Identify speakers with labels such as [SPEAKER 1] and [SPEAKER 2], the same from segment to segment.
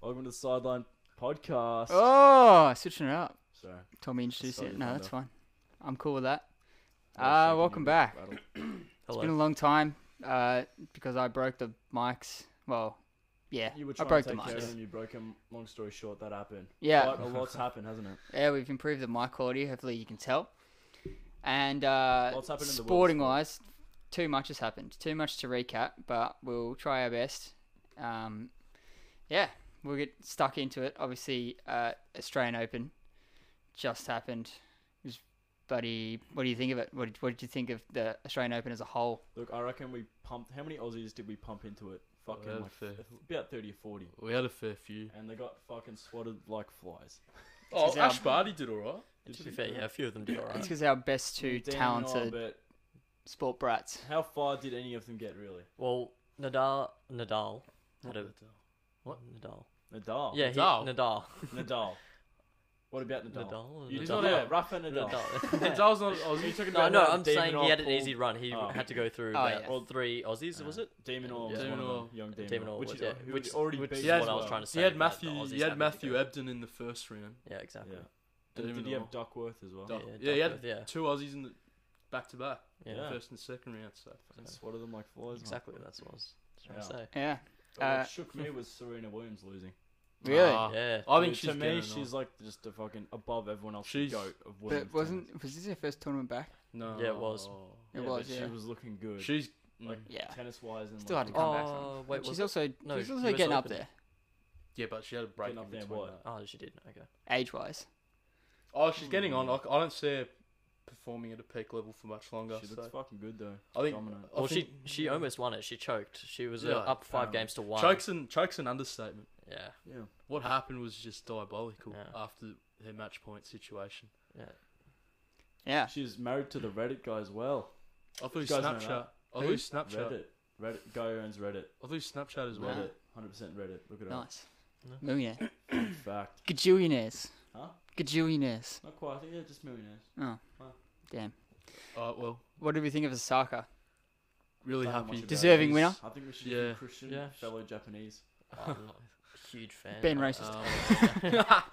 [SPEAKER 1] Welcome to the Sideline Podcast.
[SPEAKER 2] Oh, switching it up.
[SPEAKER 1] Sorry. I
[SPEAKER 2] Told me introduce
[SPEAKER 1] saw
[SPEAKER 2] it.
[SPEAKER 1] you
[SPEAKER 2] No,
[SPEAKER 1] kinda-
[SPEAKER 2] that's fine. I'm cool with that.
[SPEAKER 1] was
[SPEAKER 2] Ah,
[SPEAKER 1] thinking you
[SPEAKER 2] welcome
[SPEAKER 1] would
[SPEAKER 2] back.
[SPEAKER 1] rattle.
[SPEAKER 2] It's been a long time uh, because I broke the mics. Well, yeah,
[SPEAKER 1] You were
[SPEAKER 2] I
[SPEAKER 1] trying
[SPEAKER 2] broke
[SPEAKER 1] to
[SPEAKER 2] the
[SPEAKER 1] take care of
[SPEAKER 2] mics.
[SPEAKER 1] them, you broke them. Long story short, that happened.
[SPEAKER 2] Yeah.
[SPEAKER 1] Quite a lot's happened, hasn't it?
[SPEAKER 2] Yeah, we've improved the mic quality. Hopefully, you can tell. And uh,
[SPEAKER 1] What's happened in the world of
[SPEAKER 2] sporting
[SPEAKER 1] sport?
[SPEAKER 2] wise, too much has happened. Too much to recap, but we'll try our best. Um, yeah, we'll get stuck into it. Obviously, uh, Australian Open just happened. It was bloody. What do you think of it? What did, what did you think of the Australian Open as a whole?
[SPEAKER 1] Look, I reckon we pumped. How many Aussies did we pump into it? Fucking
[SPEAKER 3] Uh,
[SPEAKER 1] like
[SPEAKER 3] fair.
[SPEAKER 1] about thirty or forty,
[SPEAKER 3] We had a fair few.
[SPEAKER 1] and they got fucking swatted like flies.
[SPEAKER 3] Oh,
[SPEAKER 2] Is our-
[SPEAKER 3] Ash Barty did all right.
[SPEAKER 1] Did
[SPEAKER 3] to
[SPEAKER 1] you?
[SPEAKER 3] be fair, yeah, a few of them did all
[SPEAKER 2] It's
[SPEAKER 3] right.
[SPEAKER 2] because our best two
[SPEAKER 1] Damn
[SPEAKER 2] talented
[SPEAKER 1] right,
[SPEAKER 2] sport brats.
[SPEAKER 1] but how far did any of them get really?
[SPEAKER 4] Well, Nadal, Nadal, had a,
[SPEAKER 3] What?
[SPEAKER 4] Nadal?
[SPEAKER 1] Nadal.
[SPEAKER 4] yeah, he,
[SPEAKER 3] Oh, Nadal.
[SPEAKER 4] Nadal,
[SPEAKER 1] Nadal. What about Nadal?
[SPEAKER 4] Nadal,
[SPEAKER 3] You did
[SPEAKER 1] No,
[SPEAKER 3] not
[SPEAKER 4] Nadal.
[SPEAKER 3] have-
[SPEAKER 1] Rafa Nadal.
[SPEAKER 4] Nadal.
[SPEAKER 3] Nadal's not
[SPEAKER 1] You
[SPEAKER 3] Aussie.
[SPEAKER 1] talking
[SPEAKER 4] no,
[SPEAKER 1] about
[SPEAKER 4] no,
[SPEAKER 1] that
[SPEAKER 4] I'm saying
[SPEAKER 1] Demonor
[SPEAKER 4] he had an
[SPEAKER 1] Paul-
[SPEAKER 4] easy run. He
[SPEAKER 1] Oh.
[SPEAKER 4] had to go through
[SPEAKER 2] Oh,
[SPEAKER 4] about
[SPEAKER 2] yeah.
[SPEAKER 4] well, three Aussies, was it?
[SPEAKER 1] Demon Orr was
[SPEAKER 3] Demon
[SPEAKER 1] one of
[SPEAKER 3] Orr.
[SPEAKER 1] them. Young Demon,
[SPEAKER 4] Demon Uh, Orr
[SPEAKER 1] which,
[SPEAKER 4] was,
[SPEAKER 1] is-
[SPEAKER 4] yeah.
[SPEAKER 1] who
[SPEAKER 4] Which-
[SPEAKER 1] was already
[SPEAKER 3] which
[SPEAKER 1] beat
[SPEAKER 3] is what
[SPEAKER 1] as
[SPEAKER 3] I was
[SPEAKER 1] well.
[SPEAKER 4] trying to say.
[SPEAKER 3] He had
[SPEAKER 4] about the
[SPEAKER 3] Matthew.
[SPEAKER 4] Aussies
[SPEAKER 3] He had
[SPEAKER 4] having to
[SPEAKER 3] Matthew
[SPEAKER 4] go.
[SPEAKER 3] Ebden in the first round.
[SPEAKER 4] Yeah, exactly.
[SPEAKER 1] Yeah.
[SPEAKER 3] Demon
[SPEAKER 1] Did he
[SPEAKER 3] Orr.
[SPEAKER 1] have Duckworth as well?
[SPEAKER 3] Duck-
[SPEAKER 4] Yeah,
[SPEAKER 3] yeah, he had
[SPEAKER 4] Duckworth, yeah.
[SPEAKER 3] two Aussies in the back to back,
[SPEAKER 4] Yeah,
[SPEAKER 1] Yeah.
[SPEAKER 3] first and second round. So
[SPEAKER 1] And swatted them like flies. man.
[SPEAKER 4] exactly. That's what I was trying
[SPEAKER 1] Yeah.
[SPEAKER 4] to say.
[SPEAKER 2] Yeah,
[SPEAKER 1] But
[SPEAKER 2] Uh,
[SPEAKER 1] what shook me was Serena Williams losing.
[SPEAKER 2] Really?
[SPEAKER 3] Ah,
[SPEAKER 4] Yeah,
[SPEAKER 3] I think
[SPEAKER 1] Dude,
[SPEAKER 3] she's
[SPEAKER 1] to me,
[SPEAKER 3] gonna
[SPEAKER 1] she's like just a fucking above everyone else.
[SPEAKER 3] She's-
[SPEAKER 1] goat of women's
[SPEAKER 2] but
[SPEAKER 1] tennis.
[SPEAKER 2] wasn't was this your first tournament back?
[SPEAKER 3] no.
[SPEAKER 4] Yeah, it was.
[SPEAKER 1] Yeah,
[SPEAKER 2] It was,
[SPEAKER 1] but
[SPEAKER 2] yeah.
[SPEAKER 1] She was looking good.
[SPEAKER 3] She's
[SPEAKER 1] Like-
[SPEAKER 3] mm,
[SPEAKER 2] Yeah,
[SPEAKER 1] tennis wise and
[SPEAKER 2] Still
[SPEAKER 1] like,
[SPEAKER 2] had to come back from.
[SPEAKER 4] Oh wait,
[SPEAKER 2] she's
[SPEAKER 4] was it?
[SPEAKER 2] also
[SPEAKER 4] no,
[SPEAKER 2] she's also
[SPEAKER 4] US
[SPEAKER 2] getting up
[SPEAKER 4] Open.
[SPEAKER 2] there
[SPEAKER 3] yeah, but she had a break
[SPEAKER 1] Getting
[SPEAKER 3] in
[SPEAKER 1] up there,
[SPEAKER 3] between.
[SPEAKER 1] what?
[SPEAKER 3] that.
[SPEAKER 4] Oh, she did. Okay.
[SPEAKER 2] age wise.
[SPEAKER 3] Oh, she's getting on. I I don't see her performing at a peak level for much longer.
[SPEAKER 1] She looks
[SPEAKER 3] so
[SPEAKER 1] fucking good though.
[SPEAKER 3] I think.
[SPEAKER 1] dominant.
[SPEAKER 3] I
[SPEAKER 4] Well, she
[SPEAKER 3] think-
[SPEAKER 4] she almost won it. She choked. She was uh,
[SPEAKER 3] Yeah,
[SPEAKER 4] up five
[SPEAKER 1] um,
[SPEAKER 4] games to one.
[SPEAKER 3] Chokes and chokes an understatement.
[SPEAKER 4] Yeah.
[SPEAKER 1] Yeah.
[SPEAKER 3] What happened was just diabolical
[SPEAKER 4] Yeah.
[SPEAKER 3] after her match point situation.
[SPEAKER 2] Yeah,
[SPEAKER 1] She's married to the Reddit guy as well.
[SPEAKER 3] I thought
[SPEAKER 1] guys know
[SPEAKER 3] Snapchat.
[SPEAKER 1] that?
[SPEAKER 3] I
[SPEAKER 1] Who?
[SPEAKER 3] thought Snapchat.
[SPEAKER 1] Reddit. Reddit guy who owns Reddit.
[SPEAKER 3] I thought Snapchat as well.
[SPEAKER 2] Nah.
[SPEAKER 1] Reddit. Hundred percent Reddit. Look it up.
[SPEAKER 2] nice.
[SPEAKER 4] No.
[SPEAKER 2] Millionaire.
[SPEAKER 1] Fun fact.
[SPEAKER 2] Gajillionaires.
[SPEAKER 1] Huh?
[SPEAKER 2] Gajillionaires.
[SPEAKER 1] Not quite. I think they're just millionaires.
[SPEAKER 2] Oh.
[SPEAKER 1] Wow.
[SPEAKER 2] Damn.
[SPEAKER 3] Oh well,
[SPEAKER 2] What did we think of Osaka?
[SPEAKER 3] really
[SPEAKER 1] Don't know much
[SPEAKER 3] happy.
[SPEAKER 1] about
[SPEAKER 2] Deserving
[SPEAKER 1] these.
[SPEAKER 2] winner?
[SPEAKER 1] I think we should
[SPEAKER 3] Yeah.
[SPEAKER 1] give Christian,
[SPEAKER 4] Yeah.
[SPEAKER 1] fellow Japanese.
[SPEAKER 4] Oh, I'm not a huge fan.
[SPEAKER 2] Been
[SPEAKER 4] of- um,
[SPEAKER 2] racist.
[SPEAKER 3] Um,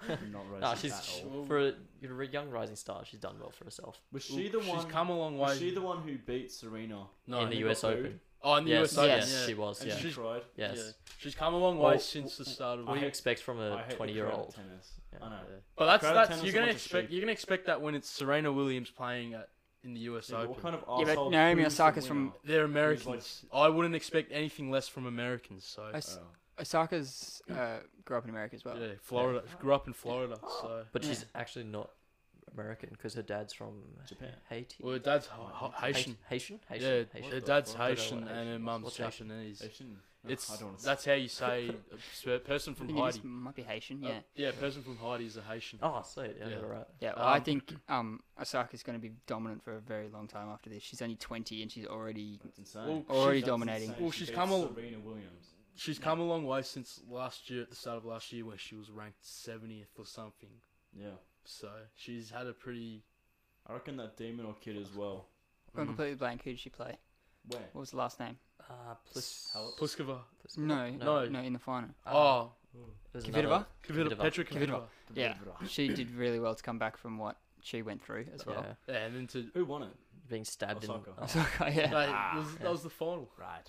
[SPEAKER 1] I'm not racist
[SPEAKER 4] Nah, she's
[SPEAKER 1] at all.
[SPEAKER 4] for a, you're a young rising star. She's done well for herself.
[SPEAKER 1] Was she the one?
[SPEAKER 3] She's come a long way.
[SPEAKER 1] was she the one who beat Serena?
[SPEAKER 3] no,
[SPEAKER 4] in the
[SPEAKER 3] who
[SPEAKER 4] US
[SPEAKER 3] got
[SPEAKER 4] Open.
[SPEAKER 3] booed? Oh, in the
[SPEAKER 4] yes,
[SPEAKER 3] US Open.
[SPEAKER 4] yes,
[SPEAKER 3] yeah.
[SPEAKER 4] she was.
[SPEAKER 1] And
[SPEAKER 4] Yeah,
[SPEAKER 1] she cried.
[SPEAKER 3] Yeah.
[SPEAKER 4] yes.
[SPEAKER 3] She's come a long way
[SPEAKER 4] Well,
[SPEAKER 3] since the start of.
[SPEAKER 4] What
[SPEAKER 1] I
[SPEAKER 4] do you
[SPEAKER 1] hate-
[SPEAKER 4] expect from
[SPEAKER 1] I
[SPEAKER 4] a
[SPEAKER 1] hate the crowd at
[SPEAKER 4] twenty-year-old?
[SPEAKER 1] tennis. I know.
[SPEAKER 3] But that's
[SPEAKER 1] Crowd
[SPEAKER 3] that's
[SPEAKER 1] tennis
[SPEAKER 3] you're
[SPEAKER 1] is a
[SPEAKER 3] gonna
[SPEAKER 1] bunch of
[SPEAKER 3] expect
[SPEAKER 1] sheep.
[SPEAKER 3] you're gonna expect that when it's Serena Williams playing at in the US
[SPEAKER 1] Yeah, but
[SPEAKER 3] Open.
[SPEAKER 1] what kind of
[SPEAKER 2] Yeah, but
[SPEAKER 1] arsehole
[SPEAKER 2] Naomi
[SPEAKER 1] booze the
[SPEAKER 2] Osaka's from-
[SPEAKER 1] winner?
[SPEAKER 3] They're Americans. I wouldn't expect anything less from Americans. So
[SPEAKER 2] I
[SPEAKER 1] Oh,
[SPEAKER 2] s- Osaka's uh, grew up in America as well.
[SPEAKER 3] yeah, Florida grew up in Florida. So
[SPEAKER 4] But
[SPEAKER 2] Yeah.
[SPEAKER 4] she's actually not American because her dad's from
[SPEAKER 1] Japan.
[SPEAKER 4] Haiti.
[SPEAKER 3] well, her dad's Ha- Ha- Haitian.
[SPEAKER 4] Haitian. Haitian.
[SPEAKER 3] Yeah,
[SPEAKER 4] Haitian.
[SPEAKER 3] her
[SPEAKER 1] What the
[SPEAKER 3] dad's
[SPEAKER 1] fuck? I don't
[SPEAKER 3] Haitian
[SPEAKER 1] know what
[SPEAKER 3] and her
[SPEAKER 1] Haitian-
[SPEAKER 3] mum's
[SPEAKER 4] what's Haitian?
[SPEAKER 3] Japanese.
[SPEAKER 1] They shouldn't- no,
[SPEAKER 3] It's
[SPEAKER 1] I don't wanna
[SPEAKER 3] that's how you say a sp- person
[SPEAKER 2] I
[SPEAKER 3] from
[SPEAKER 2] think it is-
[SPEAKER 3] Haiti.
[SPEAKER 2] might be Haitian.
[SPEAKER 3] Uh,
[SPEAKER 2] Yeah.
[SPEAKER 3] yeah, person from Haiti is a Haitian.
[SPEAKER 4] Oh, sweet. Yeah,
[SPEAKER 3] Yeah.
[SPEAKER 4] you're right.
[SPEAKER 2] yeah. Well, I
[SPEAKER 3] um,
[SPEAKER 2] think um, Osaka's going to be dominant for a very long time after this. She's only 20 and she's already.
[SPEAKER 1] That's insane.
[SPEAKER 3] Well,
[SPEAKER 2] Already
[SPEAKER 1] That's
[SPEAKER 2] dominating.
[SPEAKER 1] insane.
[SPEAKER 3] Well,
[SPEAKER 1] She
[SPEAKER 3] she's
[SPEAKER 1] beat
[SPEAKER 3] come a-
[SPEAKER 1] Serena Williams.
[SPEAKER 3] She's come a long way since last year, at the start of last year, where she was ranked 70th or something.
[SPEAKER 1] Yeah,
[SPEAKER 3] So she's had a pretty.
[SPEAKER 1] I reckon that Demon or kid as well.
[SPEAKER 3] Mm-hmm.
[SPEAKER 2] I'm completely blank. Who did she play?
[SPEAKER 1] Where?
[SPEAKER 2] What was the last name?
[SPEAKER 4] Uh, plus,
[SPEAKER 3] Pliskova.
[SPEAKER 4] plus-
[SPEAKER 2] No,
[SPEAKER 3] No.
[SPEAKER 2] no, in the final.
[SPEAKER 4] Uh,
[SPEAKER 3] Oh,
[SPEAKER 4] there's
[SPEAKER 2] Kvitova.
[SPEAKER 4] another-
[SPEAKER 3] Kvitova.
[SPEAKER 4] Kvitova.
[SPEAKER 3] Petra
[SPEAKER 2] Kvitova.
[SPEAKER 3] Kvitova.
[SPEAKER 2] Yeah. She did really well to come back from what she went through as well.
[SPEAKER 4] Yeah,
[SPEAKER 3] Yeah, and then to.
[SPEAKER 1] Who won it?
[SPEAKER 4] being stabbed in.
[SPEAKER 1] Osaka.
[SPEAKER 4] oh.
[SPEAKER 2] Osaka, yeah.
[SPEAKER 3] That, was, that was the final.
[SPEAKER 1] Right.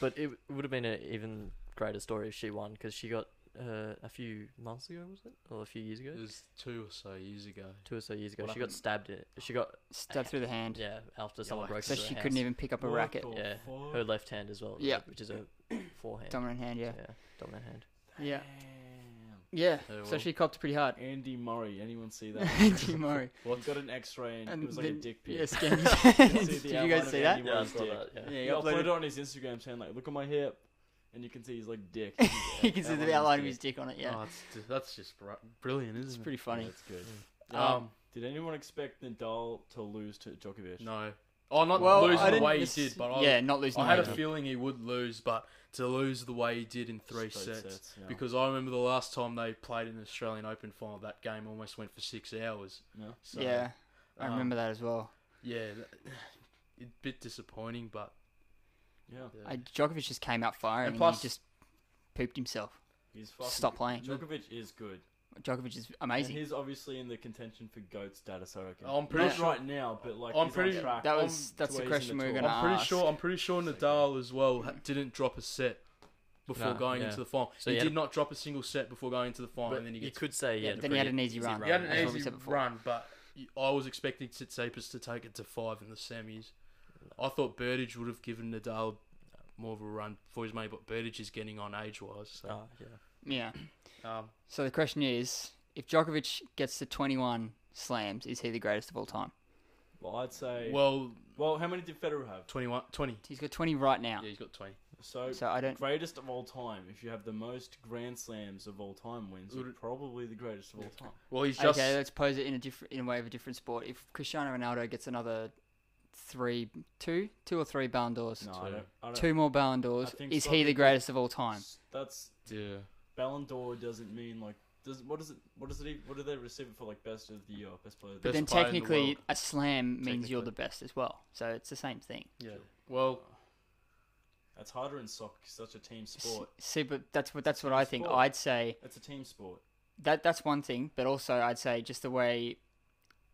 [SPEAKER 4] But it, w- would have been an even greater story if she won because she got uh, a few months ago, was it, or a few years ago,
[SPEAKER 2] Mm.
[SPEAKER 3] It was two or so years ago.
[SPEAKER 4] two or so years ago.
[SPEAKER 3] What
[SPEAKER 4] she got stabbed. In, she got
[SPEAKER 2] Stabbed through the hand.
[SPEAKER 4] yeah after someone
[SPEAKER 3] Yikes.
[SPEAKER 4] broke
[SPEAKER 2] So
[SPEAKER 4] into her
[SPEAKER 2] she
[SPEAKER 4] house.
[SPEAKER 2] couldn't even pick up a
[SPEAKER 1] What
[SPEAKER 2] racket.
[SPEAKER 1] the
[SPEAKER 4] Yeah,
[SPEAKER 1] fuck?
[SPEAKER 4] her left hand as well.
[SPEAKER 2] Yeah.
[SPEAKER 4] which is a forehand.
[SPEAKER 2] Dominant hand, yeah.
[SPEAKER 4] dominant hand.
[SPEAKER 2] Yeah.
[SPEAKER 1] Damn.
[SPEAKER 2] Yeah.
[SPEAKER 3] Yeah,
[SPEAKER 2] So
[SPEAKER 3] well-
[SPEAKER 2] she copped pretty hard.
[SPEAKER 1] Andy Murray. Anyone see that?
[SPEAKER 2] Andy Murray.
[SPEAKER 1] Well, he got an X-ray and,
[SPEAKER 2] And
[SPEAKER 1] it was like a
[SPEAKER 2] then-
[SPEAKER 1] dick pic.
[SPEAKER 2] Yeah, skin.
[SPEAKER 1] can see
[SPEAKER 2] Did
[SPEAKER 1] the
[SPEAKER 2] you
[SPEAKER 1] outline
[SPEAKER 2] guys
[SPEAKER 1] of
[SPEAKER 2] see that?
[SPEAKER 1] Andy Murray's dick.
[SPEAKER 4] yeah.
[SPEAKER 2] Yeah,
[SPEAKER 1] He
[SPEAKER 2] he
[SPEAKER 1] uploaded it
[SPEAKER 2] uploaded.
[SPEAKER 1] on his Instagram saying like, "Look at my hip," and you can see he's like dick. Yeah,
[SPEAKER 2] You can see the outline of his dick on it. Yeah,
[SPEAKER 3] Oh, it's, that's just br- brilliant, isn't
[SPEAKER 2] it's
[SPEAKER 3] it?
[SPEAKER 2] pretty
[SPEAKER 1] Yeah,
[SPEAKER 2] funny.
[SPEAKER 1] it's good.
[SPEAKER 3] Um,
[SPEAKER 1] Did anyone expect Nadal to lose to Djokovic?
[SPEAKER 3] no. Oh, not
[SPEAKER 2] Well,
[SPEAKER 3] lose
[SPEAKER 2] I
[SPEAKER 3] in the
[SPEAKER 2] didn't
[SPEAKER 3] way
[SPEAKER 1] necess-
[SPEAKER 3] he did, but I,
[SPEAKER 2] yeah, not losing.
[SPEAKER 3] I
[SPEAKER 2] the
[SPEAKER 3] had a
[SPEAKER 2] weight.
[SPEAKER 3] feeling he would lose, but to lose the way he did in three
[SPEAKER 1] Straight
[SPEAKER 3] sets.
[SPEAKER 1] yeah.
[SPEAKER 3] Because I remember the last time they played in the Australian Open final, that game almost went for six hours.
[SPEAKER 1] Yeah.
[SPEAKER 3] So,
[SPEAKER 2] yeah, I
[SPEAKER 3] um,
[SPEAKER 2] remember that as well.
[SPEAKER 3] Yeah, that, a bit disappointing, but
[SPEAKER 1] yeah,
[SPEAKER 3] yeah.
[SPEAKER 2] I, Djokovic just came out firing
[SPEAKER 3] And
[SPEAKER 2] and,
[SPEAKER 3] plus-
[SPEAKER 2] he just pooped himself.
[SPEAKER 1] he's fucking
[SPEAKER 2] Stop playing.
[SPEAKER 1] Djokovic is good.
[SPEAKER 2] Djokovic is
[SPEAKER 1] And
[SPEAKER 2] amazing.
[SPEAKER 1] he's obviously in the contention for goat status, I reckon.
[SPEAKER 3] I'm pretty
[SPEAKER 1] Not
[SPEAKER 3] sure-
[SPEAKER 1] right now, but like
[SPEAKER 3] I'm
[SPEAKER 1] he's
[SPEAKER 3] pretty-
[SPEAKER 1] on track.
[SPEAKER 2] That
[SPEAKER 3] I'm-
[SPEAKER 2] was that's
[SPEAKER 1] to
[SPEAKER 2] the
[SPEAKER 1] where he's in
[SPEAKER 2] question
[SPEAKER 1] the
[SPEAKER 2] we
[SPEAKER 1] tour.
[SPEAKER 2] were going to
[SPEAKER 3] I'm pretty
[SPEAKER 2] ask.
[SPEAKER 3] sure. I'm pretty sure Nadal as well ha- didn't drop a set before
[SPEAKER 4] No,
[SPEAKER 3] going
[SPEAKER 4] yeah.
[SPEAKER 3] into the final.
[SPEAKER 4] So
[SPEAKER 3] he
[SPEAKER 4] he had
[SPEAKER 3] did not drop a single set before going into the final,
[SPEAKER 4] But
[SPEAKER 3] and then he
[SPEAKER 4] you
[SPEAKER 3] gets.
[SPEAKER 4] could say he
[SPEAKER 2] Yeah,
[SPEAKER 4] had a
[SPEAKER 2] then he had
[SPEAKER 4] pretty
[SPEAKER 2] an easy run.
[SPEAKER 3] he had
[SPEAKER 2] That's
[SPEAKER 3] an
[SPEAKER 2] what we
[SPEAKER 3] easy
[SPEAKER 2] said before.
[SPEAKER 3] run, but I was expecting Tsitsipas to take it to five in the semis. I thought Burdage would have given Nadal more of a run for his money, but Burdage is getting on age wise. So,
[SPEAKER 4] Oh,
[SPEAKER 2] Yeah.
[SPEAKER 4] yeah.
[SPEAKER 2] Oh.
[SPEAKER 3] um,
[SPEAKER 2] So the question is, if Djokovic gets to 21 slams, is he the greatest of all time?
[SPEAKER 1] Well, I'd say. Well,
[SPEAKER 3] well,
[SPEAKER 1] how many did Federer have?
[SPEAKER 3] 21, 20.
[SPEAKER 2] He's got 20 right now.
[SPEAKER 3] Yeah, he's got 20.
[SPEAKER 1] So,
[SPEAKER 2] So I don't.
[SPEAKER 1] greatest of all time. If you have the most Grand Slams of all time wins, you're
[SPEAKER 3] Would-
[SPEAKER 1] probably the greatest of all time.
[SPEAKER 3] Well, he's just.
[SPEAKER 2] Okay, let's pose it in a different, in a way of a different sport. If Cristiano Ronaldo gets another three, two, two or three Ballon d'Ors,
[SPEAKER 1] No, I don't. I don't
[SPEAKER 2] two more Ballon d'Ors,
[SPEAKER 1] I think
[SPEAKER 2] is
[SPEAKER 1] so.
[SPEAKER 2] he the greatest of all time?
[SPEAKER 1] That's
[SPEAKER 3] yeah.
[SPEAKER 1] Ballon d'Or doesn't mean like. Does what does it? What does it? even- What do they receive it for? Like best of the year, best player. Of the
[SPEAKER 2] But
[SPEAKER 3] Best
[SPEAKER 2] then
[SPEAKER 3] player in the
[SPEAKER 2] technically,
[SPEAKER 3] world.
[SPEAKER 2] a slam means you're
[SPEAKER 3] Technically.
[SPEAKER 2] the best as well. So it's the same thing.
[SPEAKER 3] Yeah. Well,
[SPEAKER 1] That's harder in soccer. 'cause Such a team
[SPEAKER 2] S-
[SPEAKER 1] sport.
[SPEAKER 2] See, but that's what that's what I think.
[SPEAKER 1] Sport.
[SPEAKER 2] I'd say
[SPEAKER 1] It's a team sport.
[SPEAKER 2] that that's one thing, but also I'd say just the way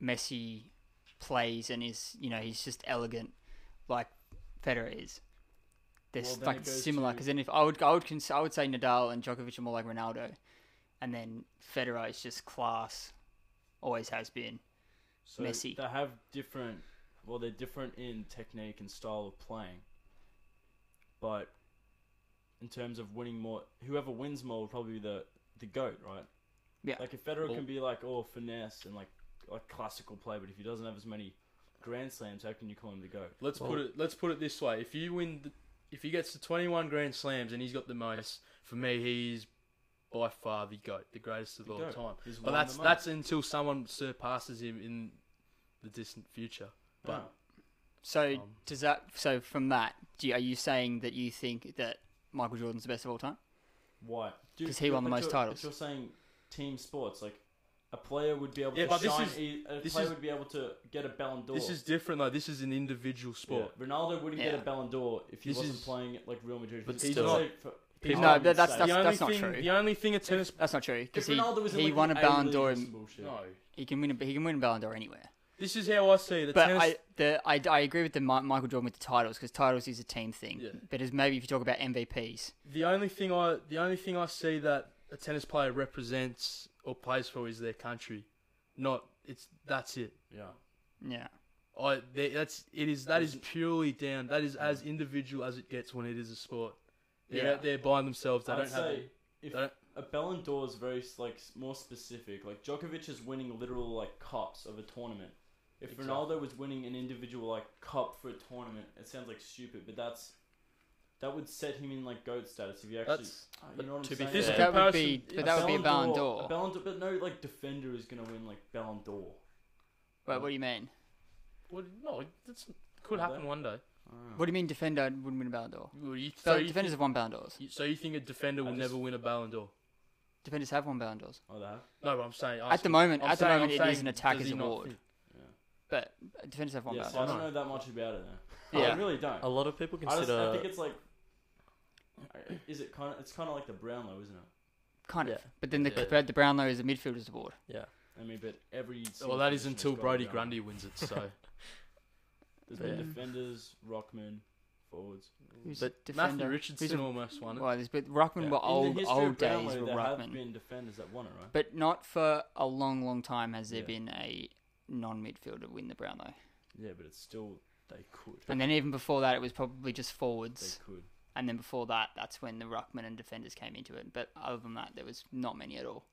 [SPEAKER 2] Messi plays and is, you know, he's just elegant, like Federer is. They're
[SPEAKER 1] Well,
[SPEAKER 2] s-
[SPEAKER 1] then
[SPEAKER 2] like
[SPEAKER 1] it goes
[SPEAKER 2] similar
[SPEAKER 1] to-
[SPEAKER 2] because then if I would I would cons- I would say Nadal and Djokovic are more like Ronaldo, and then Federer is just class, always has been.
[SPEAKER 1] So
[SPEAKER 2] Messi.
[SPEAKER 1] They have different. Well, they're different in technique and style of playing. But in terms of winning more, whoever wins more will probably be the the goat, right?
[SPEAKER 2] Yeah.
[SPEAKER 1] Like if Federer
[SPEAKER 3] Well-
[SPEAKER 1] can be like all finesse and like like classical play, but if he doesn't have as many grand slams, how can you call him the goat?
[SPEAKER 3] let's put
[SPEAKER 4] Well-
[SPEAKER 3] it. Let's put it this way: if you win, the, if he gets to twenty-one grand slams and he's got the most, for me, he's by far the goat, the greatest of
[SPEAKER 1] The
[SPEAKER 3] all
[SPEAKER 1] GOAT.
[SPEAKER 3] time.
[SPEAKER 1] He's
[SPEAKER 3] But
[SPEAKER 1] won the
[SPEAKER 3] that's
[SPEAKER 1] most.
[SPEAKER 3] that's until someone surpasses him in the distant future. But
[SPEAKER 2] So
[SPEAKER 3] Um,
[SPEAKER 2] does that? So from that, do you, are you saying that you think that Michael Jordan's the best of all time?
[SPEAKER 1] Why?
[SPEAKER 2] 'Cause he won the
[SPEAKER 1] but
[SPEAKER 2] most
[SPEAKER 1] you're-
[SPEAKER 2] titles.
[SPEAKER 1] But you're saying team sports, like a player would be able
[SPEAKER 3] Yeah, but
[SPEAKER 1] to
[SPEAKER 3] this
[SPEAKER 1] shine.
[SPEAKER 3] is-
[SPEAKER 1] e- a
[SPEAKER 3] this
[SPEAKER 1] player
[SPEAKER 3] is-
[SPEAKER 1] would be able to get a Ballon d'Or.
[SPEAKER 3] this is different, though. This is an individual sport.
[SPEAKER 1] Yeah. Ronaldo wouldn't get
[SPEAKER 2] Yeah.
[SPEAKER 1] a Ballon d'or if he
[SPEAKER 3] This
[SPEAKER 1] wasn't
[SPEAKER 3] is-
[SPEAKER 1] playing at like Real Madrid.
[SPEAKER 4] But
[SPEAKER 1] He's
[SPEAKER 4] still-
[SPEAKER 1] also for-
[SPEAKER 4] People-
[SPEAKER 2] No,
[SPEAKER 1] People
[SPEAKER 2] but that's
[SPEAKER 1] say-
[SPEAKER 2] that's
[SPEAKER 3] the only
[SPEAKER 2] that's not
[SPEAKER 3] thing,
[SPEAKER 2] true.
[SPEAKER 3] The only thing a tennis
[SPEAKER 2] That's not true because
[SPEAKER 1] If
[SPEAKER 2] he,
[SPEAKER 1] Ronaldo was in,
[SPEAKER 2] he
[SPEAKER 1] like,
[SPEAKER 2] won a
[SPEAKER 1] the
[SPEAKER 2] Ballon
[SPEAKER 1] A-League
[SPEAKER 2] d'Or.
[SPEAKER 1] or
[SPEAKER 2] in-
[SPEAKER 1] some bullshit.
[SPEAKER 3] no.
[SPEAKER 2] He can win. A, he can win a Ballon d'Or anywhere.
[SPEAKER 3] This is how I see the
[SPEAKER 2] But
[SPEAKER 3] tennis.
[SPEAKER 2] I the I, I agree with the Mi- Michael Jordan with the titles because titles is a team thing.
[SPEAKER 3] Yeah.
[SPEAKER 2] But as maybe if you talk about MVPs,
[SPEAKER 3] The only thing I the only thing I see that a tennis player represents or plays for is their country. Not it's that's it.
[SPEAKER 1] Yeah.
[SPEAKER 2] yeah,
[SPEAKER 3] I they, that's it is that is purely down. That is as individual as it gets when it is a sport. They're
[SPEAKER 2] Yeah.
[SPEAKER 3] out there by themselves. They
[SPEAKER 1] I'd
[SPEAKER 3] don't have.
[SPEAKER 1] say
[SPEAKER 3] any-
[SPEAKER 1] if
[SPEAKER 3] they don't-
[SPEAKER 1] a Ballon d'or is very like s- more specific. Like Djokovic is winning literal like cups of a tournament. If
[SPEAKER 3] Exactly.
[SPEAKER 1] Ronaldo was winning an individual like cup for a tournament, it sounds like stupid, but that's that would set him in like goat status if you actually. Oh,
[SPEAKER 3] That's
[SPEAKER 1] you know what I'm
[SPEAKER 4] to be
[SPEAKER 1] saying?
[SPEAKER 4] fair-
[SPEAKER 1] Like,
[SPEAKER 4] Yeah.
[SPEAKER 2] that would be.
[SPEAKER 3] Comparison-
[SPEAKER 2] But that would be a Ballon
[SPEAKER 1] A
[SPEAKER 2] d'Or.
[SPEAKER 1] Ballon d'Or, but no like defender is gonna win like Ballon d'Or.
[SPEAKER 2] Wait, what do you mean?
[SPEAKER 3] well, no, that's could
[SPEAKER 1] Well,
[SPEAKER 3] happen one day.
[SPEAKER 2] What do you mean defender wouldn't win a Ballon d'Or?
[SPEAKER 3] Well, you-
[SPEAKER 2] So
[SPEAKER 3] so, you
[SPEAKER 2] defenders
[SPEAKER 3] think,
[SPEAKER 2] have won Ballon d'Ors.
[SPEAKER 3] you- so you think a defender will
[SPEAKER 1] I just-
[SPEAKER 3] never win a Ballon d'Or?
[SPEAKER 2] Defenders have won Ballon d'Ors.
[SPEAKER 1] Oh, they have.
[SPEAKER 3] No, but I'm saying
[SPEAKER 2] At the moment,
[SPEAKER 3] I'm
[SPEAKER 2] at the
[SPEAKER 3] saying-
[SPEAKER 2] moment,
[SPEAKER 3] I'm
[SPEAKER 2] it
[SPEAKER 3] saying,
[SPEAKER 2] is an
[SPEAKER 3] does
[SPEAKER 2] attacker's
[SPEAKER 3] he not
[SPEAKER 2] award.
[SPEAKER 3] think-
[SPEAKER 1] Yeah.
[SPEAKER 2] But defenders have won
[SPEAKER 1] Yeah,
[SPEAKER 2] Ballon
[SPEAKER 1] so I
[SPEAKER 2] d'ors.
[SPEAKER 1] don't know that much about it
[SPEAKER 3] Oh,
[SPEAKER 1] now.
[SPEAKER 2] Yeah.
[SPEAKER 1] I really don't.
[SPEAKER 4] A lot of people
[SPEAKER 1] I, just, I
[SPEAKER 4] consider
[SPEAKER 1] think it's like, is it kind of? It's kind of like the Brownlow, isn't it?
[SPEAKER 2] Kind of.
[SPEAKER 4] Yeah.
[SPEAKER 2] But then the
[SPEAKER 4] Yeah.
[SPEAKER 2] but the Brownlow is a midfielder's award.
[SPEAKER 4] yeah.
[SPEAKER 1] I mean, but every. single
[SPEAKER 3] Well, that is
[SPEAKER 1] position
[SPEAKER 3] until
[SPEAKER 1] has got a
[SPEAKER 3] Brody
[SPEAKER 1] Brownlow.
[SPEAKER 3] Grundy wins it. So
[SPEAKER 1] There's been
[SPEAKER 2] Yeah.
[SPEAKER 1] defenders, Rockman, forwards.
[SPEAKER 2] Who's
[SPEAKER 4] But
[SPEAKER 3] Matthew
[SPEAKER 2] defender?
[SPEAKER 3] Richardson almost won it.
[SPEAKER 2] Well, there's- but Ruckman
[SPEAKER 4] Yeah.
[SPEAKER 2] were old
[SPEAKER 1] In the history
[SPEAKER 2] old
[SPEAKER 1] of Brownlow,
[SPEAKER 2] days were
[SPEAKER 1] there have
[SPEAKER 2] Ruckman.
[SPEAKER 1] been defenders that won it, right?
[SPEAKER 2] But not for a long, long time has there
[SPEAKER 1] Yeah.
[SPEAKER 2] been a non midfielder win the Brownlow.
[SPEAKER 1] Yeah, but it's still they could.
[SPEAKER 2] And then even before that, it was probably just
[SPEAKER 1] they
[SPEAKER 2] forwards.
[SPEAKER 1] could.
[SPEAKER 2] And then before that, that's when the Ruckman and defenders came into it. But other than that, there was not many at all.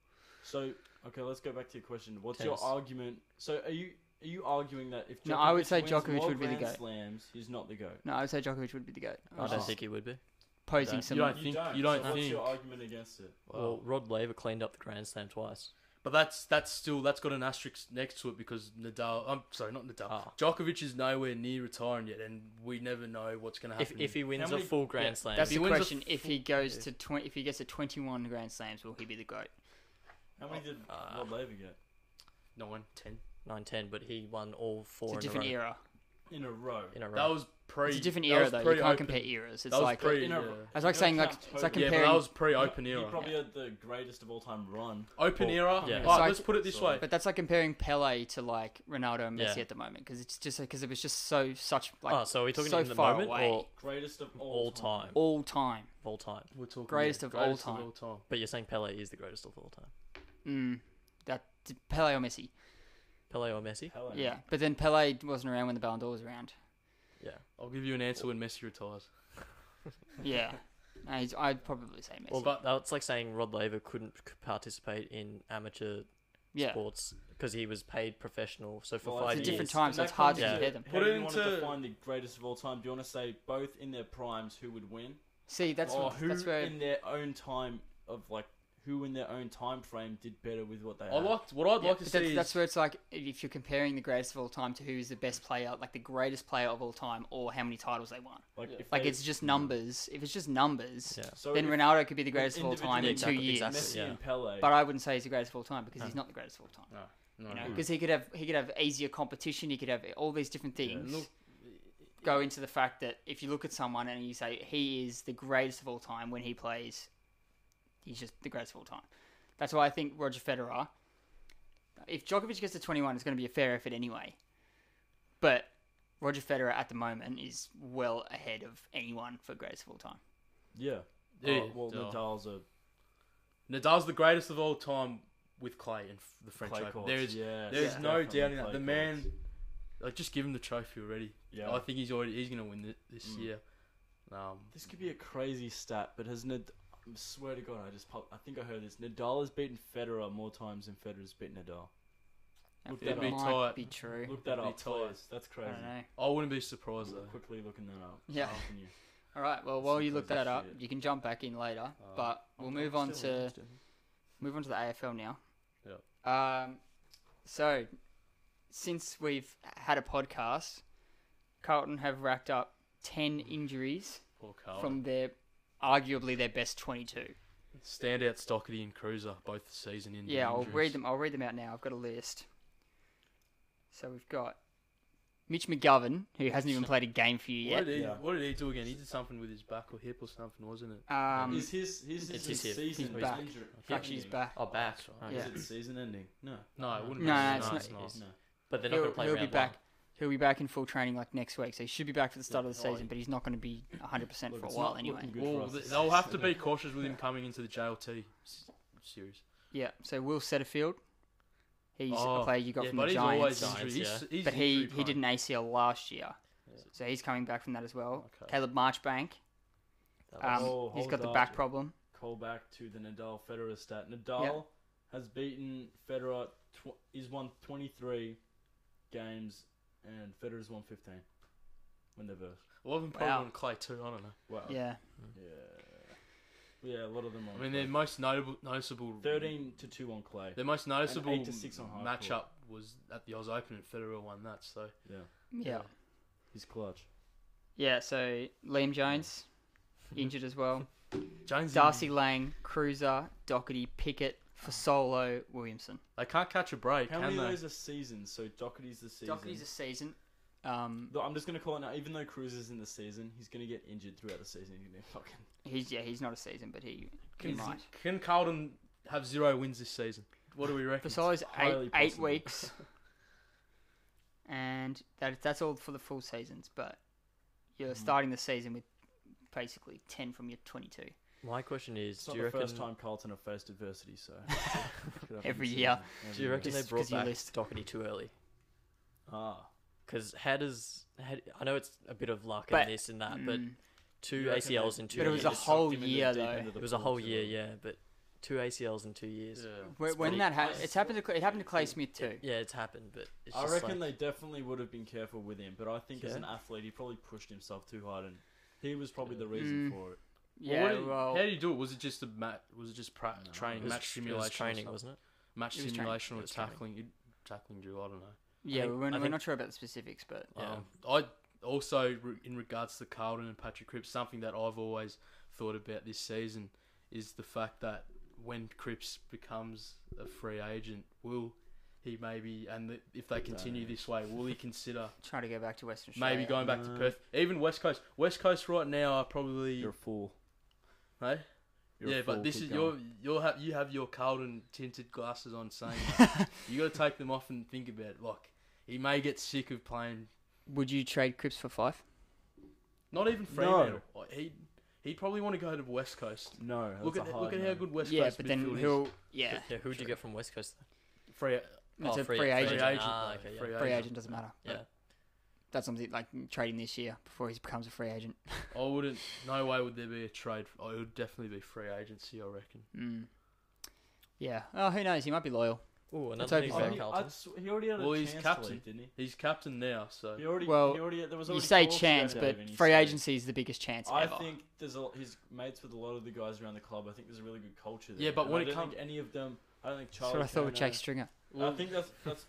[SPEAKER 1] So okay, let's go back to your question. What's
[SPEAKER 4] Tennis.
[SPEAKER 1] your argument? So are you are you arguing that if Djokovic
[SPEAKER 2] No, I would say
[SPEAKER 1] wins
[SPEAKER 2] Djokovic
[SPEAKER 1] more
[SPEAKER 2] would be the
[SPEAKER 1] Grand
[SPEAKER 2] goat.
[SPEAKER 1] Slams, he's not the goat.
[SPEAKER 2] No, I would say Djokovic would be the GOAT.
[SPEAKER 4] I don't
[SPEAKER 1] Oh.
[SPEAKER 4] think he would be.
[SPEAKER 2] Posing
[SPEAKER 4] You
[SPEAKER 2] some.
[SPEAKER 3] don't- I
[SPEAKER 1] you
[SPEAKER 3] think-
[SPEAKER 1] don't.
[SPEAKER 3] you don't
[SPEAKER 1] so What's your
[SPEAKER 3] think-
[SPEAKER 1] argument against it?
[SPEAKER 4] Well, Rod Laver cleaned up the Grand Slam twice.
[SPEAKER 3] But that's that's still that's got an asterisk next to it because Nadal. I'm sorry, not Nadal.
[SPEAKER 4] Ah.
[SPEAKER 3] Djokovic is nowhere near retiring yet, and we never know what's going to
[SPEAKER 4] If,
[SPEAKER 3] happen.
[SPEAKER 4] if he wins
[SPEAKER 1] How
[SPEAKER 4] a
[SPEAKER 1] many-
[SPEAKER 4] full Grand
[SPEAKER 3] yeah,
[SPEAKER 4] Slam,
[SPEAKER 2] That's
[SPEAKER 3] he
[SPEAKER 2] the
[SPEAKER 3] wins a
[SPEAKER 2] question. if he goes
[SPEAKER 4] yeah.
[SPEAKER 2] to twenty, if he gets to twenty-one Grand Slams, will he be the goat?
[SPEAKER 1] How many did
[SPEAKER 4] Uh,
[SPEAKER 1] Rod Laver get
[SPEAKER 3] nine, ten.
[SPEAKER 4] 9 10, but he won all four
[SPEAKER 2] It's a
[SPEAKER 4] in,
[SPEAKER 2] different
[SPEAKER 4] a row,
[SPEAKER 2] era.
[SPEAKER 1] in a row?
[SPEAKER 4] in a row.
[SPEAKER 3] That was pre.
[SPEAKER 2] It's a different
[SPEAKER 3] that
[SPEAKER 2] era
[SPEAKER 3] was
[SPEAKER 2] though. You
[SPEAKER 3] pre-open.
[SPEAKER 2] can't compare eras. It's
[SPEAKER 3] that was
[SPEAKER 2] like
[SPEAKER 3] pre.
[SPEAKER 1] In
[SPEAKER 3] Yeah.
[SPEAKER 1] a-
[SPEAKER 2] it's like
[SPEAKER 1] You
[SPEAKER 2] saying
[SPEAKER 1] don't
[SPEAKER 2] like
[SPEAKER 1] count
[SPEAKER 2] it's like
[SPEAKER 1] Kobe.
[SPEAKER 3] Yeah, but
[SPEAKER 2] comparing.
[SPEAKER 3] that was pre-open
[SPEAKER 1] He
[SPEAKER 3] era.
[SPEAKER 1] probably had the greatest of all time run.
[SPEAKER 3] Open
[SPEAKER 1] Oh,
[SPEAKER 3] era.
[SPEAKER 4] yeah.
[SPEAKER 3] All right,
[SPEAKER 2] It's
[SPEAKER 3] let's
[SPEAKER 2] like-
[SPEAKER 3] put it this way.
[SPEAKER 2] But that's like comparing Pele to like Ronaldo and Messi
[SPEAKER 4] Yeah.
[SPEAKER 2] at the moment because it's just because it was just so such like
[SPEAKER 4] oh, so are we talking
[SPEAKER 2] so
[SPEAKER 4] in the
[SPEAKER 2] far
[SPEAKER 4] moment
[SPEAKER 2] away.
[SPEAKER 4] or
[SPEAKER 1] Greatest of all,
[SPEAKER 4] all time?
[SPEAKER 2] all time.
[SPEAKER 4] All time.
[SPEAKER 3] We're talking
[SPEAKER 2] Greatest of all
[SPEAKER 3] greatest
[SPEAKER 2] time.
[SPEAKER 3] Of all time.
[SPEAKER 4] But you're saying Pele is the greatest of all time.
[SPEAKER 2] Mm, that Pele or Messi.
[SPEAKER 4] Pele or Messi?
[SPEAKER 1] Pele.
[SPEAKER 2] Yeah, but then Pele wasn't around when the Ballon d'Or was around.
[SPEAKER 4] Yeah.
[SPEAKER 3] I'll give you an answer when Messi retires.
[SPEAKER 2] Yeah, No, he's- I'd probably say Messi.
[SPEAKER 4] Well,
[SPEAKER 3] But-
[SPEAKER 4] but that's like saying Rod Laver couldn't c- participate in amateur
[SPEAKER 2] yeah,
[SPEAKER 4] sports because he was paid professional. So for
[SPEAKER 1] Well,
[SPEAKER 4] five
[SPEAKER 2] it's a
[SPEAKER 4] years,
[SPEAKER 2] different time, so
[SPEAKER 1] And
[SPEAKER 2] it's
[SPEAKER 1] that
[SPEAKER 2] hard to
[SPEAKER 1] comes
[SPEAKER 2] compare
[SPEAKER 4] Yeah.
[SPEAKER 2] them.
[SPEAKER 1] How
[SPEAKER 3] Put
[SPEAKER 1] do
[SPEAKER 3] it
[SPEAKER 1] you want to
[SPEAKER 3] into-
[SPEAKER 1] define the greatest of all time? Do you want to say both in their primes who would win,
[SPEAKER 2] See, that's
[SPEAKER 1] or
[SPEAKER 2] what,
[SPEAKER 1] Oh, who
[SPEAKER 2] that's where
[SPEAKER 1] in their own time of like who in their own time frame did better with what they
[SPEAKER 3] I
[SPEAKER 1] had?
[SPEAKER 3] liked what I'd
[SPEAKER 2] Yeah,
[SPEAKER 3] like to
[SPEAKER 2] but
[SPEAKER 3] see.
[SPEAKER 2] that's,
[SPEAKER 3] is-
[SPEAKER 2] that's where it's like if you're comparing the greatest of all time to who's the best player, like the greatest player of all time, or how many titles they won.
[SPEAKER 1] like if
[SPEAKER 2] Like
[SPEAKER 1] they-
[SPEAKER 2] it's just numbers. If it's just numbers,
[SPEAKER 4] Yeah.
[SPEAKER 1] so
[SPEAKER 2] then
[SPEAKER 1] if
[SPEAKER 2] Ronaldo could be the
[SPEAKER 1] if
[SPEAKER 2] greatest of all time in
[SPEAKER 4] individually-
[SPEAKER 2] two years.
[SPEAKER 4] Exactly,
[SPEAKER 1] Messi
[SPEAKER 4] yeah.
[SPEAKER 1] and Pele.
[SPEAKER 2] But I wouldn't say he's the greatest of all time because he's
[SPEAKER 4] No.
[SPEAKER 2] not the greatest of all time.
[SPEAKER 3] No,
[SPEAKER 2] You know,
[SPEAKER 3] no.
[SPEAKER 2] because he could have he could have easier competition. He could have all these different things.
[SPEAKER 3] Look,
[SPEAKER 2] Go into the fact that if you look at someone and you say he is the greatest of all time when he plays, he's just the greatest of all time. That's why I think Roger Federer. If Djokovic gets to twenty one, it's going to be a fair effort anyway. But Roger Federer at the moment is well ahead of anyone for greatest of all time.
[SPEAKER 1] yeah,
[SPEAKER 3] Yeah,
[SPEAKER 1] Oh, well,
[SPEAKER 3] duh.
[SPEAKER 1] Nadal's a
[SPEAKER 3] Nadal's the greatest of all time with clay and f- the French
[SPEAKER 1] play
[SPEAKER 3] Open.
[SPEAKER 1] courts.
[SPEAKER 3] There is,
[SPEAKER 1] yeah,
[SPEAKER 3] there is no
[SPEAKER 1] definitely
[SPEAKER 3] doubt in that.
[SPEAKER 1] play
[SPEAKER 3] The man,
[SPEAKER 1] courts.
[SPEAKER 3] like, just give him the trophy already.
[SPEAKER 1] Yeah,
[SPEAKER 3] I think he's already he's gonna win this, this
[SPEAKER 1] Mm.
[SPEAKER 3] year. Um,
[SPEAKER 1] This could be a crazy stat, but has Nad? I swear to God, I just pop- I think I heard this. Nadal has beaten Federer more times than Federer's beaten Nadal. Look
[SPEAKER 2] That
[SPEAKER 1] that up.
[SPEAKER 2] might
[SPEAKER 3] Tight.
[SPEAKER 2] be true.
[SPEAKER 1] Look that
[SPEAKER 3] It'd be
[SPEAKER 1] up,
[SPEAKER 3] tight.
[SPEAKER 1] please. That's
[SPEAKER 2] I
[SPEAKER 1] crazy.
[SPEAKER 2] don't know.
[SPEAKER 3] I wouldn't be surprised
[SPEAKER 1] I'm
[SPEAKER 3] though.
[SPEAKER 1] Quickly looking that up.
[SPEAKER 2] Yeah.
[SPEAKER 1] How can you-
[SPEAKER 2] All right. Well,
[SPEAKER 1] Let's
[SPEAKER 2] while
[SPEAKER 1] see
[SPEAKER 2] you
[SPEAKER 1] if
[SPEAKER 2] look
[SPEAKER 1] there's
[SPEAKER 2] that up,
[SPEAKER 1] actually
[SPEAKER 2] you can jump back in later.
[SPEAKER 3] Uh,
[SPEAKER 2] but we'll move on to move on to the AFL now. Um, so since we've had a podcast, Carlton have racked up ten
[SPEAKER 3] Mm.
[SPEAKER 2] injuries
[SPEAKER 3] Poor Carl.
[SPEAKER 2] from their arguably their best twenty-two.
[SPEAKER 3] Standout Stockity and Cruiser both season in.
[SPEAKER 2] Yeah, I'll
[SPEAKER 3] injuries.
[SPEAKER 2] read them. I'll read them out now. I've got a list. So we've got Mitch McGovern, who hasn't even played a game for you
[SPEAKER 3] What
[SPEAKER 2] yet.
[SPEAKER 3] did, he,
[SPEAKER 1] Yeah.
[SPEAKER 3] what did he do again? He did something with his back or hip or something, wasn't it?
[SPEAKER 2] Um,
[SPEAKER 1] Is his his,
[SPEAKER 4] It's
[SPEAKER 1] his,
[SPEAKER 4] his hip.
[SPEAKER 1] season
[SPEAKER 2] He's back.
[SPEAKER 1] injury-
[SPEAKER 2] actually, he's
[SPEAKER 1] ending?
[SPEAKER 2] back.
[SPEAKER 4] Oh, back.
[SPEAKER 3] That's
[SPEAKER 4] right.
[SPEAKER 3] right.
[SPEAKER 2] Yeah.
[SPEAKER 1] Is it season ending? No.
[SPEAKER 3] No, it wouldn't be.
[SPEAKER 2] No,
[SPEAKER 3] no,
[SPEAKER 2] it's
[SPEAKER 3] it's
[SPEAKER 4] not-
[SPEAKER 3] not.
[SPEAKER 4] it's-
[SPEAKER 1] No.
[SPEAKER 4] But they're not
[SPEAKER 2] He'll,
[SPEAKER 4] going to play
[SPEAKER 2] he'll
[SPEAKER 4] round
[SPEAKER 2] be back. He'll be back in full training like next week, so he should be back for the start of the
[SPEAKER 1] Yeah,
[SPEAKER 2] season. But he's not going to be 100 percent
[SPEAKER 1] Look,
[SPEAKER 2] for a
[SPEAKER 1] it's
[SPEAKER 2] while
[SPEAKER 1] not
[SPEAKER 2] anyway.
[SPEAKER 1] looking good for
[SPEAKER 3] Well,
[SPEAKER 1] us
[SPEAKER 3] th-
[SPEAKER 1] this
[SPEAKER 3] they'll have to
[SPEAKER 1] season.
[SPEAKER 3] be cautious with him coming into the JLT s- series.
[SPEAKER 2] Yeah, so Will Setterfield, he's
[SPEAKER 3] Oh,
[SPEAKER 2] a player you got
[SPEAKER 3] yeah,
[SPEAKER 2] from
[SPEAKER 3] but
[SPEAKER 2] the
[SPEAKER 3] he's
[SPEAKER 2] Giants,
[SPEAKER 3] always
[SPEAKER 4] Giants,
[SPEAKER 3] injury. He's,
[SPEAKER 4] yeah.
[SPEAKER 3] he's
[SPEAKER 2] but he
[SPEAKER 3] injury
[SPEAKER 2] he
[SPEAKER 3] prone.
[SPEAKER 2] did an ACL last year,
[SPEAKER 4] Yeah.
[SPEAKER 2] so he's coming back from that as well.
[SPEAKER 3] Okay.
[SPEAKER 2] Caleb Marchbank,
[SPEAKER 4] That
[SPEAKER 2] um,
[SPEAKER 4] was-
[SPEAKER 1] Oh,
[SPEAKER 2] he's got the
[SPEAKER 1] hold
[SPEAKER 2] back
[SPEAKER 1] up.
[SPEAKER 2] problem.
[SPEAKER 1] Call back to the Nadal Federer stat. Nadal has beaten Federer. Tw- he's won twenty three games, and Federer's won fifteen. When they're versed.
[SPEAKER 3] Well, I've been probably
[SPEAKER 2] Wow.
[SPEAKER 3] on clay too. I don't know.
[SPEAKER 1] Wow.
[SPEAKER 2] Yeah,
[SPEAKER 1] Yeah. Yeah, a lot of them
[SPEAKER 3] I
[SPEAKER 1] on.
[SPEAKER 3] mean, their
[SPEAKER 1] clay.
[SPEAKER 3] most notable noticeable
[SPEAKER 1] thirteen to two on clay.
[SPEAKER 3] Their most noticeable
[SPEAKER 1] to six on hard
[SPEAKER 3] matchup was at the Oz Open, and Federer won that. So
[SPEAKER 1] Yeah,
[SPEAKER 2] yeah,
[SPEAKER 1] he's clutch.
[SPEAKER 2] yeah. So Liam Jones injured as well.
[SPEAKER 3] Jones,
[SPEAKER 2] Darcy Lang, Cruiser, Doherty, Pickett, Fasolo, Williamson.
[SPEAKER 3] they can't catch a break,
[SPEAKER 1] How
[SPEAKER 3] can
[SPEAKER 1] many of
[SPEAKER 3] they?
[SPEAKER 1] those are seasons? So Doherty's the season.
[SPEAKER 2] Doherty's a season. Um,
[SPEAKER 1] Though I'm just gonna call it now. Even though Cruz is in the season, he's gonna get injured throughout the season. He's gonna be fucking.
[SPEAKER 2] he's yeah, he's not a season, but he he
[SPEAKER 3] Can,
[SPEAKER 2] might.
[SPEAKER 3] can Carlton have zero wins this season? What do we reckon?
[SPEAKER 2] Fasolo's
[SPEAKER 1] highly
[SPEAKER 2] eight, eight
[SPEAKER 1] possible.
[SPEAKER 2] weeks. and that that's all for the full seasons, but you're starting the season with basically 10 from your 22
[SPEAKER 4] My question is,
[SPEAKER 1] It's
[SPEAKER 4] do
[SPEAKER 1] not
[SPEAKER 4] you
[SPEAKER 1] the
[SPEAKER 4] reckon?
[SPEAKER 1] first time Carlton have faced adversity, so. Could happen
[SPEAKER 2] Every
[SPEAKER 1] this
[SPEAKER 2] year.
[SPEAKER 1] season.
[SPEAKER 4] Do you
[SPEAKER 1] Every
[SPEAKER 4] reckon
[SPEAKER 1] year.
[SPEAKER 4] they
[SPEAKER 2] Just 'cause
[SPEAKER 4] brought
[SPEAKER 2] you
[SPEAKER 4] back
[SPEAKER 2] list-
[SPEAKER 4] Doherty too early?
[SPEAKER 1] Ah,
[SPEAKER 4] Because how does how, I know it's a bit of luck
[SPEAKER 2] But-
[SPEAKER 4] and this and that, Uh, but
[SPEAKER 2] Mm.
[SPEAKER 4] two
[SPEAKER 1] You reckon
[SPEAKER 4] ACLs
[SPEAKER 1] they-
[SPEAKER 4] in two.
[SPEAKER 2] But it was
[SPEAKER 4] years,
[SPEAKER 2] a
[SPEAKER 1] they sucked
[SPEAKER 2] whole
[SPEAKER 1] him into the
[SPEAKER 2] year,
[SPEAKER 1] deep
[SPEAKER 2] though.
[SPEAKER 1] end of the
[SPEAKER 4] It was a
[SPEAKER 1] pool
[SPEAKER 4] whole
[SPEAKER 1] too
[SPEAKER 4] year,
[SPEAKER 1] early.
[SPEAKER 4] yeah. But two ACLs in two years.
[SPEAKER 2] when,
[SPEAKER 4] it's
[SPEAKER 2] when
[SPEAKER 4] pretty-
[SPEAKER 2] that happened, it's happened to Cl- it happened to Clay
[SPEAKER 1] It-
[SPEAKER 2] Smith too.
[SPEAKER 4] Yeah, it's happened, but it's
[SPEAKER 1] I
[SPEAKER 4] just
[SPEAKER 1] reckon
[SPEAKER 4] like,
[SPEAKER 1] they definitely would have been careful with him, but I think as
[SPEAKER 4] Yeah.
[SPEAKER 1] an athlete, he probably pushed himself too hard, and he was probably the reason
[SPEAKER 2] Mm.
[SPEAKER 1] for it.
[SPEAKER 3] Well, what
[SPEAKER 2] Yeah,
[SPEAKER 3] do you-
[SPEAKER 2] well,
[SPEAKER 3] how do you do it? Was it just a mat? Was it just pra-
[SPEAKER 1] No,
[SPEAKER 3] training,
[SPEAKER 1] it
[SPEAKER 4] it was,
[SPEAKER 3] match
[SPEAKER 4] it
[SPEAKER 3] simulation?
[SPEAKER 4] was
[SPEAKER 3] or
[SPEAKER 4] training,
[SPEAKER 3] something?
[SPEAKER 4] wasn't it?
[SPEAKER 3] match
[SPEAKER 2] It was training.
[SPEAKER 3] simulation
[SPEAKER 4] It
[SPEAKER 3] or
[SPEAKER 4] was training.
[SPEAKER 3] tackling. You, tackling drill, I don't know.
[SPEAKER 2] Yeah,
[SPEAKER 4] think-
[SPEAKER 2] we're,
[SPEAKER 4] I
[SPEAKER 2] we're
[SPEAKER 4] think-
[SPEAKER 2] not sure about the specifics, but
[SPEAKER 4] Yeah.
[SPEAKER 3] Um, I also re- in regards to Carlton and Patrick Cripps, something that I've always thought about this season is the fact that when Cripps becomes a free agent, will he maybe and the, if they continue
[SPEAKER 1] No.
[SPEAKER 3] this way, will he consider
[SPEAKER 2] trying to go back to Western Australia.
[SPEAKER 3] maybe going back to
[SPEAKER 4] No.
[SPEAKER 3] Perth? Even West Coast, West Coast right now are probably
[SPEAKER 1] uh, You're a fool.
[SPEAKER 3] hey?
[SPEAKER 1] You're a
[SPEAKER 3] yeah,
[SPEAKER 1] fool,
[SPEAKER 3] but this
[SPEAKER 1] keep
[SPEAKER 3] is
[SPEAKER 1] going.
[SPEAKER 3] your your have you have your Carlton tinted glasses on saying that. you got to take them off and think about it. Like he may get sick of playing
[SPEAKER 2] Would you trade Cripps for five?
[SPEAKER 3] Not even
[SPEAKER 1] No.
[SPEAKER 3] Fremantle. Like, He he'd probably want to go to West Coast.
[SPEAKER 1] No, that's
[SPEAKER 3] look
[SPEAKER 1] a
[SPEAKER 3] at
[SPEAKER 1] hard
[SPEAKER 3] look at
[SPEAKER 1] no.
[SPEAKER 3] how good West
[SPEAKER 2] yeah,
[SPEAKER 3] Coast
[SPEAKER 2] but then
[SPEAKER 3] midfield
[SPEAKER 2] he'll
[SPEAKER 3] is.
[SPEAKER 2] yeah.
[SPEAKER 4] Yeah, who'd
[SPEAKER 2] true.
[SPEAKER 4] you get from West Coast?
[SPEAKER 3] Free,
[SPEAKER 2] It's
[SPEAKER 4] Oh,
[SPEAKER 2] a
[SPEAKER 4] free-
[SPEAKER 2] free,
[SPEAKER 3] free
[SPEAKER 4] free
[SPEAKER 2] agent.
[SPEAKER 3] agent.
[SPEAKER 4] Ah,
[SPEAKER 3] though.
[SPEAKER 4] okay, yeah.
[SPEAKER 3] free
[SPEAKER 2] Free
[SPEAKER 3] agent.
[SPEAKER 2] agent doesn't matter.
[SPEAKER 4] Yeah.
[SPEAKER 2] That's something like trading this year before he becomes a free agent.
[SPEAKER 3] I wouldn't. No way would there be a trade. Oh, it would definitely be free agency. I reckon.
[SPEAKER 2] Mm. Yeah. Oh, who knows? He might be loyal.
[SPEAKER 4] Oh,
[SPEAKER 2] hope
[SPEAKER 4] another thing
[SPEAKER 2] he's
[SPEAKER 1] Oh,
[SPEAKER 4] about
[SPEAKER 1] he,
[SPEAKER 4] Carlton.
[SPEAKER 1] I'd sw- he already had a
[SPEAKER 3] Well, he's
[SPEAKER 1] chance
[SPEAKER 3] captain.
[SPEAKER 1] to leave, didn't he?
[SPEAKER 3] He's captain now, so
[SPEAKER 1] He already,
[SPEAKER 2] Well,
[SPEAKER 1] he already, there was
[SPEAKER 2] You
[SPEAKER 1] already
[SPEAKER 2] say
[SPEAKER 1] talks about
[SPEAKER 2] chance,
[SPEAKER 1] that,
[SPEAKER 2] but
[SPEAKER 1] haven't you?
[SPEAKER 2] free
[SPEAKER 1] So
[SPEAKER 2] agency is the biggest chance
[SPEAKER 1] I
[SPEAKER 2] ever.
[SPEAKER 1] think there's a lot, he's mates with a lot of the guys around the club. I think there's a really good culture there.
[SPEAKER 3] Yeah, but
[SPEAKER 1] And
[SPEAKER 3] when
[SPEAKER 1] I
[SPEAKER 3] it
[SPEAKER 1] don't
[SPEAKER 3] come-
[SPEAKER 1] think any of them, I don't think
[SPEAKER 2] That's
[SPEAKER 1] Charlie.
[SPEAKER 2] what I thought with
[SPEAKER 1] Tanner-
[SPEAKER 2] Jake Stringer.
[SPEAKER 1] I think that's that's.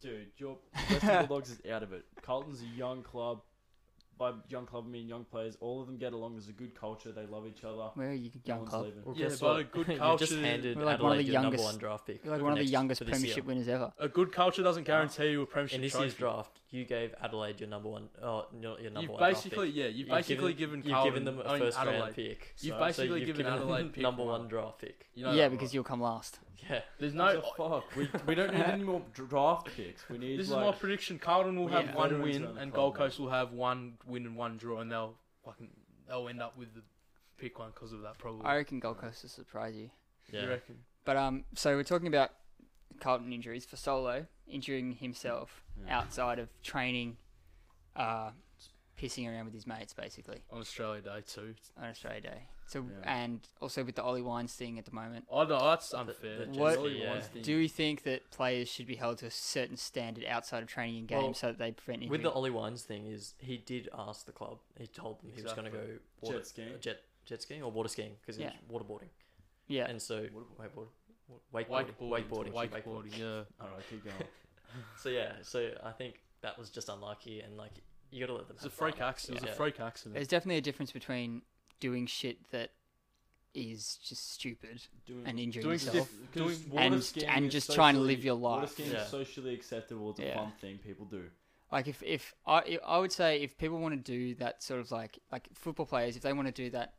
[SPEAKER 1] Dude, your Western Bulldogs is out of it. Carlton's a young club. By young club, I mean young players. All of them get along. There's a good culture. They love each other.
[SPEAKER 2] Where are you,
[SPEAKER 1] No
[SPEAKER 2] young
[SPEAKER 1] one's
[SPEAKER 2] club?
[SPEAKER 1] leaving.
[SPEAKER 4] Well,
[SPEAKER 3] Yeah,
[SPEAKER 4] guess
[SPEAKER 3] but
[SPEAKER 4] what?
[SPEAKER 3] a good
[SPEAKER 4] you
[SPEAKER 3] culture-
[SPEAKER 4] just handed
[SPEAKER 2] We're like one of
[SPEAKER 4] Adelaide
[SPEAKER 2] the
[SPEAKER 4] your number
[SPEAKER 2] youngest-
[SPEAKER 4] one draft pick.
[SPEAKER 2] You're like
[SPEAKER 4] for
[SPEAKER 2] one of the
[SPEAKER 4] next-
[SPEAKER 2] youngest
[SPEAKER 4] for this year.
[SPEAKER 2] premiership winners ever.
[SPEAKER 3] a good culture doesn't guarantee you a premiership
[SPEAKER 4] In this
[SPEAKER 3] trophy.
[SPEAKER 4] year's draft, you gave Adelaide your number one. Oh, your, your number
[SPEAKER 3] You've
[SPEAKER 4] one.
[SPEAKER 3] basically,
[SPEAKER 4] draft
[SPEAKER 3] yeah, you've
[SPEAKER 4] pick.
[SPEAKER 3] basically given,
[SPEAKER 4] you've
[SPEAKER 3] Carlton,
[SPEAKER 4] given them a
[SPEAKER 3] I mean,
[SPEAKER 4] first
[SPEAKER 3] Adelaide.
[SPEAKER 4] round pick.
[SPEAKER 3] You've
[SPEAKER 1] So- so
[SPEAKER 3] basically
[SPEAKER 4] you've
[SPEAKER 3] given,
[SPEAKER 4] them
[SPEAKER 3] Adelaide pick
[SPEAKER 4] number one draft pick.
[SPEAKER 3] You know
[SPEAKER 2] yeah,
[SPEAKER 3] that,
[SPEAKER 2] because
[SPEAKER 3] right?
[SPEAKER 2] you'll come last.
[SPEAKER 4] Yeah,
[SPEAKER 3] there's
[SPEAKER 1] No,
[SPEAKER 3] no.
[SPEAKER 1] fuck. We, we don't need any more dr- draft picks. We need
[SPEAKER 3] This
[SPEAKER 1] like
[SPEAKER 3] is my prediction. Carlton will have
[SPEAKER 2] Yeah.
[SPEAKER 3] one
[SPEAKER 1] Veterans
[SPEAKER 3] win,
[SPEAKER 1] around the
[SPEAKER 3] and
[SPEAKER 1] club,
[SPEAKER 3] Gold
[SPEAKER 1] mate.
[SPEAKER 3] Coast will have one win and one draw, and they'll fucking they'll end up with the pick one because of that probably.
[SPEAKER 2] I reckon Gold Coast will surprise you.
[SPEAKER 3] You
[SPEAKER 4] yeah.
[SPEAKER 3] reckon?
[SPEAKER 2] But um, so we're talking about Carlton injuries for Solo injuring himself
[SPEAKER 1] Yeah.
[SPEAKER 2] outside of training, uh, pissing around with his mates basically
[SPEAKER 3] on Australia Day too.
[SPEAKER 2] on Australia Day. So
[SPEAKER 1] Yeah.
[SPEAKER 2] and also with the Ollie Wines thing at the moment.
[SPEAKER 3] I know that's unfair.
[SPEAKER 4] the
[SPEAKER 2] What-
[SPEAKER 4] Jesse, yeah.
[SPEAKER 2] Do we think that players should be held to a certain standard outside of training and games
[SPEAKER 4] Well,
[SPEAKER 2] so that they prevent injury?
[SPEAKER 4] With the Ollie Wines thing, is he did ask the club. He told them he was going to
[SPEAKER 3] Exactly.
[SPEAKER 4] go water,
[SPEAKER 1] Jet skiing.
[SPEAKER 4] jet jet skiing or water skiing because
[SPEAKER 2] Yeah.
[SPEAKER 4] he's waterboarding.
[SPEAKER 2] yeah,
[SPEAKER 4] And so wakeboard, wakeboarding,
[SPEAKER 3] wakeboarding?
[SPEAKER 4] wakeboarding, wakeboarding.
[SPEAKER 3] wakeboarding, yeah.
[SPEAKER 1] All right, keep going.
[SPEAKER 4] So yeah, so I think that was just unlucky, and like you got to let them.
[SPEAKER 3] It's a
[SPEAKER 4] have
[SPEAKER 3] freak
[SPEAKER 4] fun.
[SPEAKER 3] accident. It was
[SPEAKER 4] Yeah.
[SPEAKER 3] a freak accident.
[SPEAKER 2] there's definitely a difference between doing shit that is just stupid
[SPEAKER 1] Doing,
[SPEAKER 2] and injuring
[SPEAKER 3] doing
[SPEAKER 2] yourself.
[SPEAKER 3] stiff-
[SPEAKER 1] because
[SPEAKER 3] doing-
[SPEAKER 1] water
[SPEAKER 2] and-
[SPEAKER 1] skiing
[SPEAKER 2] and
[SPEAKER 1] is
[SPEAKER 2] just trying to live
[SPEAKER 1] socially-
[SPEAKER 2] your
[SPEAKER 1] Water
[SPEAKER 2] life.
[SPEAKER 1] skiing
[SPEAKER 4] Yeah.
[SPEAKER 1] is socially acceptable. It's a
[SPEAKER 2] Yeah.
[SPEAKER 1] fun thing people do.
[SPEAKER 2] Like if if I I would say if people want to do that sort of like like football players if they want to do that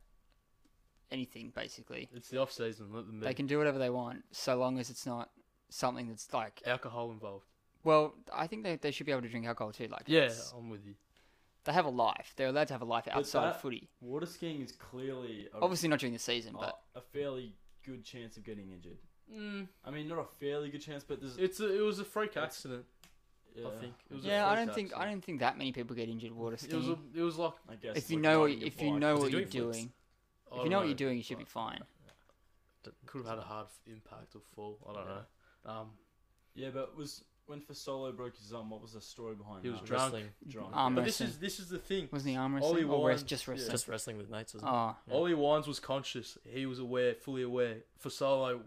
[SPEAKER 2] anything basically
[SPEAKER 3] It's the off season. Let them
[SPEAKER 2] they
[SPEAKER 3] be.
[SPEAKER 2] can do whatever they want so long as it's not something that's like
[SPEAKER 3] Alcohol involved.
[SPEAKER 2] well I think they they should be able to drink alcohol too like
[SPEAKER 3] Yeah,
[SPEAKER 2] it's-
[SPEAKER 3] I'm with you.
[SPEAKER 2] they have a life they're allowed to have a life outside of
[SPEAKER 1] that-
[SPEAKER 2] footy
[SPEAKER 1] Water skiing is clearly a,
[SPEAKER 2] obviously not during the season
[SPEAKER 4] Oh,
[SPEAKER 1] a,
[SPEAKER 2] but
[SPEAKER 1] a fairly good chance of getting injured.
[SPEAKER 3] Mm,
[SPEAKER 1] I mean, not a fairly good chance, but there's.
[SPEAKER 3] it's a, it was a freak accident.
[SPEAKER 1] yeah,
[SPEAKER 3] I think it was
[SPEAKER 2] yeah
[SPEAKER 3] a
[SPEAKER 2] I
[SPEAKER 3] freak
[SPEAKER 2] don't think I
[SPEAKER 3] accident.
[SPEAKER 2] don't think that many people get injured water
[SPEAKER 3] It was
[SPEAKER 2] skiing
[SPEAKER 3] a, it was like
[SPEAKER 1] I guess
[SPEAKER 2] if you
[SPEAKER 1] like
[SPEAKER 2] know what-
[SPEAKER 1] riding a
[SPEAKER 2] if you
[SPEAKER 1] bike.
[SPEAKER 2] know
[SPEAKER 4] Was he
[SPEAKER 2] what you're
[SPEAKER 4] doing flips?
[SPEAKER 2] doing
[SPEAKER 3] I
[SPEAKER 2] if you
[SPEAKER 3] don't
[SPEAKER 2] know what you're doing you should be
[SPEAKER 3] like,
[SPEAKER 2] fine
[SPEAKER 3] Could have had a hard f- impact or fall. I don't
[SPEAKER 4] Yeah.
[SPEAKER 3] know. Um,
[SPEAKER 1] Yeah, but was when Fasolo broke his arm, what was the story behind
[SPEAKER 3] He
[SPEAKER 1] that?
[SPEAKER 3] was drunk.
[SPEAKER 4] Wrestling,
[SPEAKER 1] drunk.
[SPEAKER 2] Arm
[SPEAKER 3] but this
[SPEAKER 2] wrestling.
[SPEAKER 3] is this is the thing.
[SPEAKER 2] wasn't the arm
[SPEAKER 3] Ollie
[SPEAKER 2] wrestling or
[SPEAKER 3] Warren-
[SPEAKER 2] rest, just
[SPEAKER 3] yeah.
[SPEAKER 2] wrestling
[SPEAKER 4] just wrestling with mates, wasn't
[SPEAKER 2] oh
[SPEAKER 4] Yeah.
[SPEAKER 3] Ollie Wines was conscious. He was aware, fully aware. For Solo,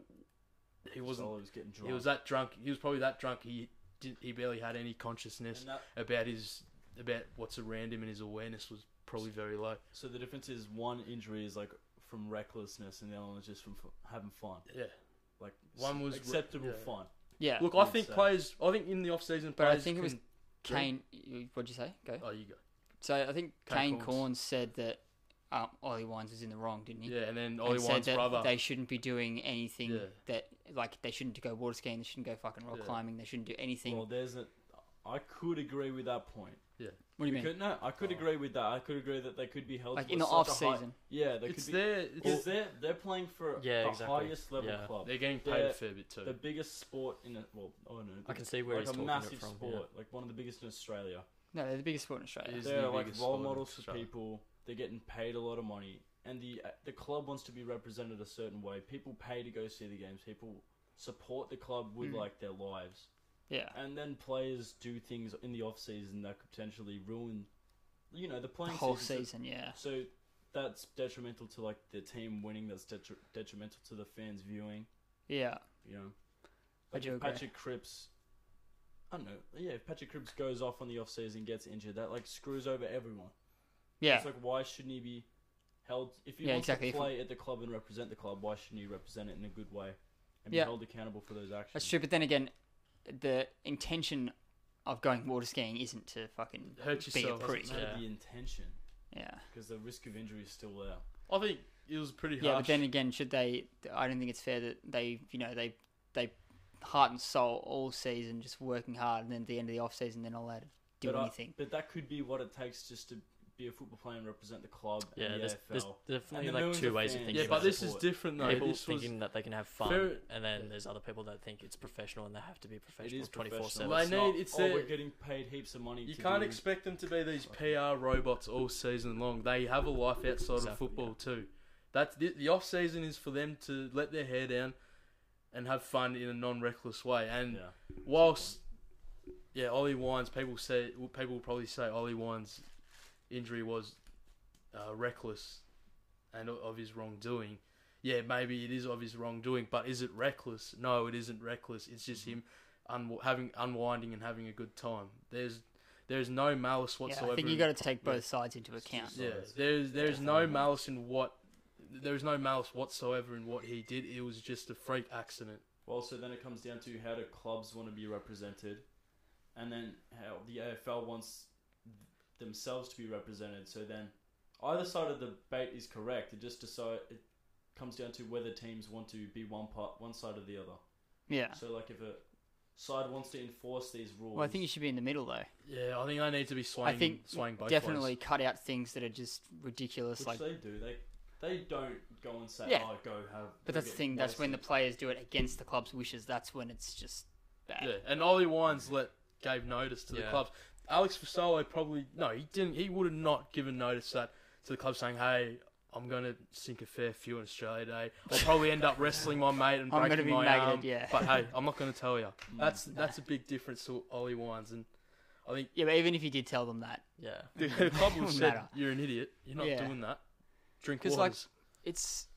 [SPEAKER 3] he wasn't.
[SPEAKER 1] Fasolo was getting drunk.
[SPEAKER 3] He was that drunk. He was probably that drunk. He did, he barely had any consciousness
[SPEAKER 1] And that-
[SPEAKER 3] about his about what's around him, and his awareness was probably very low.
[SPEAKER 1] so the difference is one injury is like from recklessness, and the other one is just from f- having fun.
[SPEAKER 3] Yeah.
[SPEAKER 1] Like
[SPEAKER 3] One was re-
[SPEAKER 1] acceptable
[SPEAKER 3] yeah.
[SPEAKER 1] fun.
[SPEAKER 2] yeah
[SPEAKER 3] Look, I think players. I think in the off season,
[SPEAKER 2] But I
[SPEAKER 3] players.
[SPEAKER 2] think it was
[SPEAKER 3] can-
[SPEAKER 2] Kane you- what'd you say go
[SPEAKER 3] Oh, you go.
[SPEAKER 2] So I think
[SPEAKER 3] Kane
[SPEAKER 2] Kane,
[SPEAKER 3] Corns.
[SPEAKER 2] Corns. said that um, Ollie Wines was in the wrong, didn't he?
[SPEAKER 3] Yeah, and then
[SPEAKER 2] And
[SPEAKER 3] Ollie
[SPEAKER 2] said
[SPEAKER 3] Wines'
[SPEAKER 2] that
[SPEAKER 3] brother.
[SPEAKER 2] they shouldn't be doing anything
[SPEAKER 3] Yeah.
[SPEAKER 2] that like they shouldn't go water skiing, they shouldn't go fucking rock
[SPEAKER 3] Yeah.
[SPEAKER 2] climbing, they shouldn't do anything.
[SPEAKER 1] Well, there's a. I could agree with that point.
[SPEAKER 2] what do you mean?
[SPEAKER 1] Could, no, I could
[SPEAKER 3] Oh.
[SPEAKER 1] agree with that. I could agree that they could be held
[SPEAKER 2] Like
[SPEAKER 1] to
[SPEAKER 2] in
[SPEAKER 1] a-
[SPEAKER 2] the
[SPEAKER 1] such
[SPEAKER 2] off
[SPEAKER 1] a high-
[SPEAKER 2] season?
[SPEAKER 1] Yeah, they
[SPEAKER 3] it's
[SPEAKER 1] could be.
[SPEAKER 3] their.
[SPEAKER 1] Because
[SPEAKER 3] It's,
[SPEAKER 1] they're they're playing for
[SPEAKER 4] Yeah,
[SPEAKER 1] the
[SPEAKER 4] exactly.
[SPEAKER 1] highest level
[SPEAKER 4] Yeah.
[SPEAKER 1] club,
[SPEAKER 3] they're getting paid
[SPEAKER 1] they're-
[SPEAKER 3] a fair bit too.
[SPEAKER 1] the biggest sport in a, well, oh no,
[SPEAKER 4] I
[SPEAKER 1] the,
[SPEAKER 4] can see where
[SPEAKER 1] like
[SPEAKER 4] he's
[SPEAKER 1] a
[SPEAKER 4] talking
[SPEAKER 1] massive
[SPEAKER 4] it from.
[SPEAKER 1] sport,
[SPEAKER 4] yeah.
[SPEAKER 1] like one of the biggest in Australia.
[SPEAKER 2] No, they're the biggest sport in Australia.
[SPEAKER 3] Is
[SPEAKER 1] they're
[SPEAKER 3] the
[SPEAKER 1] like
[SPEAKER 3] biggest
[SPEAKER 1] role
[SPEAKER 3] sport in
[SPEAKER 1] models for
[SPEAKER 3] Australia.
[SPEAKER 1] people. They're getting paid a lot of money, and the uh, the club wants to be represented a certain way. People pay to go see the games. People support the club with
[SPEAKER 2] Mm.
[SPEAKER 1] like their lives,
[SPEAKER 2] Yeah,
[SPEAKER 1] and then players do things in the off season that could potentially ruin, you know, the
[SPEAKER 2] the
[SPEAKER 1] playing
[SPEAKER 2] whole
[SPEAKER 1] season.
[SPEAKER 2] season. Yeah,
[SPEAKER 1] So that's detrimental to like the team winning. That's detri- detrimental to the fans viewing.
[SPEAKER 2] yeah.
[SPEAKER 1] You know, Like
[SPEAKER 2] do
[SPEAKER 1] if
[SPEAKER 2] agree.
[SPEAKER 1] Patrick Cripps, I don't know. Yeah, if Patrick Cripps goes off on the off season, gets injured, that like screws over everyone.
[SPEAKER 2] Yeah,
[SPEAKER 1] It's like why shouldn't he be held? If he
[SPEAKER 2] Yeah,
[SPEAKER 1] wants
[SPEAKER 2] exactly. If-
[SPEAKER 1] to play at the club and represent the club, why shouldn't he represent it in a good way and
[SPEAKER 2] Yeah.
[SPEAKER 1] be held accountable for those actions?
[SPEAKER 2] that's true. But then again, the intention of going water skiing isn't to fucking
[SPEAKER 3] Hurt
[SPEAKER 2] be a
[SPEAKER 3] yourself.
[SPEAKER 1] Doesn't
[SPEAKER 2] prick.
[SPEAKER 1] matter
[SPEAKER 4] Yeah.
[SPEAKER 1] the intention
[SPEAKER 2] Yeah,
[SPEAKER 1] because the risk of injury is still there.
[SPEAKER 3] I think it was pretty harsh.
[SPEAKER 2] yeah. But then again, should they? I don't think it's fair that they, you know, they they heart and soul all season just working hard, and then at the end of the off season, they're not allowed to do
[SPEAKER 1] But
[SPEAKER 3] uh,
[SPEAKER 1] I-
[SPEAKER 2] anything.
[SPEAKER 1] But that could be what it takes just to be a football player and represent the club.
[SPEAKER 4] Yeah,
[SPEAKER 1] and the
[SPEAKER 4] there's, there's
[SPEAKER 1] AFL.
[SPEAKER 4] definitely
[SPEAKER 1] the
[SPEAKER 4] like
[SPEAKER 1] millions
[SPEAKER 4] two
[SPEAKER 1] of
[SPEAKER 4] ways of
[SPEAKER 1] fans.
[SPEAKER 4] thinking
[SPEAKER 3] yeah,
[SPEAKER 1] you
[SPEAKER 3] but
[SPEAKER 4] about it.
[SPEAKER 3] this is
[SPEAKER 1] support.
[SPEAKER 3] different though.
[SPEAKER 4] People
[SPEAKER 3] this was
[SPEAKER 4] thinking that they can have fun,
[SPEAKER 3] fair-
[SPEAKER 4] and then there's other people that think it's professional and they have to be
[SPEAKER 1] It
[SPEAKER 4] professional
[SPEAKER 1] is
[SPEAKER 4] twenty four
[SPEAKER 1] professional.
[SPEAKER 4] seven.
[SPEAKER 3] Well, I
[SPEAKER 1] It's
[SPEAKER 3] know
[SPEAKER 1] not,
[SPEAKER 3] it's
[SPEAKER 1] oh,
[SPEAKER 3] a-
[SPEAKER 1] we're getting paid heaps of money.
[SPEAKER 3] You
[SPEAKER 1] to
[SPEAKER 3] can't
[SPEAKER 1] do-
[SPEAKER 3] expect them to be these PR robots all season long. They have a life outside
[SPEAKER 4] Exactly,
[SPEAKER 3] of football too. That's the, the off season is for them to let their hair down and have fun in a non reckless way. And
[SPEAKER 1] Yeah.
[SPEAKER 3] whilst yeah, Ollie Wines, people say people will probably say Ollie Wines' injury was uh, reckless and o- of his wrongdoing. Yeah, maybe it is of his wrongdoing, but is it reckless? No, it isn't reckless. It's just
[SPEAKER 2] Mm-hmm.
[SPEAKER 3] him un- having unwinding and having a good time. There's there's no malice
[SPEAKER 2] Yeah,
[SPEAKER 3] whatsoever.
[SPEAKER 2] I think you
[SPEAKER 3] in-
[SPEAKER 2] got to take
[SPEAKER 3] yeah.
[SPEAKER 2] both sides into account.
[SPEAKER 3] yeah, there's there's no malice in what there's no malice whatsoever in what he did. It was just a freak accident.
[SPEAKER 1] Well, so then it comes down to how do clubs want to be represented, and then how the AFL wants themselves to be represented. So then, either side of the debate is correct. It just decide it comes down to whether teams want to be one part, one side or the other.
[SPEAKER 2] Yeah.
[SPEAKER 1] So like if a side wants to enforce these rules,
[SPEAKER 2] Well, I think you should be in the middle though.
[SPEAKER 3] Yeah, I think I need to be swaying,
[SPEAKER 2] I think
[SPEAKER 3] swaying both
[SPEAKER 2] definitely
[SPEAKER 3] ways.
[SPEAKER 2] cut out things that are just ridiculous.
[SPEAKER 1] which
[SPEAKER 2] like,
[SPEAKER 1] they do. They they don't go and say,
[SPEAKER 2] Yeah.
[SPEAKER 1] "Oh, go have."
[SPEAKER 2] but that's the thing. That's when the players do it against the club's wishes. That's when it's just bad.
[SPEAKER 3] Yeah, and Ollie Wines let gave notice to the
[SPEAKER 4] Yeah.
[SPEAKER 3] clubs. Alex Fasolo probably no, he didn't. He would have not given notice that to the club saying, "Hey, I'm going to sink a fair few in Australia Day. I'll probably end up wrestling my mate and
[SPEAKER 2] I'm
[SPEAKER 3] breaking
[SPEAKER 2] gonna be
[SPEAKER 3] my
[SPEAKER 2] maggoted,
[SPEAKER 3] arm."
[SPEAKER 2] yeah.
[SPEAKER 3] But hey, I'm not going to tell you.
[SPEAKER 1] Mm.
[SPEAKER 3] That's that's a big difference to Ollie Wines, and I think
[SPEAKER 2] Yeah, but even if you did tell them that,
[SPEAKER 4] Yeah,
[SPEAKER 3] the club would have
[SPEAKER 2] Doesn't
[SPEAKER 3] said,
[SPEAKER 2] matter.
[SPEAKER 3] "You're an idiot. You're not
[SPEAKER 2] Yeah.
[SPEAKER 3] doing that. Drink
[SPEAKER 2] 'Cause,
[SPEAKER 3] waters."
[SPEAKER 2] like, it's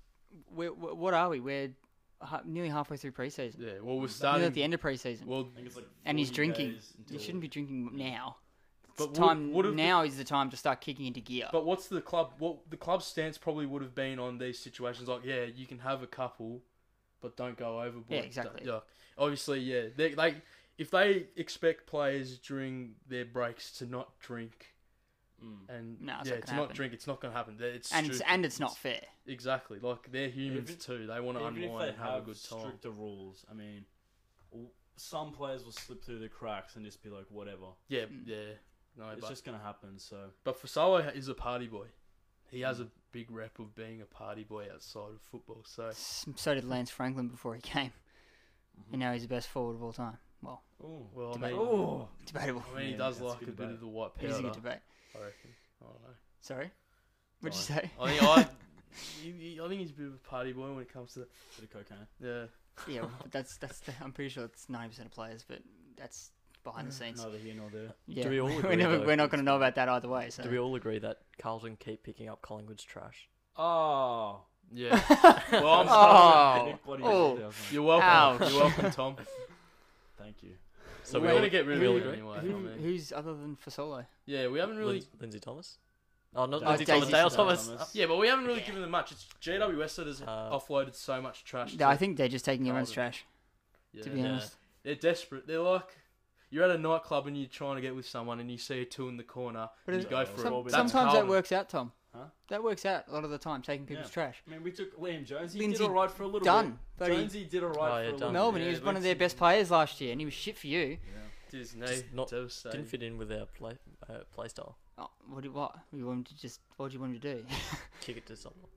[SPEAKER 2] we're, we what are we? We're ha- nearly halfway through preseason.
[SPEAKER 3] yeah, well, we're
[SPEAKER 2] Nearly at
[SPEAKER 3] starting.
[SPEAKER 2] the end of preseason.
[SPEAKER 3] Well,
[SPEAKER 1] I think it's like
[SPEAKER 2] And he's
[SPEAKER 1] 40
[SPEAKER 2] drinking.
[SPEAKER 1] days
[SPEAKER 2] you
[SPEAKER 1] until-
[SPEAKER 2] shouldn't be drinking now. It's
[SPEAKER 3] But would-
[SPEAKER 2] time
[SPEAKER 3] would have-
[SPEAKER 2] now is the time to start kicking into gear.
[SPEAKER 3] But what's the club? What the club's stance probably would have been on these situations? Like, yeah, you can have a couple, but don't go overboard.
[SPEAKER 2] Yeah, exactly.
[SPEAKER 3] Yeah, obviously, yeah. They like if they expect players during their breaks to not drink
[SPEAKER 1] Mm.
[SPEAKER 3] and
[SPEAKER 2] No, it's not
[SPEAKER 3] yeah,
[SPEAKER 2] gonna
[SPEAKER 3] to not
[SPEAKER 2] happen.
[SPEAKER 3] drink, it's not going to happen. They- It's
[SPEAKER 2] and it's
[SPEAKER 3] stupid.
[SPEAKER 2] and it's not fair.
[SPEAKER 3] exactly like they're humans
[SPEAKER 1] Even-
[SPEAKER 3] too. They want to
[SPEAKER 1] Even if
[SPEAKER 3] unwind
[SPEAKER 1] they
[SPEAKER 3] and have a good time.
[SPEAKER 1] stricter rules, I mean, w- some players will slip through the cracks and just be like, whatever.
[SPEAKER 3] Yeah,
[SPEAKER 2] Mm.
[SPEAKER 3] yeah. No,
[SPEAKER 1] it's
[SPEAKER 3] but
[SPEAKER 1] just gonna happen. So
[SPEAKER 3] but Fasolo is a party boy. He has
[SPEAKER 2] Mm.
[SPEAKER 3] a big rep of being a party boy outside of football. So
[SPEAKER 2] S- So did Lance Franklin before he came. And now he's the best forward of all time. Well,
[SPEAKER 1] Ooh.
[SPEAKER 3] well, I
[SPEAKER 2] Debate.
[SPEAKER 3] mean,
[SPEAKER 1] Ooh.
[SPEAKER 2] debatable.
[SPEAKER 3] I mean, he
[SPEAKER 1] Yeah,
[SPEAKER 3] does
[SPEAKER 1] that's a
[SPEAKER 3] like a,
[SPEAKER 1] good
[SPEAKER 3] bit
[SPEAKER 1] debate.
[SPEAKER 3] of the white powder.
[SPEAKER 2] It is a good debate.
[SPEAKER 3] I reckon. I don't know.
[SPEAKER 2] Sorry, what'd you
[SPEAKER 3] Don't
[SPEAKER 2] say?
[SPEAKER 3] I think I, he- he- I think he's a bit of a party boy when it comes to that.
[SPEAKER 1] Bit of cocaine.
[SPEAKER 3] Yeah.
[SPEAKER 2] yeah, well, but that's that's. The, I'm pretty sure it's ninety percent of players, but that's behind the scenes.
[SPEAKER 1] Neither here nor there.
[SPEAKER 2] Yeah,
[SPEAKER 4] we all
[SPEAKER 2] are
[SPEAKER 4] agree,
[SPEAKER 2] never,
[SPEAKER 4] though?
[SPEAKER 2] we're not going to know about that either way. So
[SPEAKER 4] do we all agree that Carlton keep picking up Collingwood's trash?
[SPEAKER 1] Oh.
[SPEAKER 3] Yeah. Well, I'm
[SPEAKER 2] Oh.
[SPEAKER 1] Nick bloody
[SPEAKER 2] Oh.
[SPEAKER 1] nailed it, wasn't it?
[SPEAKER 3] You're welcome.
[SPEAKER 2] Ouch.
[SPEAKER 3] You're welcome, Tom.
[SPEAKER 1] Thank you.
[SPEAKER 4] So
[SPEAKER 3] We're
[SPEAKER 4] we all,
[SPEAKER 3] gonna get rid of
[SPEAKER 4] we all
[SPEAKER 3] him
[SPEAKER 4] agree.
[SPEAKER 3] anyway. I
[SPEAKER 2] Who-
[SPEAKER 3] mean,
[SPEAKER 2] who's other than Fasolo?
[SPEAKER 3] yeah, we haven't really.
[SPEAKER 4] Lin- Lindsay Thomas. Oh, not
[SPEAKER 1] Dale
[SPEAKER 4] Lindsay
[SPEAKER 2] Thomas.
[SPEAKER 4] Thomas. Dale
[SPEAKER 2] Dale
[SPEAKER 4] Thomas.
[SPEAKER 3] Yeah, but we haven't really
[SPEAKER 2] Yeah.
[SPEAKER 3] given them much. It's GWS that has
[SPEAKER 4] Uh,
[SPEAKER 3] offloaded so much trash.
[SPEAKER 2] No, I
[SPEAKER 3] to-
[SPEAKER 2] think they're just taking everyone's
[SPEAKER 3] Carlton.
[SPEAKER 2] trash.
[SPEAKER 3] yeah,
[SPEAKER 2] To be
[SPEAKER 4] Yeah.
[SPEAKER 2] honest,
[SPEAKER 3] they're desperate. They're like, you're at a nightclub and you're trying to get with someone and you see a two in the corner
[SPEAKER 2] But
[SPEAKER 3] and
[SPEAKER 2] it-
[SPEAKER 3] you go
[SPEAKER 1] some-
[SPEAKER 3] for it.
[SPEAKER 2] Some,
[SPEAKER 1] Robin.
[SPEAKER 3] That's
[SPEAKER 2] sometimes
[SPEAKER 3] Carlton.
[SPEAKER 2] that works out, Tom.
[SPEAKER 1] Huh?
[SPEAKER 2] That works out a lot of the time, taking people's
[SPEAKER 1] Yeah.
[SPEAKER 2] trash.
[SPEAKER 1] I mean, we took Liam Jones. He
[SPEAKER 2] Lindsay
[SPEAKER 1] did all right for a little
[SPEAKER 2] Dunn,
[SPEAKER 1] bit.
[SPEAKER 2] bloody
[SPEAKER 1] Jonesy did all right
[SPEAKER 4] Oh,
[SPEAKER 1] for
[SPEAKER 4] yeah,
[SPEAKER 1] a little
[SPEAKER 4] Dunn.
[SPEAKER 2] Melbourne.
[SPEAKER 1] bit.
[SPEAKER 2] he was
[SPEAKER 1] Yeah,
[SPEAKER 2] one of their
[SPEAKER 1] Lindsay-
[SPEAKER 2] best players last year, and he was shit for you.
[SPEAKER 1] Yeah.
[SPEAKER 3] His knee
[SPEAKER 4] Just not-
[SPEAKER 3] devastated.
[SPEAKER 4] Didn't fit in with our play uh, play style.
[SPEAKER 2] Oh, what? do- What? You want him to just? What do you want him to do?
[SPEAKER 4] Kick it to someone.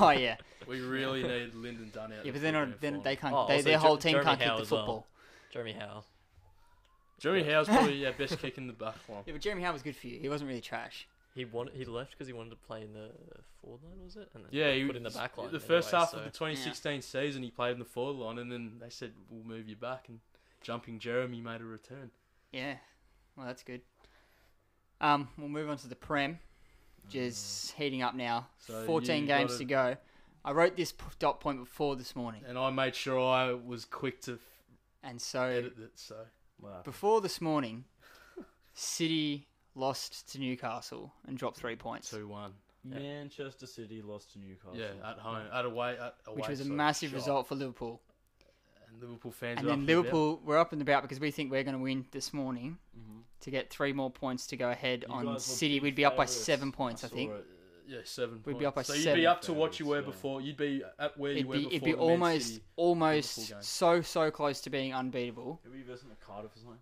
[SPEAKER 2] oh yeah,
[SPEAKER 3] We really need Lyndon Dunn out.
[SPEAKER 2] yeah. But
[SPEAKER 3] there for
[SPEAKER 2] they're
[SPEAKER 3] the
[SPEAKER 2] not.
[SPEAKER 3] grand
[SPEAKER 2] Then
[SPEAKER 3] final.
[SPEAKER 2] they can't.
[SPEAKER 4] Oh,
[SPEAKER 2] they,
[SPEAKER 4] also
[SPEAKER 2] their
[SPEAKER 4] Jer-
[SPEAKER 2] whole team
[SPEAKER 4] Jeremy
[SPEAKER 2] can't kick
[SPEAKER 4] Howe
[SPEAKER 2] the
[SPEAKER 4] as well.
[SPEAKER 2] football.
[SPEAKER 4] Jeremy Howe.
[SPEAKER 3] Jeremy Howe's probably yeah best kick in the back line.
[SPEAKER 2] Yeah, but Jeremy Howe was good for you. He wasn't really trash.
[SPEAKER 4] He wanted, he left because he wanted to play in the forward line, was it? And then
[SPEAKER 3] Yeah, he
[SPEAKER 4] put in the back line.
[SPEAKER 3] The
[SPEAKER 4] anyway,
[SPEAKER 3] first half
[SPEAKER 4] so-
[SPEAKER 3] of the 2016 season, he played in the forward line, and then they said we'll move you back. And jumping Jeremy made a return.
[SPEAKER 2] Yeah. Well, that's good. Um, we'll move on to the Prem, which is heating up now.
[SPEAKER 3] So
[SPEAKER 2] 14
[SPEAKER 3] you
[SPEAKER 2] games
[SPEAKER 3] gotta-
[SPEAKER 2] to go. I wrote this p- dot point before this morning.
[SPEAKER 3] And I made sure I was quick to f-
[SPEAKER 2] And so
[SPEAKER 3] Edit it so.
[SPEAKER 1] Wow.
[SPEAKER 2] before this morning, City lost to Newcastle and dropped three points,
[SPEAKER 3] 2 1.
[SPEAKER 4] Yeah.
[SPEAKER 1] Manchester City lost to Newcastle.
[SPEAKER 3] Yeah, at home. At away. At away
[SPEAKER 2] which was a
[SPEAKER 3] sorry,
[SPEAKER 2] massive
[SPEAKER 3] shot.
[SPEAKER 2] result for Liverpool.
[SPEAKER 3] And Liverpool fans
[SPEAKER 2] And then
[SPEAKER 3] are up and about.
[SPEAKER 2] Liverpool were up and about because we think we're going to win this morning
[SPEAKER 1] Mhm.
[SPEAKER 2] to get three more points to go ahead
[SPEAKER 1] You guys
[SPEAKER 2] on
[SPEAKER 1] were
[SPEAKER 2] City.
[SPEAKER 1] big
[SPEAKER 2] We'd be up by
[SPEAKER 1] favourites.
[SPEAKER 2] seven points, I,
[SPEAKER 1] saw
[SPEAKER 2] think.
[SPEAKER 1] it.
[SPEAKER 3] Yeah, seven.
[SPEAKER 2] We'd be up by
[SPEAKER 3] points. so you'd
[SPEAKER 2] seven.
[SPEAKER 3] be up to what you were
[SPEAKER 1] Yeah.
[SPEAKER 3] before. You'd be at where you
[SPEAKER 2] It'd
[SPEAKER 3] were
[SPEAKER 2] be,
[SPEAKER 3] before.
[SPEAKER 2] it'd be
[SPEAKER 3] the Man
[SPEAKER 2] almost
[SPEAKER 3] City- game.
[SPEAKER 2] almost so so close to being unbeatable.
[SPEAKER 1] Who Are we versing at Cardiff or something?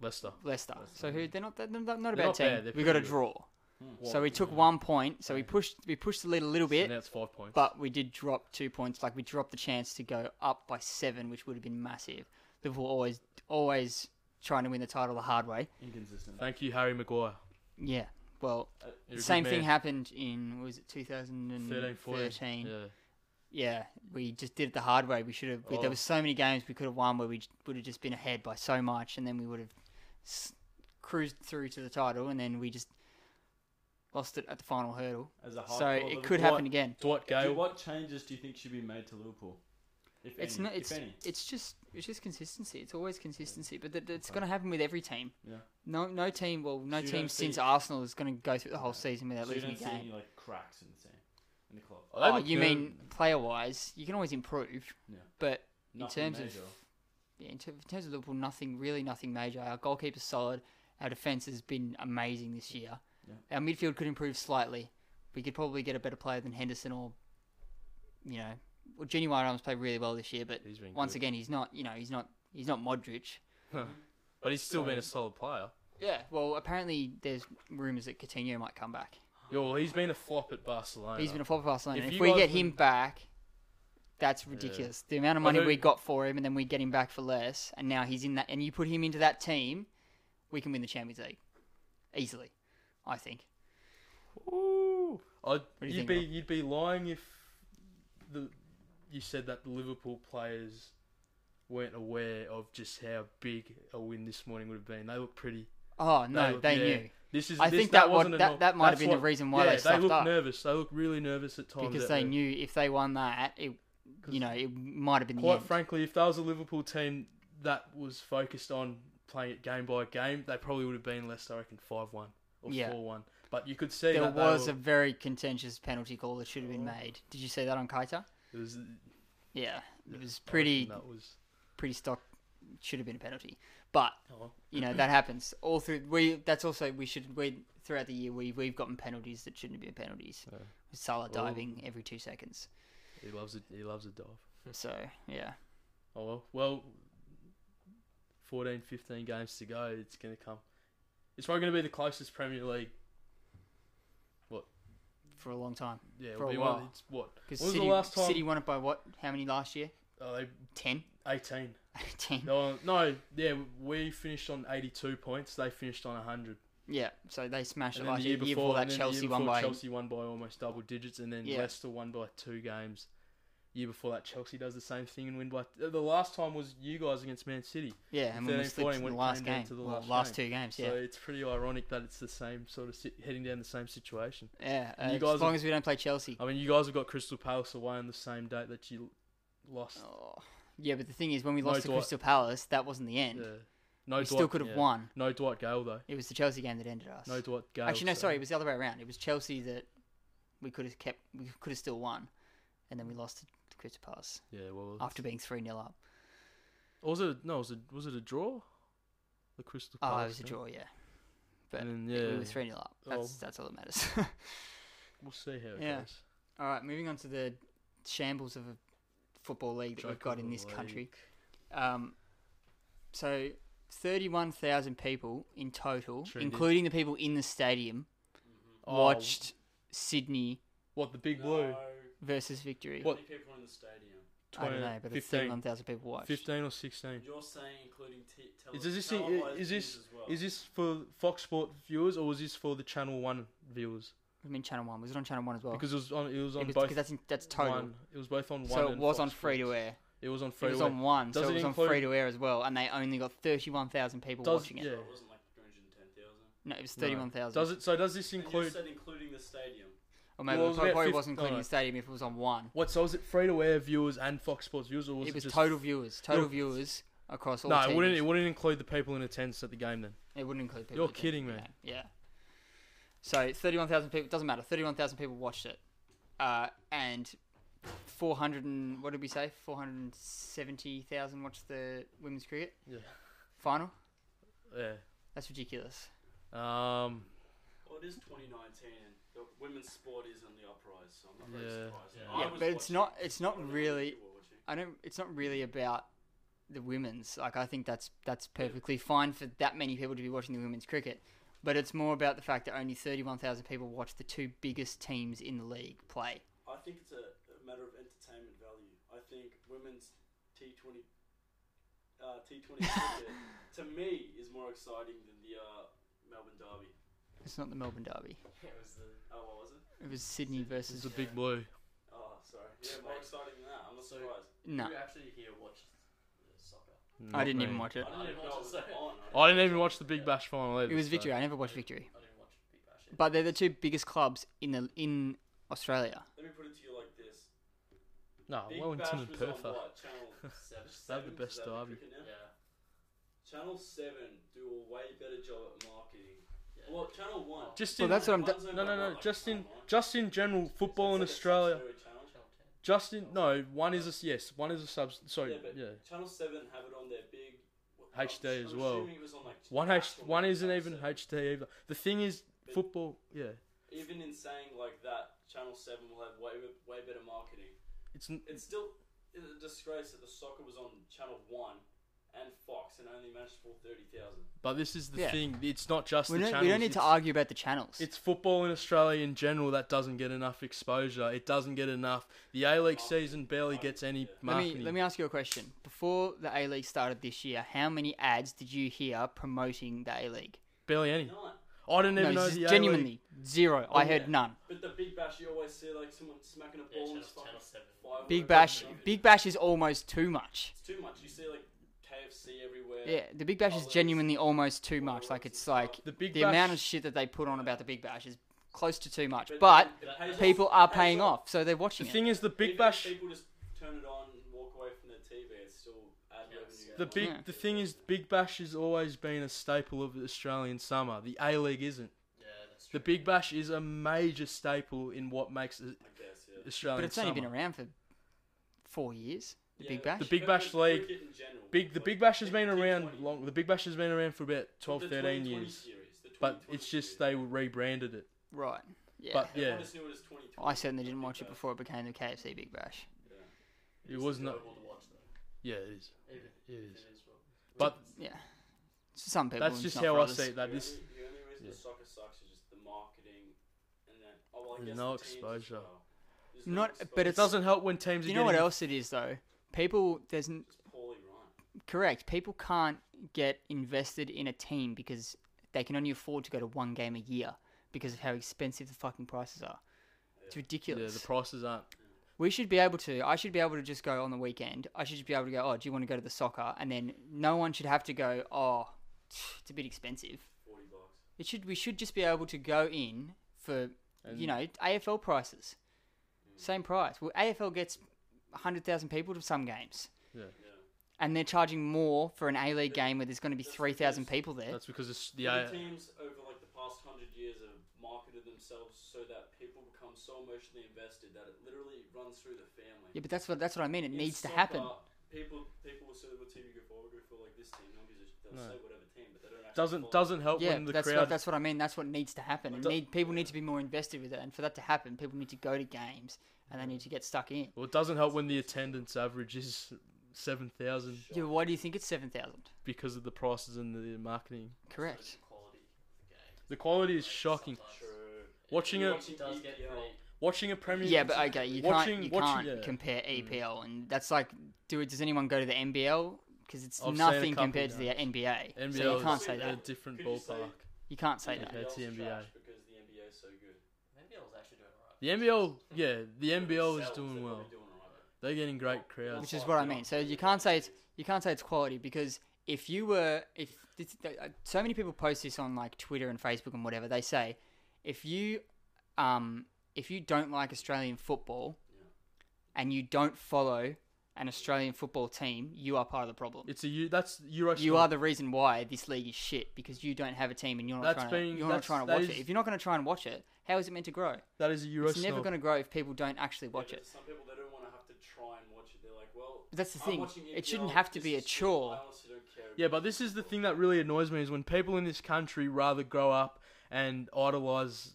[SPEAKER 3] Leicester.
[SPEAKER 2] Leicester.
[SPEAKER 1] Leicester,
[SPEAKER 2] So who
[SPEAKER 1] yeah.
[SPEAKER 2] they're not they're not, not a
[SPEAKER 3] They're
[SPEAKER 2] bad
[SPEAKER 3] not
[SPEAKER 2] team.
[SPEAKER 3] bad, they're
[SPEAKER 2] we got a
[SPEAKER 3] pretty good.
[SPEAKER 2] draw.
[SPEAKER 1] Hmm.
[SPEAKER 2] So we took one point. So we pushed we pushed the lead a little
[SPEAKER 3] So
[SPEAKER 2] bit,
[SPEAKER 3] now it's five points.
[SPEAKER 2] but we did drop two points. Like we dropped the chance to go up by seven, which would have been massive. Liverpool always always trying to win the title the hard way.
[SPEAKER 1] Inconsistent.
[SPEAKER 3] Thank you, Harry Maguire.
[SPEAKER 2] Yeah. Well,
[SPEAKER 3] You're a
[SPEAKER 2] the
[SPEAKER 3] good
[SPEAKER 2] same thing
[SPEAKER 3] man.
[SPEAKER 2] happened in what was it
[SPEAKER 3] 13,
[SPEAKER 2] 2013?
[SPEAKER 3] 14. Yeah.
[SPEAKER 2] Yeah, we just did it the hard way. We should have. we-
[SPEAKER 3] Oh.
[SPEAKER 2] There was so many games we could have won where we would have just been ahead by so much, and then we would have s- cruised through to the title, and then we just lost it at the final hurdle.
[SPEAKER 1] As a
[SPEAKER 2] so
[SPEAKER 1] hardcore
[SPEAKER 2] it could
[SPEAKER 1] Liverpool-
[SPEAKER 2] happen again.
[SPEAKER 3] Dwight
[SPEAKER 1] Do-
[SPEAKER 3] Gale.
[SPEAKER 1] what changes do you think should be made to Liverpool? If
[SPEAKER 2] It's
[SPEAKER 1] any,
[SPEAKER 2] not. It's
[SPEAKER 1] if any.
[SPEAKER 2] it's just it's just consistency. It's always consistency, but that it's
[SPEAKER 1] Okay.
[SPEAKER 2] going to happen with every team.
[SPEAKER 1] Yeah.
[SPEAKER 2] No, no team. Well, no
[SPEAKER 1] So you
[SPEAKER 2] team
[SPEAKER 1] don't
[SPEAKER 2] since
[SPEAKER 1] see-
[SPEAKER 2] Arsenal is going to go through the whole
[SPEAKER 1] Yeah.
[SPEAKER 2] season without
[SPEAKER 1] so you
[SPEAKER 2] losing a
[SPEAKER 1] don't see
[SPEAKER 2] game.
[SPEAKER 1] any like cracks in the team, in the club.
[SPEAKER 3] They
[SPEAKER 2] Oh,
[SPEAKER 3] look
[SPEAKER 2] you
[SPEAKER 3] good.
[SPEAKER 2] mean player wise? You can always improve.
[SPEAKER 1] Yeah.
[SPEAKER 2] But
[SPEAKER 1] Nothing
[SPEAKER 2] in terms
[SPEAKER 1] major.
[SPEAKER 2] of yeah, in, ter- in terms of Liverpool, nothing really, nothing major. Our goalkeeper's solid. Our defense has been amazing this year.
[SPEAKER 1] Yeah.
[SPEAKER 2] Our midfield could improve slightly. We could probably get a better player than Henderson or, you know, well, Jenny White Arms played really well this year, but
[SPEAKER 3] He's been
[SPEAKER 2] once
[SPEAKER 3] good.
[SPEAKER 2] again, he's not. You know, he's not. He's not Modric.
[SPEAKER 3] But he's still been a solid player.
[SPEAKER 2] Yeah. Well, apparently there's rumors that Coutinho might come back.
[SPEAKER 3] Yo, well, he's been a flop at Barcelona.
[SPEAKER 2] He's been a flop last night.
[SPEAKER 3] If
[SPEAKER 2] If,
[SPEAKER 3] you
[SPEAKER 2] we
[SPEAKER 3] guys
[SPEAKER 2] get him
[SPEAKER 3] wouldn't-
[SPEAKER 2] back, that's ridiculous. The amount of
[SPEAKER 3] I
[SPEAKER 2] money
[SPEAKER 3] don't-
[SPEAKER 2] we got for him, and then we get him back for less, and now he's in that. And you put him into that team, we can win the Champions League easily. I think.
[SPEAKER 3] Ooh, I'd,
[SPEAKER 2] do you
[SPEAKER 3] you'd
[SPEAKER 2] think,
[SPEAKER 3] be
[SPEAKER 2] Rob?
[SPEAKER 3] you'd be lying if the you said that the Liverpool players weren't aware of just how big a win this morning would have been. They looked pretty.
[SPEAKER 2] Oh no,
[SPEAKER 3] look-
[SPEAKER 2] they
[SPEAKER 3] yeah.
[SPEAKER 2] knew
[SPEAKER 3] This is.
[SPEAKER 2] I
[SPEAKER 3] this-
[SPEAKER 2] think that wa-
[SPEAKER 3] wasn't a
[SPEAKER 2] that-
[SPEAKER 3] knock.
[SPEAKER 2] that might have
[SPEAKER 3] That's
[SPEAKER 2] been the
[SPEAKER 3] what-
[SPEAKER 2] reason why
[SPEAKER 3] yeah,
[SPEAKER 2] they stuffed
[SPEAKER 3] looked
[SPEAKER 2] up.
[SPEAKER 3] nervous. They looked really nervous at times.
[SPEAKER 2] because
[SPEAKER 3] out
[SPEAKER 2] they
[SPEAKER 3] there.
[SPEAKER 2] knew if they won that, it you know it might have been the
[SPEAKER 3] Quite
[SPEAKER 2] end.
[SPEAKER 3] frankly, if that was a Liverpool team that was focused on playing it game by game, they probably would have been less. I reckon five one or
[SPEAKER 2] Yeah.
[SPEAKER 3] four one. But you could see
[SPEAKER 2] there
[SPEAKER 3] that they
[SPEAKER 2] was
[SPEAKER 3] were-
[SPEAKER 2] a very contentious penalty call that should have been made. Did you see that on Kaita?
[SPEAKER 3] it was,
[SPEAKER 2] Yeah, it was
[SPEAKER 3] I reckon
[SPEAKER 2] pretty
[SPEAKER 3] That was.
[SPEAKER 2] pretty stock. Should have been a penalty, but
[SPEAKER 3] Oh,
[SPEAKER 2] you know that happens all through we that's also we should we throughout the year we we've gotten penalties that shouldn't have been penalties
[SPEAKER 3] Yeah.
[SPEAKER 2] Salah
[SPEAKER 3] Oh.
[SPEAKER 2] diving every two seconds
[SPEAKER 3] he loves it. He loves a dive.
[SPEAKER 2] so yeah
[SPEAKER 3] Oh well, well 14, 15 games to go. It's going to come. It's probably going to be the closest Premier League.
[SPEAKER 2] for a long time
[SPEAKER 3] Yeah,
[SPEAKER 2] For
[SPEAKER 3] it'll
[SPEAKER 2] a
[SPEAKER 3] be
[SPEAKER 2] while.
[SPEAKER 3] one. It's what
[SPEAKER 2] because
[SPEAKER 3] When was the
[SPEAKER 2] City,
[SPEAKER 3] last time-
[SPEAKER 2] City won it by what how many last year
[SPEAKER 3] are they?
[SPEAKER 2] 10
[SPEAKER 3] Eighteen.
[SPEAKER 2] 10
[SPEAKER 3] No, no. Yeah, we finished on eighty-two points. They finished on hundred.
[SPEAKER 2] yeah so they smashed
[SPEAKER 3] And
[SPEAKER 2] it
[SPEAKER 3] then the
[SPEAKER 2] last
[SPEAKER 3] year
[SPEAKER 2] year,
[SPEAKER 3] before,
[SPEAKER 2] year before that
[SPEAKER 3] and then the year
[SPEAKER 2] Chelsea won
[SPEAKER 3] before,
[SPEAKER 2] by
[SPEAKER 3] Chelsea won by almost double digits, and then
[SPEAKER 2] Yeah.
[SPEAKER 3] Leicester won by two games. Year before that, Chelsea does the same thing and win by. uh, The last time was you guys against Man City.
[SPEAKER 2] yeah and when we
[SPEAKER 3] 13, 14
[SPEAKER 2] slipped in
[SPEAKER 3] when
[SPEAKER 2] the
[SPEAKER 3] it
[SPEAKER 2] last
[SPEAKER 3] came down
[SPEAKER 2] game
[SPEAKER 3] to the
[SPEAKER 2] well,
[SPEAKER 3] last
[SPEAKER 2] last, two games yeah
[SPEAKER 3] So it's pretty ironic that it's the same sort of sit, heading down the same situation.
[SPEAKER 2] yeah uh,
[SPEAKER 3] you
[SPEAKER 2] as long
[SPEAKER 3] guys have-
[SPEAKER 2] as we don't play Chelsea
[SPEAKER 3] I mean, you guys have got Crystal Palace away on the same date that you lost.
[SPEAKER 2] oh. yeah but the thing is when we
[SPEAKER 3] No
[SPEAKER 2] lost to
[SPEAKER 3] Dwight-
[SPEAKER 2] Crystal Palace that wasn't the end
[SPEAKER 3] Yeah. No,
[SPEAKER 2] we
[SPEAKER 3] Dwight,
[SPEAKER 2] still could have
[SPEAKER 3] yeah.
[SPEAKER 2] won
[SPEAKER 3] No Dwight Gale though.
[SPEAKER 2] it was the Chelsea game that ended us
[SPEAKER 3] No Dwight Gale.
[SPEAKER 2] Actually, no,
[SPEAKER 3] so-
[SPEAKER 2] sorry, it was the other way around. It was Chelsea that we could have kept, we could have still won, and then we lost to Crystal Palace
[SPEAKER 3] Yeah, well.
[SPEAKER 2] after being three 0 up.
[SPEAKER 3] was it no? Was it was it a draw? The Crystal
[SPEAKER 2] Oh,
[SPEAKER 3] Palace.
[SPEAKER 2] it was a
[SPEAKER 3] game?
[SPEAKER 2] draw, yeah. but
[SPEAKER 3] And then, yeah,
[SPEAKER 2] We were three 0 up. That's
[SPEAKER 3] Oh.
[SPEAKER 2] that's all that matters.
[SPEAKER 3] we'll see how it
[SPEAKER 2] Yeah.
[SPEAKER 3] goes.
[SPEAKER 2] all right, moving on to the shambles of a football league that we've
[SPEAKER 3] Joke
[SPEAKER 2] got
[SPEAKER 3] of
[SPEAKER 2] in
[SPEAKER 3] the
[SPEAKER 2] this country.
[SPEAKER 3] league.
[SPEAKER 2] Um, so thirty-one thousand people in total,
[SPEAKER 3] Tuned in.
[SPEAKER 2] including the people in the stadium,
[SPEAKER 1] Mm-hmm.
[SPEAKER 3] Oh,
[SPEAKER 2] watched Sydney
[SPEAKER 3] what the Big Blue?
[SPEAKER 2] versus Victory.
[SPEAKER 3] What?
[SPEAKER 1] people in the stadium?
[SPEAKER 2] I don't
[SPEAKER 3] 20,
[SPEAKER 2] know, but it's
[SPEAKER 3] 15.
[SPEAKER 2] thirty-one thousand people watched.
[SPEAKER 3] Fifteen or sixteen?
[SPEAKER 1] You're saying including t- tele-
[SPEAKER 3] Is this- is this- Is this for Fox Sport viewers or was this for the Channel One viewers?
[SPEAKER 2] I mean, Channel One was it on Channel One as well?
[SPEAKER 3] Because it was on. It was on
[SPEAKER 2] It was-
[SPEAKER 3] both.
[SPEAKER 2] because that's in, that's total.
[SPEAKER 3] One. It was both on one.
[SPEAKER 2] so it
[SPEAKER 3] and
[SPEAKER 2] was
[SPEAKER 3] Fox
[SPEAKER 2] on free to
[SPEAKER 3] Sports.
[SPEAKER 2] air.
[SPEAKER 3] It was on free
[SPEAKER 2] It
[SPEAKER 3] to
[SPEAKER 2] was
[SPEAKER 3] air.
[SPEAKER 2] on one,
[SPEAKER 3] Does
[SPEAKER 2] so
[SPEAKER 3] it
[SPEAKER 2] it was on
[SPEAKER 3] include-
[SPEAKER 2] free to air as well, and they only got thirty-one thousand people
[SPEAKER 3] Does-
[SPEAKER 2] watching it.
[SPEAKER 3] yeah.
[SPEAKER 1] it wasn't like 310,000.
[SPEAKER 2] No, it was
[SPEAKER 3] No.
[SPEAKER 2] thirty-one thousand.
[SPEAKER 3] Does it? So does this
[SPEAKER 1] Include- you
[SPEAKER 3] include?
[SPEAKER 1] said including the stadium.
[SPEAKER 2] Or maybe
[SPEAKER 3] well, it
[SPEAKER 2] it
[SPEAKER 3] was
[SPEAKER 2] probably,
[SPEAKER 3] about
[SPEAKER 2] probably
[SPEAKER 3] 50
[SPEAKER 2] wasn't including
[SPEAKER 3] no.
[SPEAKER 2] the stadium if it was on one.
[SPEAKER 3] What? So is it free to air viewers and Fox Sports viewers, or was it,
[SPEAKER 2] it was
[SPEAKER 3] just
[SPEAKER 2] total viewers. Total
[SPEAKER 3] Look,
[SPEAKER 2] viewers across all.
[SPEAKER 3] No, it
[SPEAKER 2] teams.
[SPEAKER 3] wouldn't. It wouldn't include the people in attendance at the game then.
[SPEAKER 2] It wouldn't include people.
[SPEAKER 3] You're
[SPEAKER 2] who didn't,
[SPEAKER 3] kidding
[SPEAKER 2] you
[SPEAKER 3] me.
[SPEAKER 2] know, Yeah. So 31,000 people, doesn't matter, 31,000 people watched it. Uh, and 400 and, what did we say? 470,000 watched the women's cricket
[SPEAKER 3] Yeah.
[SPEAKER 2] final?
[SPEAKER 3] Yeah.
[SPEAKER 2] That's ridiculous.
[SPEAKER 3] Um.
[SPEAKER 1] Well, it is 2019. The women's sport is on the uprise, so I'm
[SPEAKER 3] not very Yeah.
[SPEAKER 1] surprised.
[SPEAKER 3] Yeah.
[SPEAKER 1] I
[SPEAKER 2] yeah,
[SPEAKER 1] was
[SPEAKER 2] but it's
[SPEAKER 1] watching.
[SPEAKER 2] not, it's
[SPEAKER 1] I
[SPEAKER 2] not
[SPEAKER 1] don't know if
[SPEAKER 2] really,
[SPEAKER 1] you were watching.
[SPEAKER 2] I don't, it's not really about the women's. Like, I think that's, that's perfectly fine for that many people to be watching the women's cricket. But it's more about the fact that only 31,000 people watched the two biggest teams in the league play.
[SPEAKER 1] I think it's a, a matter of entertainment value. I think women's T20 uh, T20 cricket to me is more exciting than the uh, Melbourne Derby.
[SPEAKER 2] It's not the Melbourne Derby.
[SPEAKER 1] It was the oh, what was it?
[SPEAKER 2] It was Sydney
[SPEAKER 3] This
[SPEAKER 2] versus
[SPEAKER 3] is the big blue.
[SPEAKER 1] Oh, sorry. Yeah, more
[SPEAKER 4] Mate.
[SPEAKER 1] exciting than that. I'm not
[SPEAKER 4] So-
[SPEAKER 1] surprised.
[SPEAKER 2] no.
[SPEAKER 4] You actually here watched the soccer.
[SPEAKER 2] I didn't even watch
[SPEAKER 1] I
[SPEAKER 2] it.
[SPEAKER 1] didn't even know it was on.
[SPEAKER 3] I didn't even watch the Big Bash final either.
[SPEAKER 2] It was
[SPEAKER 3] so-
[SPEAKER 2] Victory. I never watched Victory,
[SPEAKER 4] I didn't watch Big Bash.
[SPEAKER 2] but they're the two biggest clubs in the in Australia.
[SPEAKER 1] Let me put it to you like this.
[SPEAKER 3] No,
[SPEAKER 1] Big
[SPEAKER 3] Uh, Wellington
[SPEAKER 1] Bash
[SPEAKER 3] and
[SPEAKER 1] was
[SPEAKER 3] Perth.
[SPEAKER 1] on
[SPEAKER 3] are-
[SPEAKER 1] what? Channel
[SPEAKER 3] They
[SPEAKER 4] Seven.
[SPEAKER 3] have
[SPEAKER 1] seven?
[SPEAKER 3] the
[SPEAKER 1] Is
[SPEAKER 3] best
[SPEAKER 1] that
[SPEAKER 3] derby.
[SPEAKER 1] cricket now?
[SPEAKER 4] Yeah.
[SPEAKER 1] Channel Seven do a way better job at marketing.
[SPEAKER 4] Yeah.
[SPEAKER 1] Well, Channel One.
[SPEAKER 3] Just
[SPEAKER 2] Well,
[SPEAKER 3] in,
[SPEAKER 2] that's what I'm.
[SPEAKER 1] One's
[SPEAKER 2] Do-
[SPEAKER 1] over
[SPEAKER 3] no, no,
[SPEAKER 1] at one,
[SPEAKER 3] no.
[SPEAKER 1] like,
[SPEAKER 3] Just in,
[SPEAKER 1] come on.
[SPEAKER 3] just in general football in
[SPEAKER 1] It's like a
[SPEAKER 3] Australia.
[SPEAKER 1] subsidiary channel.
[SPEAKER 4] Channel 10.
[SPEAKER 3] Just in, no. One is a s- yes. One is a sub. Sorry,
[SPEAKER 1] Yeah, but-
[SPEAKER 3] yeah.
[SPEAKER 1] Channel Seven have it on their big well,
[SPEAKER 3] HD
[SPEAKER 1] I'm
[SPEAKER 3] as
[SPEAKER 1] assuming
[SPEAKER 3] well.
[SPEAKER 1] It was on like
[SPEAKER 3] One H.
[SPEAKER 1] national
[SPEAKER 3] One
[SPEAKER 1] on
[SPEAKER 3] isn't
[SPEAKER 1] Channel
[SPEAKER 3] even
[SPEAKER 1] 7.
[SPEAKER 3] HD either. The thing is,
[SPEAKER 1] But-
[SPEAKER 3] football. Yeah,
[SPEAKER 1] Even in saying like that, Channel Seven will have way way better marketing.
[SPEAKER 3] it's n-
[SPEAKER 1] It's still a disgrace that the soccer was on Channel One and Fox and only managed to pull thirty thousand.
[SPEAKER 3] But this is the
[SPEAKER 2] Yeah.
[SPEAKER 3] thing. It's not just
[SPEAKER 2] we
[SPEAKER 3] the
[SPEAKER 2] don't.
[SPEAKER 3] channels.
[SPEAKER 2] We don't need to
[SPEAKER 3] it's-
[SPEAKER 2] argue about the channels.
[SPEAKER 3] It's football in Australia in general that doesn't get enough exposure. It doesn't get enough. The A League season barely gets any
[SPEAKER 2] let
[SPEAKER 3] marketing.
[SPEAKER 2] me let me ask you a question. Before the A League started this year, how many ads did you hear promoting the A League?
[SPEAKER 3] barely any.
[SPEAKER 1] None.
[SPEAKER 3] I didn't even know
[SPEAKER 2] No,
[SPEAKER 3] the A League.
[SPEAKER 2] genuinely zero. I heard
[SPEAKER 3] yeah.
[SPEAKER 2] none.
[SPEAKER 1] But the Big Bash, you always see like someone smacking a
[SPEAKER 4] Yeah,
[SPEAKER 1] ball in
[SPEAKER 4] Channel
[SPEAKER 1] his fucking
[SPEAKER 4] 10 or 7.
[SPEAKER 3] Oh,
[SPEAKER 1] fireworks
[SPEAKER 2] Big
[SPEAKER 1] and
[SPEAKER 2] Bash.
[SPEAKER 1] stuff.
[SPEAKER 2] Big Bash is almost too much.
[SPEAKER 1] It's too much. You see like KFC everywhere.
[SPEAKER 2] Yeah, the Big Bash is genuinely almost too much.
[SPEAKER 1] Fireworks
[SPEAKER 2] Like
[SPEAKER 1] and
[SPEAKER 2] it's
[SPEAKER 1] stuff.
[SPEAKER 2] like
[SPEAKER 3] The big
[SPEAKER 2] the
[SPEAKER 3] bash,
[SPEAKER 2] amount of shit that they put on about the Big Bash is close to too much.
[SPEAKER 1] But
[SPEAKER 2] But
[SPEAKER 1] it pays
[SPEAKER 2] people
[SPEAKER 1] off-
[SPEAKER 2] are
[SPEAKER 1] it pays
[SPEAKER 2] paying
[SPEAKER 1] off.
[SPEAKER 2] off, so they're
[SPEAKER 3] The
[SPEAKER 2] watching it.
[SPEAKER 3] thing is, the Big
[SPEAKER 1] Even
[SPEAKER 3] Bash.
[SPEAKER 1] If people just turn it on and walk away from their TV. It's still ad revenue.
[SPEAKER 4] Yeah, it's-
[SPEAKER 3] The big.
[SPEAKER 2] Yeah.
[SPEAKER 3] The thing is, Big Bash has always been a staple of Australian summer. The A League isn't.
[SPEAKER 4] Yeah, that's
[SPEAKER 3] The
[SPEAKER 4] true.
[SPEAKER 3] Big Bash is a major staple in what makes a-
[SPEAKER 1] I guess, yeah.
[SPEAKER 3] Australian
[SPEAKER 2] But it's only
[SPEAKER 3] summer.
[SPEAKER 2] been around for four years. The Big Bash.
[SPEAKER 3] The Big Bash
[SPEAKER 1] Cricket-
[SPEAKER 3] League.
[SPEAKER 1] cricket in general.
[SPEAKER 3] Big. The
[SPEAKER 1] Like,
[SPEAKER 3] Big Bash has been
[SPEAKER 1] T20.
[SPEAKER 3] around long. The Big Bash has been around for about
[SPEAKER 1] The
[SPEAKER 3] 12, 13
[SPEAKER 1] 2020
[SPEAKER 3] years.
[SPEAKER 1] series, the
[SPEAKER 3] But
[SPEAKER 1] 2020
[SPEAKER 3] it's just
[SPEAKER 1] series.
[SPEAKER 3] they rebranded it.
[SPEAKER 2] right. Yeah.
[SPEAKER 3] But
[SPEAKER 1] Everyone
[SPEAKER 3] yeah.
[SPEAKER 1] just knew it as 2020.
[SPEAKER 2] Oh, I certainly didn't
[SPEAKER 1] Big
[SPEAKER 2] watch it
[SPEAKER 1] Bash.
[SPEAKER 2] before it became the KFC Big Bash.
[SPEAKER 1] Yeah.
[SPEAKER 3] It was not.
[SPEAKER 4] enjoyable to watch though.
[SPEAKER 3] Yeah, it is.
[SPEAKER 4] Even
[SPEAKER 3] It
[SPEAKER 4] if
[SPEAKER 3] is.
[SPEAKER 4] it is wrong.
[SPEAKER 3] But
[SPEAKER 2] Yeah. It's For some people,
[SPEAKER 3] that's
[SPEAKER 2] it's
[SPEAKER 3] just
[SPEAKER 2] not
[SPEAKER 3] how
[SPEAKER 2] for
[SPEAKER 3] I
[SPEAKER 2] others.
[SPEAKER 3] see it. That
[SPEAKER 1] the
[SPEAKER 3] this.
[SPEAKER 1] Only, the only reason the soccer sucks is just the marketing, and then oh well, I
[SPEAKER 3] There's
[SPEAKER 1] guess
[SPEAKER 3] no
[SPEAKER 1] the teams as
[SPEAKER 3] exposure.
[SPEAKER 1] well. There's
[SPEAKER 2] Not-
[SPEAKER 1] exposure.
[SPEAKER 2] but
[SPEAKER 3] It doesn't help when teams.
[SPEAKER 2] You
[SPEAKER 3] are
[SPEAKER 2] know what
[SPEAKER 3] getting-
[SPEAKER 2] else it is though? People, there's n-
[SPEAKER 1] It's poorly run.
[SPEAKER 2] correct. People can't get invested in a team because they can only afford to go to one game a year because of how expensive the fucking prices are. It's ridiculous.
[SPEAKER 3] Yeah, the prices aren't.
[SPEAKER 2] We should be able to. I should be able to just go on the weekend. I should just be able to go. Oh, do you want to go to the soccer? And then no one should have to go. Oh, it's a bit expensive.
[SPEAKER 1] Forty bucks.
[SPEAKER 2] It should. We should just be able to go in for you know AFL prices,
[SPEAKER 3] Mm.
[SPEAKER 2] same price. Well, AFL gets hundred thousand people to some games,
[SPEAKER 1] Yeah.
[SPEAKER 2] and they're charging more for an A League game where there's going to be
[SPEAKER 1] That's
[SPEAKER 2] three thousand
[SPEAKER 1] because-
[SPEAKER 2] people there.
[SPEAKER 3] That's because it's the.
[SPEAKER 1] The
[SPEAKER 3] A-
[SPEAKER 1] teams over like the past hundred years have marketed themselves so that people become so emotionally invested that it literally runs through the family.
[SPEAKER 2] Yeah, but that's what that's what I mean. It
[SPEAKER 1] In
[SPEAKER 2] needs to
[SPEAKER 1] soccer,
[SPEAKER 2] happen.
[SPEAKER 1] People, people will say, "What team you go for? I go for like this team." They'll, be just, they'll
[SPEAKER 3] No.
[SPEAKER 1] say whatever team, but they don't actually.
[SPEAKER 3] doesn't
[SPEAKER 1] follow.
[SPEAKER 3] doesn't help
[SPEAKER 2] Yeah,
[SPEAKER 3] when the
[SPEAKER 2] that's
[SPEAKER 3] crowd.
[SPEAKER 2] what, that's what I mean. That's what needs to happen. It
[SPEAKER 3] Do-
[SPEAKER 2] need, people need to be more invested with it, and for that to happen, people need to go to games and they need to get stuck in.
[SPEAKER 3] well, it doesn't help when the attendance average is seven thousand
[SPEAKER 2] Yeah, but why do you think it's seven thousand?
[SPEAKER 3] because of the prices and the marketing.
[SPEAKER 2] Correct.
[SPEAKER 4] Quality of the game.
[SPEAKER 3] The quality is shocking.
[SPEAKER 4] Sometimes
[SPEAKER 1] True.
[SPEAKER 3] Watching
[SPEAKER 1] You're
[SPEAKER 3] a
[SPEAKER 1] watching
[SPEAKER 4] it does get
[SPEAKER 1] EPL.
[SPEAKER 4] pretty.
[SPEAKER 3] watching a Premier.
[SPEAKER 2] Yeah, but okay, you
[SPEAKER 3] Watching-
[SPEAKER 2] can't you
[SPEAKER 3] watching-
[SPEAKER 2] can't
[SPEAKER 3] yeah. Hmm.
[SPEAKER 2] compare EPL and that's like, do does anyone go to the NBL? Because it's
[SPEAKER 3] I've seen a
[SPEAKER 2] nothing
[SPEAKER 3] couple
[SPEAKER 2] compared to the NBA.
[SPEAKER 3] NBL
[SPEAKER 2] so you
[SPEAKER 3] is
[SPEAKER 2] can't say
[SPEAKER 3] at
[SPEAKER 2] that.
[SPEAKER 3] a different
[SPEAKER 1] Could you say-
[SPEAKER 3] ballpark.
[SPEAKER 2] You can't say that.
[SPEAKER 3] Yeah. Compared to the
[SPEAKER 1] NBL's
[SPEAKER 3] NBA.
[SPEAKER 1] trash because the NBA is so good.
[SPEAKER 4] Maybe I was actually doing alright.
[SPEAKER 3] The NBL, yeah, the
[SPEAKER 1] But
[SPEAKER 3] NBL is
[SPEAKER 1] themselves,
[SPEAKER 3] doing
[SPEAKER 1] they're
[SPEAKER 3] well.
[SPEAKER 1] probably doing alright.
[SPEAKER 3] They're getting great crowds.
[SPEAKER 2] Which is what I mean. So you can't say it's you can't say it's quality because if you were if this, uh, so many people post this on like Twitter and Facebook and whatever they say, if you um if you don't like Australian football
[SPEAKER 1] Yeah.
[SPEAKER 2] and you don't follow an Australian football team, you are part of the problem.
[SPEAKER 3] It's a U. That's Euro.
[SPEAKER 2] you are the reason why this league is shit because you don't have a team and you're not
[SPEAKER 3] That's
[SPEAKER 2] trying
[SPEAKER 3] being-
[SPEAKER 2] to, you're not
[SPEAKER 3] that's-
[SPEAKER 2] trying to
[SPEAKER 3] that
[SPEAKER 2] watch
[SPEAKER 3] is-
[SPEAKER 2] it. If you're not going to try and watch it, how is it meant to grow?
[SPEAKER 3] That is a Euro.
[SPEAKER 2] It's never
[SPEAKER 3] snob.
[SPEAKER 2] going to grow if people don't actually watch
[SPEAKER 1] Yeah, but
[SPEAKER 2] it.
[SPEAKER 1] Some people they don't want to have to try and watch it. They're like, well,
[SPEAKER 2] That's the
[SPEAKER 1] I'm
[SPEAKER 2] thing.
[SPEAKER 1] watching
[SPEAKER 2] It
[SPEAKER 1] NPL,
[SPEAKER 2] shouldn't have to
[SPEAKER 1] this
[SPEAKER 2] be a
[SPEAKER 1] is shit,
[SPEAKER 2] chore.
[SPEAKER 1] I honestly don't care.
[SPEAKER 3] Yeah, but this is the thing that really annoys me is when people in this country rather grow up and idolize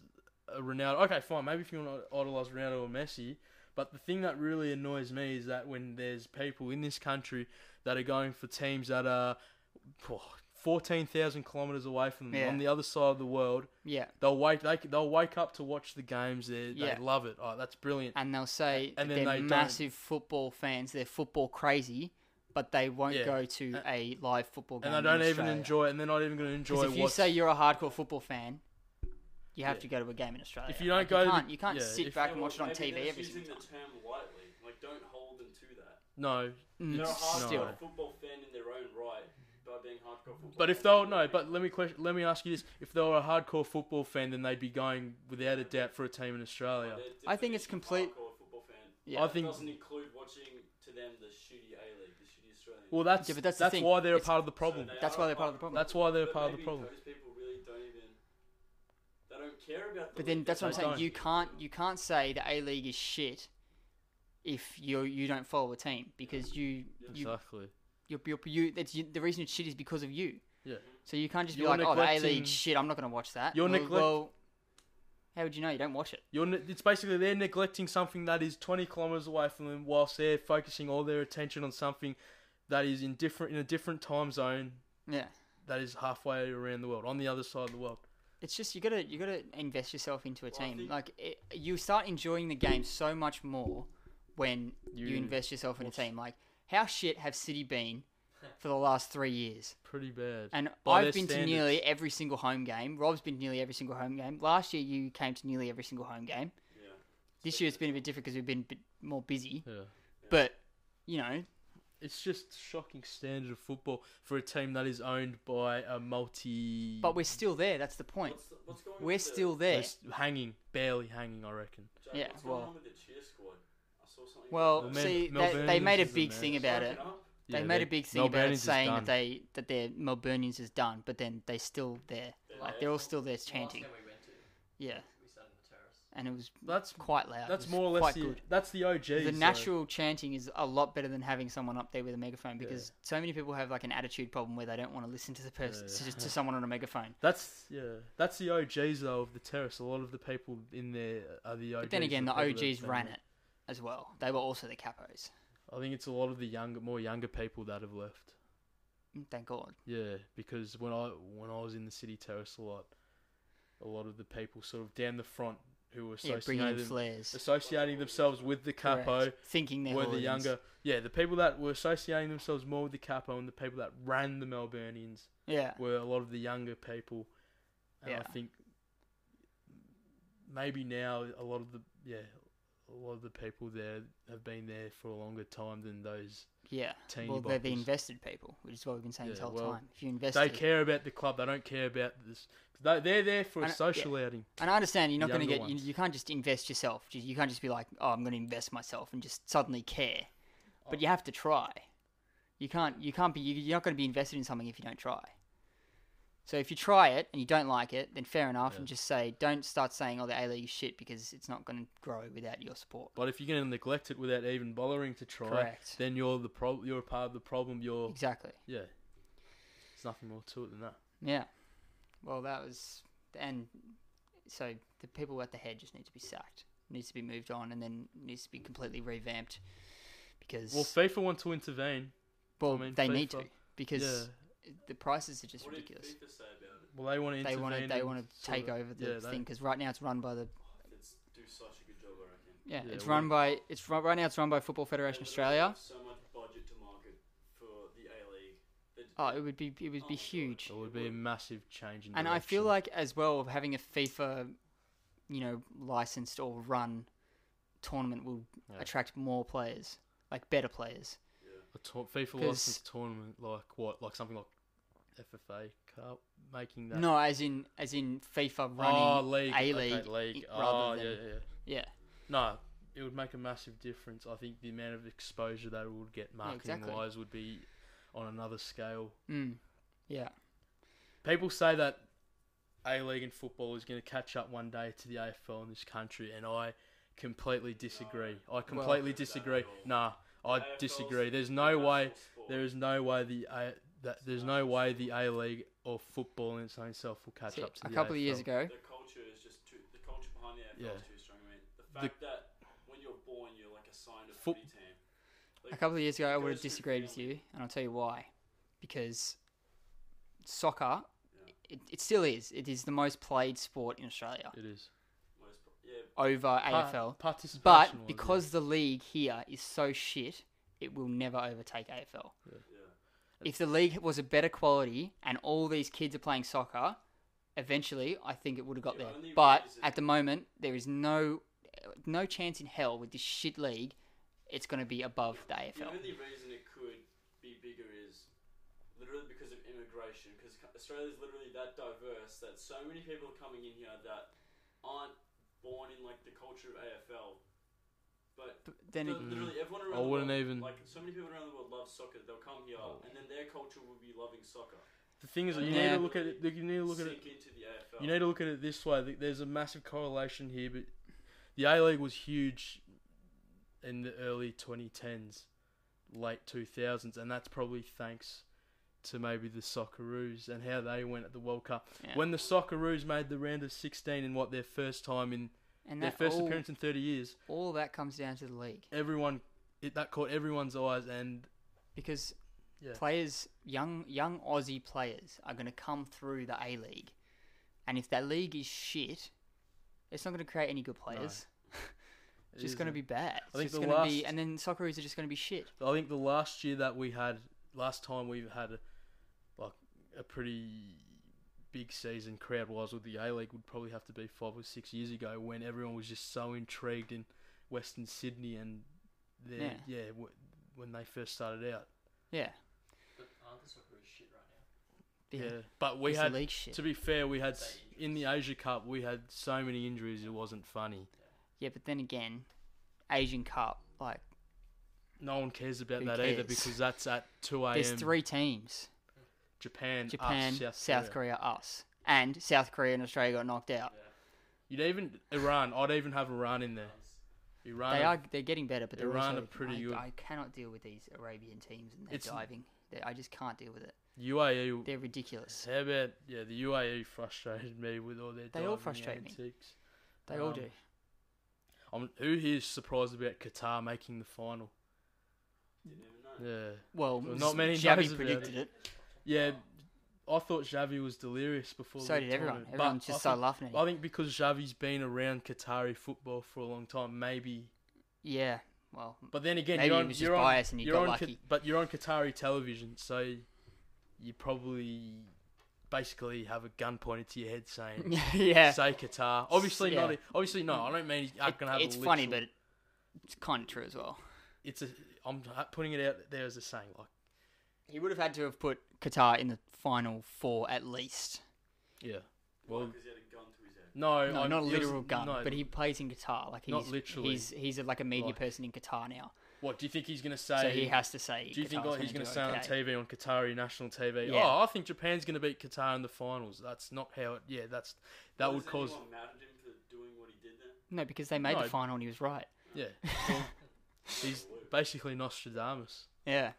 [SPEAKER 3] uh, Ronaldo. Okay, fine, maybe if you want to idolize Ronaldo or Messi, but the thing that really annoys me is that when there's people in this country that are going for teams that are oh, 14,000 kilometers away from them
[SPEAKER 2] Yeah.
[SPEAKER 3] on the other side of the world,
[SPEAKER 2] Yeah,
[SPEAKER 3] they'll wake they, they'll wake up to watch the games there.
[SPEAKER 2] Yeah.
[SPEAKER 3] They love it. Oh, that's brilliant.
[SPEAKER 2] and they'll say
[SPEAKER 3] And then
[SPEAKER 2] they're
[SPEAKER 3] they don't.
[SPEAKER 2] massive football fans. They're football crazy, but they won't
[SPEAKER 3] Yeah.
[SPEAKER 2] go to
[SPEAKER 3] And-
[SPEAKER 2] a live football game.
[SPEAKER 3] And they don't
[SPEAKER 2] in
[SPEAKER 3] even
[SPEAKER 2] Australia.
[SPEAKER 3] enjoy it and they're not even going to enjoy
[SPEAKER 2] Because if you
[SPEAKER 3] what's-
[SPEAKER 2] say you're a hardcore football fan, you have
[SPEAKER 3] Yeah.
[SPEAKER 2] to go to a game in Australia.
[SPEAKER 3] If you don't
[SPEAKER 2] Like,
[SPEAKER 3] go to
[SPEAKER 2] you
[SPEAKER 3] the-
[SPEAKER 2] can't, you can't
[SPEAKER 3] yeah,
[SPEAKER 2] sit
[SPEAKER 3] if-
[SPEAKER 2] back
[SPEAKER 1] Yeah,
[SPEAKER 2] and
[SPEAKER 1] well,
[SPEAKER 2] watch it on
[SPEAKER 1] maybe they're
[SPEAKER 2] TV
[SPEAKER 1] just
[SPEAKER 2] every
[SPEAKER 1] using
[SPEAKER 2] single
[SPEAKER 1] the
[SPEAKER 2] time.
[SPEAKER 1] term lightly. Like, don't hold them to that.
[SPEAKER 3] No.
[SPEAKER 2] Mm,
[SPEAKER 1] They're a
[SPEAKER 3] hard
[SPEAKER 2] still,
[SPEAKER 1] hardcore
[SPEAKER 3] No.
[SPEAKER 1] football fan in their own right by being hardcore football.
[SPEAKER 3] But if
[SPEAKER 1] fans.
[SPEAKER 3] they were no, but let me question, let me ask you this: If they were a hardcore football fan, then they'd be going without a doubt for a team in Australia.
[SPEAKER 2] I think it's complete-
[SPEAKER 1] Hardcore football fan.
[SPEAKER 2] yeah.
[SPEAKER 3] I
[SPEAKER 1] That
[SPEAKER 3] think-
[SPEAKER 1] doesn't include watching to them the shitty A League, the shitty Australian.
[SPEAKER 3] Well, that's
[SPEAKER 2] Yeah, but
[SPEAKER 3] that's,
[SPEAKER 2] that's the thing.
[SPEAKER 3] why they're a
[SPEAKER 2] It's-
[SPEAKER 3] part of the
[SPEAKER 1] So
[SPEAKER 3] problem.
[SPEAKER 1] they
[SPEAKER 2] That's
[SPEAKER 1] are
[SPEAKER 2] why
[SPEAKER 1] a
[SPEAKER 2] they're part of the problem.
[SPEAKER 3] That's why they're
[SPEAKER 1] But
[SPEAKER 3] part of the
[SPEAKER 1] maybe
[SPEAKER 3] problem.
[SPEAKER 1] Those people really don't even. They don't care about. The
[SPEAKER 2] But then
[SPEAKER 1] league,
[SPEAKER 2] that's
[SPEAKER 1] they
[SPEAKER 2] what
[SPEAKER 1] don't
[SPEAKER 2] I'm saying.
[SPEAKER 1] like
[SPEAKER 2] You
[SPEAKER 1] it.
[SPEAKER 2] can't you can't say the A League is shit if you you don't follow a team because you you
[SPEAKER 3] Exactly.
[SPEAKER 2] you're, you're, you that's you, the reason it's shit is because of you.
[SPEAKER 3] Yeah.
[SPEAKER 2] So you can't just be
[SPEAKER 3] You're
[SPEAKER 2] like, oh, the A
[SPEAKER 3] neglecting-
[SPEAKER 2] League shit. I'm not going to watch that.
[SPEAKER 3] You're
[SPEAKER 2] well,
[SPEAKER 3] neglect-
[SPEAKER 2] well, how would you know? You don't watch it.
[SPEAKER 3] You're ne- it's basically they're neglecting something that is 20 kilometers away from them, whilst they're focusing all their attention on something that is in different in a different time zone
[SPEAKER 2] Yeah.
[SPEAKER 3] that is halfway around the world, on the other side of the world.
[SPEAKER 2] It's just you gotta you gotta invest yourself into a
[SPEAKER 1] Well, I
[SPEAKER 2] team.
[SPEAKER 1] think-
[SPEAKER 2] Like it, you start enjoying the game so much more when you,
[SPEAKER 3] You-
[SPEAKER 2] invest yourself in a
[SPEAKER 3] Well, s-
[SPEAKER 2] team. Like how shit have City been for the last three years?
[SPEAKER 3] Pretty bad.
[SPEAKER 2] And
[SPEAKER 3] By
[SPEAKER 2] I've
[SPEAKER 3] their
[SPEAKER 2] been to nearly every single home game. Rob's been to nearly every single home game. Last year you came to nearly every single home game.
[SPEAKER 1] Yeah.
[SPEAKER 2] This year it's been a bit different because we've been a bit more busy.
[SPEAKER 3] yeah.
[SPEAKER 2] But you know,
[SPEAKER 3] It's just shocking standard of football for a team that is owned by a multi.
[SPEAKER 2] but we're still there. That's the point.
[SPEAKER 1] What's, what's going on
[SPEAKER 2] We're
[SPEAKER 1] with the-
[SPEAKER 2] still
[SPEAKER 3] They're
[SPEAKER 2] there.
[SPEAKER 3] s- hanging, barely hanging, I reckon.
[SPEAKER 1] Jack,
[SPEAKER 2] yeah,
[SPEAKER 1] What's going
[SPEAKER 2] well-
[SPEAKER 1] on with the cheer squad? I saw something.
[SPEAKER 2] Well,
[SPEAKER 3] Well, Mel-
[SPEAKER 2] see,
[SPEAKER 3] Mel
[SPEAKER 2] they, they made a
[SPEAKER 3] Berners is a
[SPEAKER 2] big
[SPEAKER 3] mess.
[SPEAKER 2] thing about it. They
[SPEAKER 3] Yeah,
[SPEAKER 2] made
[SPEAKER 3] they-
[SPEAKER 2] a big thing
[SPEAKER 3] Mel
[SPEAKER 2] about
[SPEAKER 3] Berners
[SPEAKER 2] it,
[SPEAKER 3] is
[SPEAKER 2] saying
[SPEAKER 3] done.
[SPEAKER 2] that they that their Melburnians is done, but then they still there, like they're all still there chanting.
[SPEAKER 4] we went to,
[SPEAKER 2] Yeah,
[SPEAKER 4] we sat on the terrace.
[SPEAKER 2] and it was
[SPEAKER 3] That's
[SPEAKER 2] quite loud. It
[SPEAKER 3] that's
[SPEAKER 2] was
[SPEAKER 3] more or less
[SPEAKER 2] quite
[SPEAKER 3] the
[SPEAKER 2] good.
[SPEAKER 3] that's the OG.
[SPEAKER 2] the natural chanting is a lot better than having someone up there with a megaphone
[SPEAKER 3] Yeah.
[SPEAKER 2] because so many people have like an attitude problem where they don't want to listen to the person
[SPEAKER 3] Yeah.
[SPEAKER 2] to, just to someone on a megaphone.
[SPEAKER 3] That's yeah. That's the OGs though of the terrace. A lot of the people in there are the OGs.
[SPEAKER 2] But then again, the
[SPEAKER 3] of people that
[SPEAKER 2] OGs
[SPEAKER 3] have
[SPEAKER 2] ran
[SPEAKER 3] done
[SPEAKER 2] it as well. They were also the capos.
[SPEAKER 3] it. I think it's a lot of the younger, more younger people that have left.
[SPEAKER 2] Mm, Thank God.
[SPEAKER 3] Yeah, because when I when I was in the city terrace a lot, a lot of the people sort of down the front who were
[SPEAKER 2] Yeah, bringing in
[SPEAKER 3] associating,
[SPEAKER 2] flares.
[SPEAKER 3] associating themselves with the capo.
[SPEAKER 2] Correct. thinking they're
[SPEAKER 3] were the
[SPEAKER 2] hooligans.
[SPEAKER 3] younger, yeah, the people that were associating themselves more with the capo and the people that ran the Melburnians
[SPEAKER 2] Yeah,
[SPEAKER 3] were a lot of the younger people. And
[SPEAKER 2] Ah. Yeah.
[SPEAKER 3] I think maybe now a lot of the yeah, a lot of the people there have been there for a longer time than those
[SPEAKER 2] yeah.
[SPEAKER 3] teeny
[SPEAKER 2] Well, they're the
[SPEAKER 3] boppers.
[SPEAKER 2] invested people, which is what we've been saying this
[SPEAKER 3] Yeah,
[SPEAKER 2] whole
[SPEAKER 3] well,
[SPEAKER 2] time. If you invest,
[SPEAKER 3] They care about the club. They don't care about this. They- They're there for a
[SPEAKER 2] And, uh,
[SPEAKER 3] social outing.
[SPEAKER 2] And I understand you're not
[SPEAKER 3] The
[SPEAKER 2] going to
[SPEAKER 3] younger
[SPEAKER 2] get you,
[SPEAKER 3] ones.
[SPEAKER 2] you can't just invest yourself. You- You can't just be like, oh, I'm going to invest myself and just suddenly care. But you have to try. You can't you can't be you- you're not going to be invested in something if you don't try. So if you try it and you don't like it, then fair enough, and just say don't start saying oh the A League is shit because it's not going to grow without your support.
[SPEAKER 3] But if you're going to neglect it without even bothering to try,
[SPEAKER 2] Correct.
[SPEAKER 3] then you're the pro- You're a part of the problem. You're
[SPEAKER 2] Exactly.
[SPEAKER 3] yeah. There's nothing more to it than that.
[SPEAKER 2] Yeah. Well, that was and so the people at the head just need to be sacked. Needs to be moved on, and then needs to be completely revamped because
[SPEAKER 3] Well, FIFA want to intervene.
[SPEAKER 2] Well,
[SPEAKER 3] I mean,
[SPEAKER 2] they need
[SPEAKER 3] FIFA.
[SPEAKER 2] to because
[SPEAKER 3] yeah.
[SPEAKER 2] the prices are just
[SPEAKER 1] what
[SPEAKER 2] ridiculous.
[SPEAKER 1] did FIFA say about it?
[SPEAKER 3] Well, they want to
[SPEAKER 2] They
[SPEAKER 3] intervene.
[SPEAKER 2] want to they
[SPEAKER 3] and
[SPEAKER 2] want to
[SPEAKER 3] sort
[SPEAKER 2] take
[SPEAKER 3] of-
[SPEAKER 2] over the
[SPEAKER 3] yeah, they-
[SPEAKER 2] thing because right now it's run by the
[SPEAKER 1] It's do such a good job, I reckon.
[SPEAKER 2] yeah,
[SPEAKER 3] Yeah,
[SPEAKER 2] it's
[SPEAKER 3] well-
[SPEAKER 2] run by it's run, right now it's run by Football Federation
[SPEAKER 1] They
[SPEAKER 2] Australia.
[SPEAKER 1] literally have So much budget to market for the A League.
[SPEAKER 2] Oh, it would be it would
[SPEAKER 1] Oh
[SPEAKER 2] be
[SPEAKER 1] my God.
[SPEAKER 2] huge.
[SPEAKER 3] It would be a massive change in
[SPEAKER 2] And I feel
[SPEAKER 3] direction.
[SPEAKER 2] like as well having a FIFA, you know, licensed or run tournament will
[SPEAKER 3] Yeah.
[SPEAKER 2] attract more players, like better players.
[SPEAKER 3] a tour- FIFA
[SPEAKER 2] 'Cause-
[SPEAKER 3] license tournament, like what, like something like FFA Cup, making that
[SPEAKER 2] No, as in as in FIFA
[SPEAKER 3] oh
[SPEAKER 2] running
[SPEAKER 3] league,
[SPEAKER 2] A
[SPEAKER 3] okay,
[SPEAKER 2] league,
[SPEAKER 3] league,
[SPEAKER 2] i- rather
[SPEAKER 3] oh yeah,
[SPEAKER 2] than-
[SPEAKER 3] yeah, yeah.
[SPEAKER 2] yeah.
[SPEAKER 3] no, it would make a massive difference. I think the amount of exposure they would get marketing
[SPEAKER 2] exactly.
[SPEAKER 3] wise would be on another scale.
[SPEAKER 2] Mm. Yeah.
[SPEAKER 3] People say that A League and football is going to catch up one day to the AFL in this country, and I completely disagree. I completely
[SPEAKER 1] Well-
[SPEAKER 3] disagree. Nah, I
[SPEAKER 1] AFL's
[SPEAKER 3] disagree. There's no way.
[SPEAKER 1] Sport.
[SPEAKER 3] There is no way the A. That, there's no way the A League or football in its own self will catch
[SPEAKER 2] See,
[SPEAKER 3] up to
[SPEAKER 2] a
[SPEAKER 3] the
[SPEAKER 2] couple of years
[SPEAKER 3] AFL.
[SPEAKER 2] ago,
[SPEAKER 1] The culture is just too. The culture behind the AFL is
[SPEAKER 3] Yeah.
[SPEAKER 1] too strong. I mean, the fact that when you're born, you're like assigned a
[SPEAKER 3] Foot-
[SPEAKER 1] footy team.
[SPEAKER 2] a couple of years ago, I
[SPEAKER 1] It
[SPEAKER 2] would have
[SPEAKER 1] goes through
[SPEAKER 2] disagreed with
[SPEAKER 1] family.
[SPEAKER 2] you, and I'll tell you why. Because soccer, it, it still is. It is the most played sport in Australia
[SPEAKER 3] It is.
[SPEAKER 1] Most, pro- yeah,
[SPEAKER 2] over
[SPEAKER 3] Pa-
[SPEAKER 2] AFL.
[SPEAKER 3] participation was, yeah.
[SPEAKER 2] But because the league here is so shit, it will never overtake AFL.
[SPEAKER 1] yeah.
[SPEAKER 2] If the league was a better quality and all these kids are playing soccer, eventually I think it would have got
[SPEAKER 1] The
[SPEAKER 2] there.
[SPEAKER 1] only
[SPEAKER 2] But
[SPEAKER 1] reason-
[SPEAKER 2] at the moment, there is no no chance in hell with this shit league. It's going to be above the
[SPEAKER 1] The
[SPEAKER 2] AFL.
[SPEAKER 1] only reason it could be bigger is literally because of immigration. Because Australia is literally that diverse that so many people are coming in here that aren't born in like the culture of AFL. But
[SPEAKER 2] But then
[SPEAKER 1] li-
[SPEAKER 2] it,
[SPEAKER 3] Mm.
[SPEAKER 1] literally everyone
[SPEAKER 3] I
[SPEAKER 1] around the
[SPEAKER 3] wouldn't
[SPEAKER 1] world,
[SPEAKER 3] even- Oh.
[SPEAKER 1] like so many people around the world love soccer. They'll come here and then their culture will be loving soccer.
[SPEAKER 3] the thing is, that you
[SPEAKER 2] Yeah.
[SPEAKER 3] need to look at it. You need to look at it.
[SPEAKER 1] Sink into the AFL.
[SPEAKER 3] You need to look at it this way. th- There's a massive correlation here, but the A League was huge in the early 2010s, late 2000s, and that's probably thanks to maybe the Socceroos and how they went at the World Cup.
[SPEAKER 2] yeah.
[SPEAKER 3] When the Socceroos made the round of 16 in what their first time in
[SPEAKER 2] and
[SPEAKER 3] their
[SPEAKER 2] that
[SPEAKER 3] first
[SPEAKER 2] all,
[SPEAKER 3] appearance in 30 years,
[SPEAKER 2] all that comes down to the league
[SPEAKER 3] everyone it, that caught everyone's eyes, and
[SPEAKER 2] because
[SPEAKER 3] Yeah.
[SPEAKER 2] players, young young Aussie players, are going to come through the A League, and if that league is shit, it's not going to create any good players.
[SPEAKER 3] it
[SPEAKER 2] It's just going to
[SPEAKER 3] isn't-
[SPEAKER 2] be bad. It's
[SPEAKER 3] think
[SPEAKER 2] just
[SPEAKER 3] the
[SPEAKER 2] going to be,
[SPEAKER 3] last-
[SPEAKER 2] and then Socceroos are just going to be shit.
[SPEAKER 3] I think the last year that we had, last time we had, a, like a pretty big season crowd wise with the A League would probably have to be five or six years ago when everyone was just so intrigued in Western Sydney and their, yeah,
[SPEAKER 2] Yeah.
[SPEAKER 3] w- when they first started out.
[SPEAKER 2] Yeah.
[SPEAKER 3] Yeah,
[SPEAKER 2] Yeah.
[SPEAKER 3] but we
[SPEAKER 2] It's
[SPEAKER 3] had
[SPEAKER 2] the league shit.
[SPEAKER 3] to be fair, we had s- in the Asia Cup we had so many injuries it wasn't funny.
[SPEAKER 2] Yeah, but then again, Asian Cup, like
[SPEAKER 3] No one cares about
[SPEAKER 2] Who
[SPEAKER 3] that either
[SPEAKER 2] cares?
[SPEAKER 3] because that's at two
[SPEAKER 2] there's
[SPEAKER 3] a.m.
[SPEAKER 2] three teams:
[SPEAKER 3] Japan, us,
[SPEAKER 2] Japan,
[SPEAKER 3] South,
[SPEAKER 2] South
[SPEAKER 3] Korea.
[SPEAKER 2] Korea. us, and South Korea and Australia got knocked out.
[SPEAKER 3] You'd even Iran. I'd even have Iran in there. Iran.
[SPEAKER 2] They
[SPEAKER 3] are-
[SPEAKER 2] are they're getting better, but they're
[SPEAKER 3] Iran
[SPEAKER 2] also,
[SPEAKER 3] are pretty
[SPEAKER 2] I,
[SPEAKER 3] good.
[SPEAKER 2] I cannot deal with these Arabian teams and their
[SPEAKER 3] It's-
[SPEAKER 2] diving. They, I just can't deal with it.
[SPEAKER 3] UAE.
[SPEAKER 2] They're ridiculous.
[SPEAKER 3] E, How about yeah? The UAE frustrated me with all their.
[SPEAKER 2] They all
[SPEAKER 3] diving
[SPEAKER 2] frustrate me.
[SPEAKER 3] antics.
[SPEAKER 2] They all
[SPEAKER 3] Um,
[SPEAKER 2] do.
[SPEAKER 3] I'm, who here's surprised about Qatar making the final?
[SPEAKER 1] You never know.
[SPEAKER 3] Yeah,
[SPEAKER 2] Well,
[SPEAKER 3] well, not many knows
[SPEAKER 2] Xavi
[SPEAKER 3] about
[SPEAKER 2] predicted it.
[SPEAKER 3] yeah. I thought Xavi was delirious before.
[SPEAKER 2] So
[SPEAKER 3] the
[SPEAKER 2] did everyone.
[SPEAKER 3] tournament, but
[SPEAKER 2] Everyone just
[SPEAKER 3] I
[SPEAKER 2] started
[SPEAKER 3] think,
[SPEAKER 2] laughing at him.
[SPEAKER 3] I think because Xavi's been around Qatari football for a long time, maybe.
[SPEAKER 2] yeah. Well,
[SPEAKER 3] But then again,
[SPEAKER 2] Maybe
[SPEAKER 3] you're
[SPEAKER 2] he
[SPEAKER 3] on,
[SPEAKER 2] was just
[SPEAKER 3] you're on,
[SPEAKER 2] biased and he
[SPEAKER 3] you're
[SPEAKER 2] got
[SPEAKER 3] on
[SPEAKER 2] lucky.
[SPEAKER 3] Qat- but you're on Qatari television, so you probably basically have a gun pointed to your head saying,
[SPEAKER 2] yeah.
[SPEAKER 3] say Qatar. Obviously
[SPEAKER 2] yeah.
[SPEAKER 3] not. Obviously no. I don't mean he's not
[SPEAKER 2] It-
[SPEAKER 3] gonna have.
[SPEAKER 2] it's
[SPEAKER 3] a
[SPEAKER 2] funny,
[SPEAKER 3] literal-
[SPEAKER 2] but it- it's kind of true as well.
[SPEAKER 3] it's a. I'm putting it out there as a saying. Like
[SPEAKER 2] He would have had to have put Qatar in the final four at least.
[SPEAKER 3] yeah.
[SPEAKER 1] Why?
[SPEAKER 3] Well,
[SPEAKER 1] 'Cause he had a gun to his head.
[SPEAKER 3] no,
[SPEAKER 2] No,
[SPEAKER 3] I'm,
[SPEAKER 2] not a
[SPEAKER 3] it was-
[SPEAKER 2] literal gun,
[SPEAKER 3] no,
[SPEAKER 2] but he plays in Qatar. Like he's
[SPEAKER 3] Not literally.
[SPEAKER 2] He's he's like a media
[SPEAKER 3] Like-
[SPEAKER 2] person in Qatar now,
[SPEAKER 3] What do you think he's gonna say?
[SPEAKER 2] so he has to say.
[SPEAKER 3] do you think
[SPEAKER 2] Qatar's
[SPEAKER 3] like, he's
[SPEAKER 2] gonna
[SPEAKER 3] gonna
[SPEAKER 2] do
[SPEAKER 3] say
[SPEAKER 2] okay.
[SPEAKER 3] on TV on Qatari national TV?
[SPEAKER 2] Yeah.
[SPEAKER 3] Oh, I think Japan's gonna beat Qatar in the finals. That's not how. It, yeah, that's that
[SPEAKER 1] Well,
[SPEAKER 3] would
[SPEAKER 1] is
[SPEAKER 3] cause.
[SPEAKER 1] anyone mad at him for doing what he did there?
[SPEAKER 2] No, because they made
[SPEAKER 3] No.
[SPEAKER 2] the final and he was right.
[SPEAKER 3] Yeah, well, he's basically Nostradamus.
[SPEAKER 2] Yeah.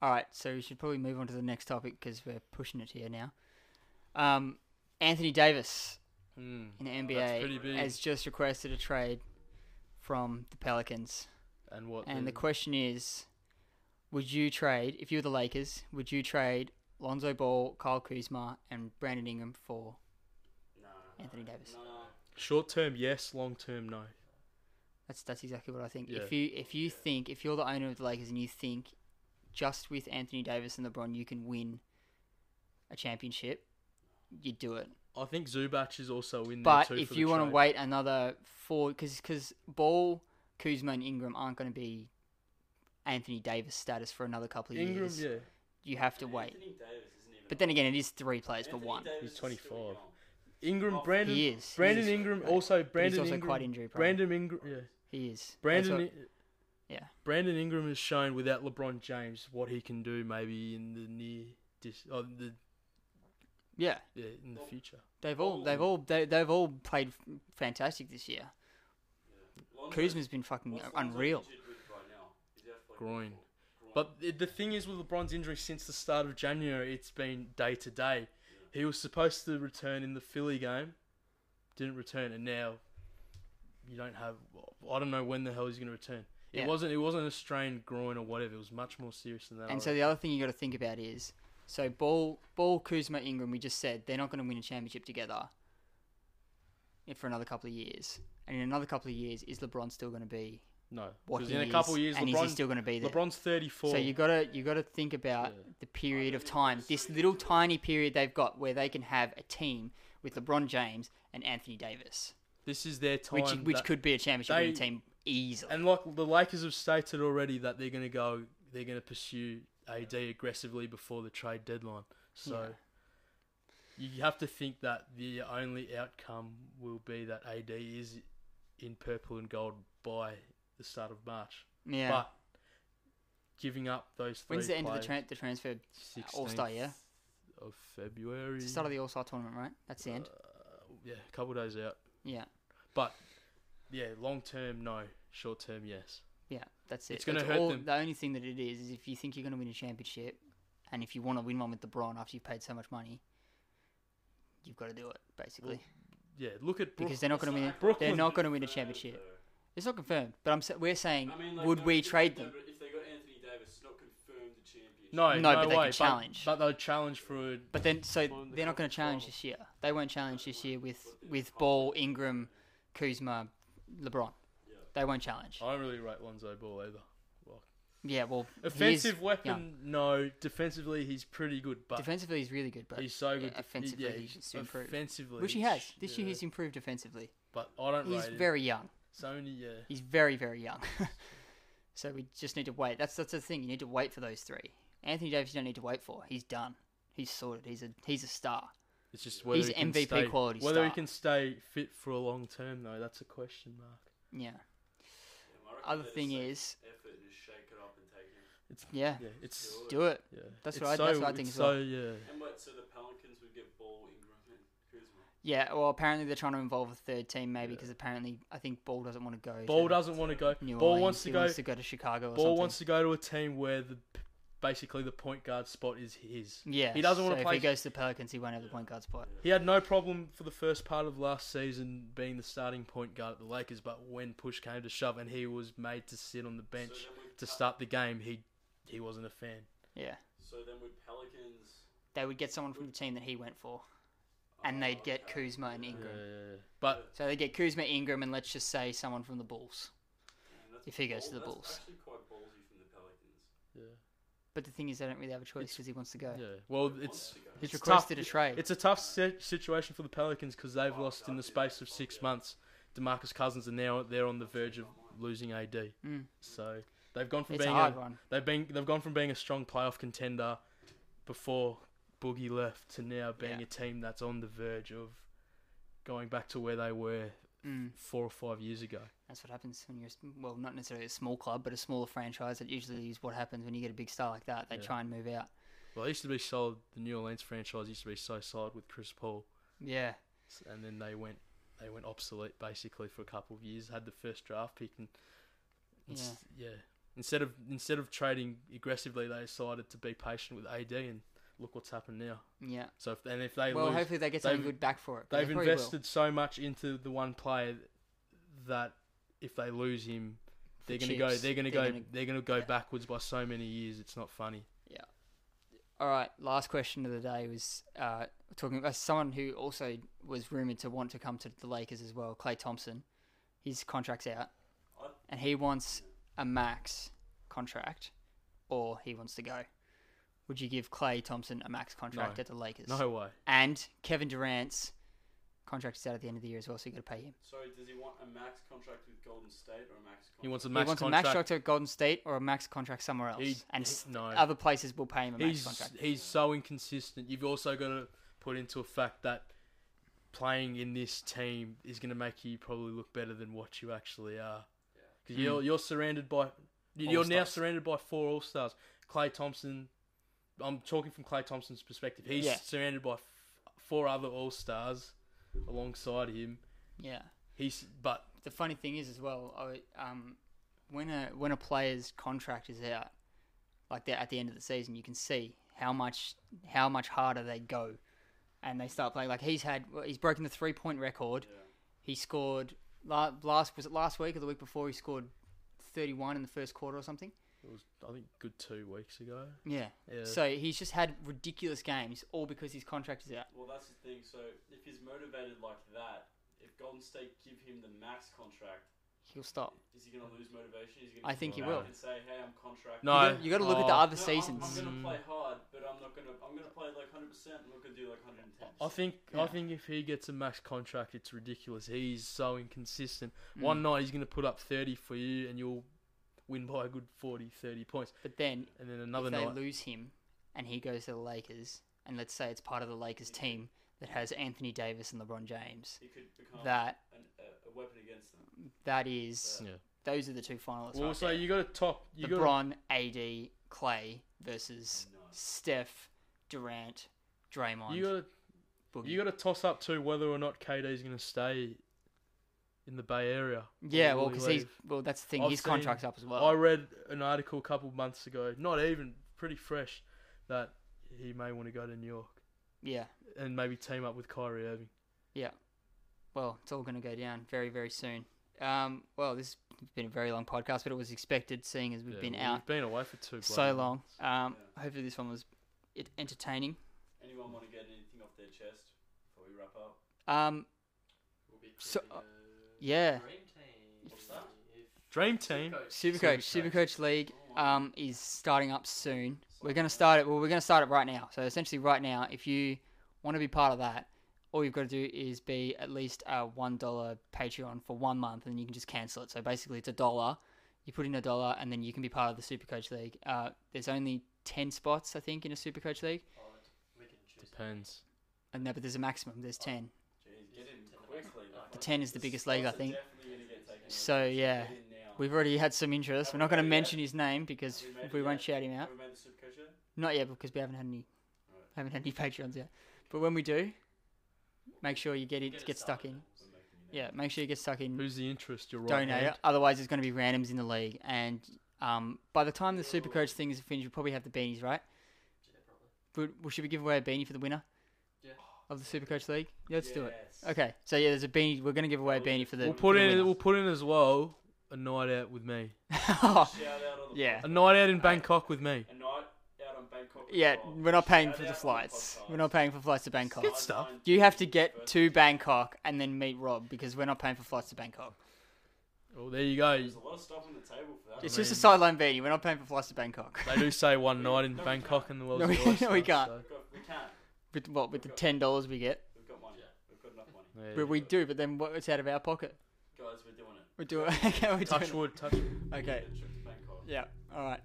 [SPEAKER 2] All right, so we should probably move on to the next topic because we're pushing it here now. Um, Anthony Davis
[SPEAKER 3] Hmm.
[SPEAKER 2] in the
[SPEAKER 3] That's pretty
[SPEAKER 2] NBA
[SPEAKER 3] big.
[SPEAKER 2] has just requested a trade from the Pelicans,
[SPEAKER 3] and what?
[SPEAKER 2] and the
[SPEAKER 3] the,
[SPEAKER 2] question is, would you trade if you were the Lakers? Would you trade Lonzo Ball, Kyle Kuzma, and Brandon Ingram for
[SPEAKER 1] Nah.
[SPEAKER 2] Anthony Davis?
[SPEAKER 1] Nah.
[SPEAKER 3] short term, yes. Long term, no.
[SPEAKER 2] That's that's exactly what I think. If
[SPEAKER 3] Yeah.
[SPEAKER 2] you if you think if you're the owner of the Lakers and you think just with Anthony Davis and LeBron you can win a championship, you do it.
[SPEAKER 3] I think Zubac is also in there
[SPEAKER 2] But
[SPEAKER 3] too.
[SPEAKER 2] if
[SPEAKER 3] for
[SPEAKER 2] you
[SPEAKER 3] want
[SPEAKER 2] want to wait another four, because because Ball, Kuzma, and Ingram aren't going to be Anthony Davis status for another couple of
[SPEAKER 3] Ingram,
[SPEAKER 2] years.
[SPEAKER 3] yeah.
[SPEAKER 2] You have to
[SPEAKER 1] And
[SPEAKER 2] wait.
[SPEAKER 1] Anthony Davis isn't even
[SPEAKER 2] But then again, it is three players
[SPEAKER 1] Anthony
[SPEAKER 2] for one.
[SPEAKER 1] Davis
[SPEAKER 3] He's
[SPEAKER 1] is still
[SPEAKER 3] 25.
[SPEAKER 1] young.
[SPEAKER 3] Ingram,
[SPEAKER 1] Well,
[SPEAKER 3] Brandon,
[SPEAKER 2] Oh, He is.
[SPEAKER 3] Brandon
[SPEAKER 2] he is,
[SPEAKER 3] Ingram,
[SPEAKER 2] right.
[SPEAKER 3] also
[SPEAKER 2] But
[SPEAKER 3] Brandon
[SPEAKER 2] he's also
[SPEAKER 3] Ingram,
[SPEAKER 2] quite injury prone.
[SPEAKER 3] Brandon Ingram, yeah,
[SPEAKER 2] He is. That's
[SPEAKER 3] Brandon,
[SPEAKER 2] what-
[SPEAKER 3] I-
[SPEAKER 2] yeah.
[SPEAKER 3] Brandon Ingram has shown without LeBron James what he can do, maybe in the near, dis- oh, the
[SPEAKER 2] yeah,
[SPEAKER 3] yeah, in the future.
[SPEAKER 2] they've all they've all they, they've all played f- fantastic this year. Kuzma's been fucking unreal.
[SPEAKER 3] Groin. But the the thing is with LeBron's injury since the start of January, it's been day to day. He was supposed to return in the Philly game, didn't return, and now you don't have. I don't know when the hell he's going to return. It
[SPEAKER 2] Yeah.
[SPEAKER 3] wasn't. It wasn't a strained groin or whatever. It was much more serious than that.
[SPEAKER 2] And so the other thing you got to think about is so Ball, Ball, Kuzma, Ingram. We just said they're not going to win a championship together. if- For another couple of years, and in another couple of years, is LeBron still going to be
[SPEAKER 3] no,
[SPEAKER 2] what
[SPEAKER 3] because
[SPEAKER 2] he
[SPEAKER 3] in a
[SPEAKER 2] is,
[SPEAKER 3] couple of years,
[SPEAKER 2] and is he
[SPEAKER 3] LeBron,
[SPEAKER 2] still going to be there?
[SPEAKER 3] LeBron's thirty-four.
[SPEAKER 2] So you gotta you gotta think about
[SPEAKER 3] Yeah.
[SPEAKER 2] the period of time, this little tiny period they've got where they can have a team with LeBron James and Anthony Davis,
[SPEAKER 3] this is their time.
[SPEAKER 2] which which
[SPEAKER 3] that-
[SPEAKER 2] could be a championship winning
[SPEAKER 3] they-
[SPEAKER 2] team easily.
[SPEAKER 3] And like the Lakers have stated already that they're going to go, they're going to pursue AD aggressively before the trade deadline. So you have to think that the only outcome will be that AD is in purple and gold by the start of March.
[SPEAKER 2] yeah.
[SPEAKER 3] But giving up those three
[SPEAKER 2] When's the end of the,
[SPEAKER 3] players-
[SPEAKER 2] tran the transfer? All-Star, yeah?
[SPEAKER 3] 16th of February.
[SPEAKER 2] It's the start of the All Star tournament, right? That's the end.
[SPEAKER 3] Uh, yeah, a couple days out.
[SPEAKER 2] Yeah,
[SPEAKER 3] But yeah, long term no, short term yes.
[SPEAKER 2] yeah. That's it.
[SPEAKER 3] it's gonna
[SPEAKER 2] That's
[SPEAKER 3] hurt
[SPEAKER 2] all-
[SPEAKER 3] them.
[SPEAKER 2] The only thing that it is is if you think you're going to win a championship, and if you want to win one with LeBron after you've paid so much money, you've got to do it basically
[SPEAKER 3] Yeah, look at Brooklyn.
[SPEAKER 2] because they're not going to win.
[SPEAKER 3] Brooklyn-
[SPEAKER 2] They're not going to win a championship. It's not confirmed, but I'm sa- we're saying
[SPEAKER 1] I mean, like,
[SPEAKER 2] would
[SPEAKER 1] no,
[SPEAKER 2] we
[SPEAKER 1] if-
[SPEAKER 2] trade
[SPEAKER 1] no,
[SPEAKER 2] them?
[SPEAKER 1] but If they got Anthony Davis, it's not confirmed the championship.
[SPEAKER 3] No,
[SPEAKER 2] No,
[SPEAKER 3] no,
[SPEAKER 2] but they
[SPEAKER 3] way.
[SPEAKER 2] could challenge.
[SPEAKER 3] But, but they'll challenge for a,
[SPEAKER 2] But then, so
[SPEAKER 1] Find the
[SPEAKER 2] they're not going
[SPEAKER 1] common
[SPEAKER 2] to challenge
[SPEAKER 1] foil.
[SPEAKER 2] this year. They won't challenge this year with with Ball, Ingram, Kuzma, LeBron.
[SPEAKER 1] Yeah.
[SPEAKER 2] They won't challenge.
[SPEAKER 3] I don't really rate Lonzo Ball either.
[SPEAKER 2] Yeah, well, he is-
[SPEAKER 3] Offensive weapon, no. Defensively, he's pretty good, but
[SPEAKER 2] defensively, he's really good, but
[SPEAKER 3] he's so good.
[SPEAKER 2] yeah,
[SPEAKER 3] def-
[SPEAKER 2] offensively,
[SPEAKER 3] yeah,
[SPEAKER 2] he
[SPEAKER 3] he's-
[SPEAKER 2] needs to improve.
[SPEAKER 3] Offensively,
[SPEAKER 2] which he
[SPEAKER 3] he's-
[SPEAKER 2] has this year,
[SPEAKER 3] yeah.
[SPEAKER 2] he's improved defensively.
[SPEAKER 3] But I don't
[SPEAKER 2] He's
[SPEAKER 3] rate him.
[SPEAKER 2] very young.
[SPEAKER 3] Sony, yeah,
[SPEAKER 2] He's very very young. so we just need to wait. That's that's the thing. You need to wait for those three. Anthony Davis, you don't need to wait for. He's done. He's sorted. He's a he's a star.
[SPEAKER 3] it's just whether
[SPEAKER 2] He's
[SPEAKER 3] he can
[SPEAKER 2] MVP
[SPEAKER 3] stay-
[SPEAKER 2] quality
[SPEAKER 3] Whether he
[SPEAKER 2] star.
[SPEAKER 3] can stay fit for a long term, though, that's a question mark.
[SPEAKER 1] Yeah,
[SPEAKER 2] Yeah.
[SPEAKER 1] I reckon
[SPEAKER 2] Other
[SPEAKER 1] they
[SPEAKER 2] thing
[SPEAKER 1] just
[SPEAKER 2] is,
[SPEAKER 1] take effort and just shake it up and take him.
[SPEAKER 2] yeah,
[SPEAKER 3] Yeah, it's
[SPEAKER 2] do it.
[SPEAKER 3] yeah.
[SPEAKER 2] That's
[SPEAKER 3] it's
[SPEAKER 2] what I-
[SPEAKER 3] so,
[SPEAKER 2] that's what I think
[SPEAKER 3] it's
[SPEAKER 2] as well.
[SPEAKER 3] So yeah,
[SPEAKER 1] And what? So the Pelicans would get Ball, Ingram, and Kuzma.
[SPEAKER 2] Yeah, well, apparently they're trying to involve a third team, maybe
[SPEAKER 3] Yeah.
[SPEAKER 2] because apparently I think Ball doesn't want to go.
[SPEAKER 3] Ball
[SPEAKER 2] to
[SPEAKER 3] doesn't want to go.
[SPEAKER 2] New
[SPEAKER 3] Ball
[SPEAKER 2] Orleans.
[SPEAKER 3] wants to
[SPEAKER 2] he
[SPEAKER 3] go.
[SPEAKER 2] wants to go to Chicago. Or
[SPEAKER 3] Ball
[SPEAKER 2] something.
[SPEAKER 3] wants to go to a team where the basically the point guard spot is his.
[SPEAKER 2] Yeah,
[SPEAKER 3] he doesn't
[SPEAKER 2] so
[SPEAKER 3] wanna
[SPEAKER 2] If
[SPEAKER 3] play-
[SPEAKER 2] he goes to the Pelicans, he won't have the point guard spot.
[SPEAKER 3] He had no problem for the first part of last season being the starting point guard at the Lakers, but when push came to shove and he was made to sit on the bench
[SPEAKER 1] So then would
[SPEAKER 3] to
[SPEAKER 1] Pel-
[SPEAKER 3] start the game, he he wasn't a fan.
[SPEAKER 2] Yeah,
[SPEAKER 1] So then would Pelicans?
[SPEAKER 2] they would get someone from the team that he went for, and
[SPEAKER 1] uh,
[SPEAKER 2] they'd get Kuzma and Ingram.
[SPEAKER 3] But
[SPEAKER 2] So they get Kuzma, Ingram, and let's just say someone from the Bulls.
[SPEAKER 1] And that's
[SPEAKER 2] If he goes to the
[SPEAKER 1] that's
[SPEAKER 2] Bulls.
[SPEAKER 1] actually quite ballsy from the Pelicans.
[SPEAKER 3] yeah,
[SPEAKER 2] But the thing is, they don't really have a choice
[SPEAKER 3] It's-
[SPEAKER 2] because he wants to go.
[SPEAKER 3] yeah. well,
[SPEAKER 1] He wants
[SPEAKER 3] it's
[SPEAKER 1] to go.
[SPEAKER 2] He's
[SPEAKER 3] it's
[SPEAKER 2] requested
[SPEAKER 3] tough.
[SPEAKER 2] a trade.
[SPEAKER 3] It's a tough si- situation for the Pelicans because they've lost in the space of six months. DeMarcus Cousins are now they're on the verge of losing AD,
[SPEAKER 2] Mm.
[SPEAKER 3] so they've gone from
[SPEAKER 2] It's a
[SPEAKER 3] being
[SPEAKER 2] hard
[SPEAKER 3] a,
[SPEAKER 2] one.
[SPEAKER 3] They've been they've gone from being a strong playoff contender before Boogie left to now being
[SPEAKER 2] Yeah.
[SPEAKER 3] a team that's on the verge of going back to where they were
[SPEAKER 2] Mm.
[SPEAKER 3] four or five years ago.
[SPEAKER 2] That's what happens when you're a sm- well, not necessarily a small club, but a smaller franchise. That usually is what happens when you get a big star like that. They
[SPEAKER 3] Yeah.
[SPEAKER 2] try and move out.
[SPEAKER 3] Well, it used to be solid. The New Orleans franchise used to be so solid with Chris Paul,
[SPEAKER 2] Yeah,
[SPEAKER 3] S- and then they went they went obsolete basically for a couple of years. Had the first draft pick, and ins- yeah, instead of instead of trading aggressively, they decided to be patient with AD, and look what's happened now.
[SPEAKER 2] yeah.
[SPEAKER 3] So if, and if they
[SPEAKER 2] well,
[SPEAKER 3] lose,
[SPEAKER 2] hopefully they get something
[SPEAKER 3] they've-
[SPEAKER 2] good back for it. 'cause
[SPEAKER 3] They've
[SPEAKER 2] they probably will.
[SPEAKER 3] invested so much into the one player that if they lose him, they're going to go.
[SPEAKER 2] chips,
[SPEAKER 3] They're going to
[SPEAKER 2] they're
[SPEAKER 3] go.
[SPEAKER 2] gonna-
[SPEAKER 3] They're going to go
[SPEAKER 2] yeah.
[SPEAKER 3] backwards by so many years. It's not funny.
[SPEAKER 2] All right, last question of the day was uh, talking about someone who also was rumored to want to come to the Lakers as well, Clay Thompson. His contract's out,
[SPEAKER 1] I-
[SPEAKER 2] and he wants a max contract, or he wants to go. Would you give Clay Thompson a max contract
[SPEAKER 3] No.
[SPEAKER 2] at the Lakers?
[SPEAKER 3] No way.
[SPEAKER 2] And Kevin Durant's contract is out at the end of the year as well, so you got to pay him.
[SPEAKER 1] Sorry, does he want a max contract with Golden State or a max contract?
[SPEAKER 3] He wants a
[SPEAKER 2] he
[SPEAKER 3] max
[SPEAKER 2] wants a max
[SPEAKER 3] contract.
[SPEAKER 2] contract at Golden State or a max contract somewhere else,
[SPEAKER 3] He-
[SPEAKER 2] and
[SPEAKER 3] he-
[SPEAKER 2] s-
[SPEAKER 3] no.
[SPEAKER 2] other places will pay him a max
[SPEAKER 3] he's
[SPEAKER 2] contract.
[SPEAKER 3] he's so inconsistent. You've also got to put into a fact that playing in this team is going to make you probably look better than what you actually are.
[SPEAKER 1] Yeah.
[SPEAKER 3] because
[SPEAKER 2] Hmm.
[SPEAKER 3] you're you're surrounded by you're now
[SPEAKER 4] All-stars.
[SPEAKER 3] surrounded by four all stars. Clay Thompson. I'm talking from Clay Thompson's perspective. He's
[SPEAKER 2] Yeah.
[SPEAKER 3] surrounded by f- four other all stars alongside him.
[SPEAKER 2] Yeah.
[SPEAKER 3] He's but
[SPEAKER 2] The funny thing is, as well, I, would- um, when a when a player's contract is out, like that at the end of the season, you can see how much how much harder they go, and they start playing. Like he's had, well, he's broken the three point record. He scored la- last was it last week or the week before? He scored thirty one in the first quarter or something.
[SPEAKER 3] it was I think good two weeks ago.
[SPEAKER 2] Yeah.
[SPEAKER 3] Yeah.
[SPEAKER 2] So he's just had ridiculous games, all because his contract is out.
[SPEAKER 1] Well, that's the thing. So if he's motivated like that, if Golden State give him the max contract,
[SPEAKER 2] He'll
[SPEAKER 3] Oh.
[SPEAKER 2] stop.
[SPEAKER 1] is he going to lose motivation? Is he
[SPEAKER 2] I
[SPEAKER 1] gonna
[SPEAKER 2] think
[SPEAKER 1] come
[SPEAKER 2] he
[SPEAKER 1] back
[SPEAKER 2] will.
[SPEAKER 1] And say, hey, I'm contracted.
[SPEAKER 3] No.
[SPEAKER 2] you got to look at the
[SPEAKER 3] Oh.
[SPEAKER 2] other
[SPEAKER 1] No,
[SPEAKER 2] seasons.
[SPEAKER 1] I'm, I'm going
[SPEAKER 3] Mm.
[SPEAKER 1] to play hard, but I'm not going to. I'm going to play like 100. percent I'm not going to do like 110.
[SPEAKER 3] I think
[SPEAKER 2] Yeah.
[SPEAKER 3] I think if he gets a max contract, it's ridiculous. He's so inconsistent.
[SPEAKER 2] Mm.
[SPEAKER 3] One night he's going to put up 30 for you, and you'll win by a good 40, 30 points.
[SPEAKER 2] But then
[SPEAKER 3] And then another
[SPEAKER 2] if they
[SPEAKER 3] night,
[SPEAKER 2] lose him and he goes to the Lakers, and let's say it's part of the Lakers team that has Anthony Davis and LeBron James,
[SPEAKER 1] he could become
[SPEAKER 2] that
[SPEAKER 1] an, a, a weapon against them.
[SPEAKER 2] that is
[SPEAKER 3] yeah.
[SPEAKER 2] those are the two finalists.
[SPEAKER 3] Well,
[SPEAKER 2] right
[SPEAKER 3] so
[SPEAKER 2] there.
[SPEAKER 3] you got to top. You got
[SPEAKER 2] LeBron, AD, Clay versus
[SPEAKER 1] No.
[SPEAKER 2] Steph, Durant, Draymond,
[SPEAKER 3] you got
[SPEAKER 2] Boogie.
[SPEAKER 3] you got to toss up too whether or not KD's going to stay in the Bay Area.
[SPEAKER 2] yeah, well,
[SPEAKER 3] Or will he
[SPEAKER 2] because he's
[SPEAKER 3] leave?
[SPEAKER 2] well, that's the thing.
[SPEAKER 3] I've
[SPEAKER 2] his
[SPEAKER 3] seen-
[SPEAKER 2] contract's up as well.
[SPEAKER 3] I read an article a couple months ago, not even pretty fresh, that he may want to go to New York
[SPEAKER 2] yeah.
[SPEAKER 3] and maybe team up with Kyrie Irving.
[SPEAKER 2] Well, it's all going to go down very, very soon. Um, well, this has been a very long podcast, but it was expected, seeing as we've
[SPEAKER 3] Yeah,
[SPEAKER 2] been
[SPEAKER 3] well,
[SPEAKER 2] out
[SPEAKER 3] We've been away for two.
[SPEAKER 2] so
[SPEAKER 3] bloody
[SPEAKER 2] long.
[SPEAKER 3] months.
[SPEAKER 2] Um,
[SPEAKER 1] Yeah.
[SPEAKER 2] Hopefully, this one was it, entertaining.
[SPEAKER 1] Anyone want to get anything off their chest before we wrap up?
[SPEAKER 2] Um,
[SPEAKER 5] We'll be
[SPEAKER 2] So- uh,
[SPEAKER 5] picking a
[SPEAKER 2] yeah.
[SPEAKER 5] Dream team.
[SPEAKER 1] What's that?
[SPEAKER 5] If-
[SPEAKER 3] Dream team.
[SPEAKER 2] Supercoach,
[SPEAKER 3] Supercoach.
[SPEAKER 2] Supercoach League
[SPEAKER 1] Oh, wow.
[SPEAKER 2] um, is starting up soon. We're
[SPEAKER 1] Sounds
[SPEAKER 2] going to
[SPEAKER 1] nice.
[SPEAKER 2] start it. Well, we're going to start it right now. So essentially, right now, if you want to be part of that, all you've got to do is be at least a one dollar Patreon for one month, and you can just cancel it. So basically, it's a dollar. You put in a dollar, and then you can be part of the Supercoach League. Uh, there's only ten spots, I think, in a Supercoach League.
[SPEAKER 5] Oh, it- we can choose.
[SPEAKER 3] Depends.
[SPEAKER 2] And no, but there's a maximum. There's ten.
[SPEAKER 1] Jeez,
[SPEAKER 5] Is
[SPEAKER 1] get in
[SPEAKER 5] it 10?
[SPEAKER 1] quickly.
[SPEAKER 5] Oh,
[SPEAKER 2] The ten is the biggest league, I think. So,
[SPEAKER 1] So
[SPEAKER 2] yeah.
[SPEAKER 1] yeah,
[SPEAKER 2] We've already had some interest. We're not going to mention his name because
[SPEAKER 1] Have we made it
[SPEAKER 2] we won't
[SPEAKER 1] yet?
[SPEAKER 2] shout him out.
[SPEAKER 1] we made the Supercoach yet?
[SPEAKER 2] Not yet because we haven't had any
[SPEAKER 1] Alright.
[SPEAKER 2] haven't had any Patreons yet. But when we do, make sure you get it
[SPEAKER 5] Get
[SPEAKER 2] get,
[SPEAKER 5] it
[SPEAKER 2] stuck
[SPEAKER 5] started.
[SPEAKER 2] in.
[SPEAKER 1] We'll make it now.
[SPEAKER 2] Yeah, make sure you get stuck in.
[SPEAKER 3] Who's the interest? Your right
[SPEAKER 2] Donate.
[SPEAKER 3] hand?
[SPEAKER 2] it. Otherwise, there's going to be randoms in the league, and um, by the time the super coach thing is finished, we'll probably have the beanies, right?
[SPEAKER 5] Yeah, probably.
[SPEAKER 2] We, we should we give away a beanie for the winner
[SPEAKER 5] Yeah.
[SPEAKER 2] of the super coach league? Yeah, let's do it.
[SPEAKER 1] Yes.
[SPEAKER 2] Okay, so yeah, there's a beanie. We're going to give away a beanie for the.
[SPEAKER 3] We'll
[SPEAKER 2] for
[SPEAKER 3] put
[SPEAKER 2] the
[SPEAKER 3] in.
[SPEAKER 2] winner.
[SPEAKER 3] We'll put in as well a night out with me.
[SPEAKER 1] Shout out on the
[SPEAKER 2] Yeah.
[SPEAKER 3] A
[SPEAKER 1] podcast.
[SPEAKER 3] night out in Bangkok with me.
[SPEAKER 1] A night out on Bangkok. with
[SPEAKER 2] yeah,
[SPEAKER 1] Bob.
[SPEAKER 2] we're not paying
[SPEAKER 1] Shout
[SPEAKER 2] for
[SPEAKER 1] out
[SPEAKER 2] the
[SPEAKER 1] on
[SPEAKER 2] flights.
[SPEAKER 1] podcast.
[SPEAKER 2] We're not paying for flights to Bangkok.
[SPEAKER 3] Good stuff.
[SPEAKER 1] Sideline
[SPEAKER 2] You have to get
[SPEAKER 1] versus-
[SPEAKER 2] to Bangkok and then meet Rob because we're not paying for flights to Bangkok.
[SPEAKER 3] Well, there you go.
[SPEAKER 1] There's a lot of stuff on the table for that.
[SPEAKER 2] It's
[SPEAKER 3] I
[SPEAKER 2] just a
[SPEAKER 3] mean-
[SPEAKER 2] sideline beanie. We're not paying for flights to Bangkok.
[SPEAKER 3] They do say one
[SPEAKER 1] No,
[SPEAKER 3] night in
[SPEAKER 1] we
[SPEAKER 3] Bangkok
[SPEAKER 1] can't.
[SPEAKER 3] and the world's
[SPEAKER 2] No, we-
[SPEAKER 3] your oyster,
[SPEAKER 2] no, we can't.
[SPEAKER 3] so-
[SPEAKER 1] We've got, we can.
[SPEAKER 2] With what? With the ten dollars we get,
[SPEAKER 1] We've got money. We've got enough money.
[SPEAKER 3] Yeah,
[SPEAKER 2] but we
[SPEAKER 3] yeah.
[SPEAKER 2] do. But then what? It's out of our pocket.
[SPEAKER 1] Guys, we're doing it.
[SPEAKER 2] We're doing. okay, we're
[SPEAKER 3] touch
[SPEAKER 2] doing
[SPEAKER 3] wood. Touch. wood.
[SPEAKER 2] it. Okay.
[SPEAKER 1] Get a trip to Bangkok.
[SPEAKER 2] Yeah. All right.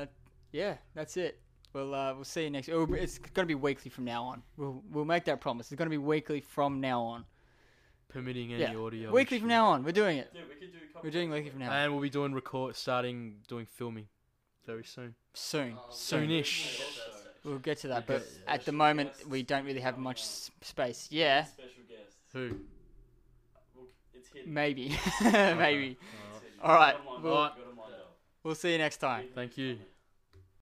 [SPEAKER 2] Uh, yeah. That's it. We'll uh, we'll see you next. Oh, it's gonna be weekly from now on. We'll we'll make that promise. It's gonna be weekly from now on.
[SPEAKER 3] Permitting any
[SPEAKER 2] Yeah.
[SPEAKER 3] audio.
[SPEAKER 2] Weekly
[SPEAKER 3] issue.
[SPEAKER 2] from now on. We're doing it.
[SPEAKER 1] Yeah, we could do a couple
[SPEAKER 2] We're doing
[SPEAKER 1] of-
[SPEAKER 2] weekly from now on.
[SPEAKER 3] And we'll be doing record, starting doing filming, very soon.
[SPEAKER 2] soon.
[SPEAKER 5] Um,
[SPEAKER 2] Soon.
[SPEAKER 3] Uh, Soonish.
[SPEAKER 2] We'll get to that. But
[SPEAKER 3] Because-
[SPEAKER 2] at the
[SPEAKER 1] Special
[SPEAKER 2] moment,
[SPEAKER 1] guests
[SPEAKER 2] we don't really have
[SPEAKER 1] coming
[SPEAKER 2] much
[SPEAKER 1] on.
[SPEAKER 2] s- space. Yeah.
[SPEAKER 1] Special guests.
[SPEAKER 3] Who?
[SPEAKER 1] Look, it's hidden.
[SPEAKER 2] Maybe. Maybe.
[SPEAKER 1] It's hidden.
[SPEAKER 2] All right,
[SPEAKER 1] We've got 'em lined
[SPEAKER 2] well-
[SPEAKER 1] up, we've got 'em lined up.
[SPEAKER 2] We'll see you next time.
[SPEAKER 1] We-
[SPEAKER 3] Thank you.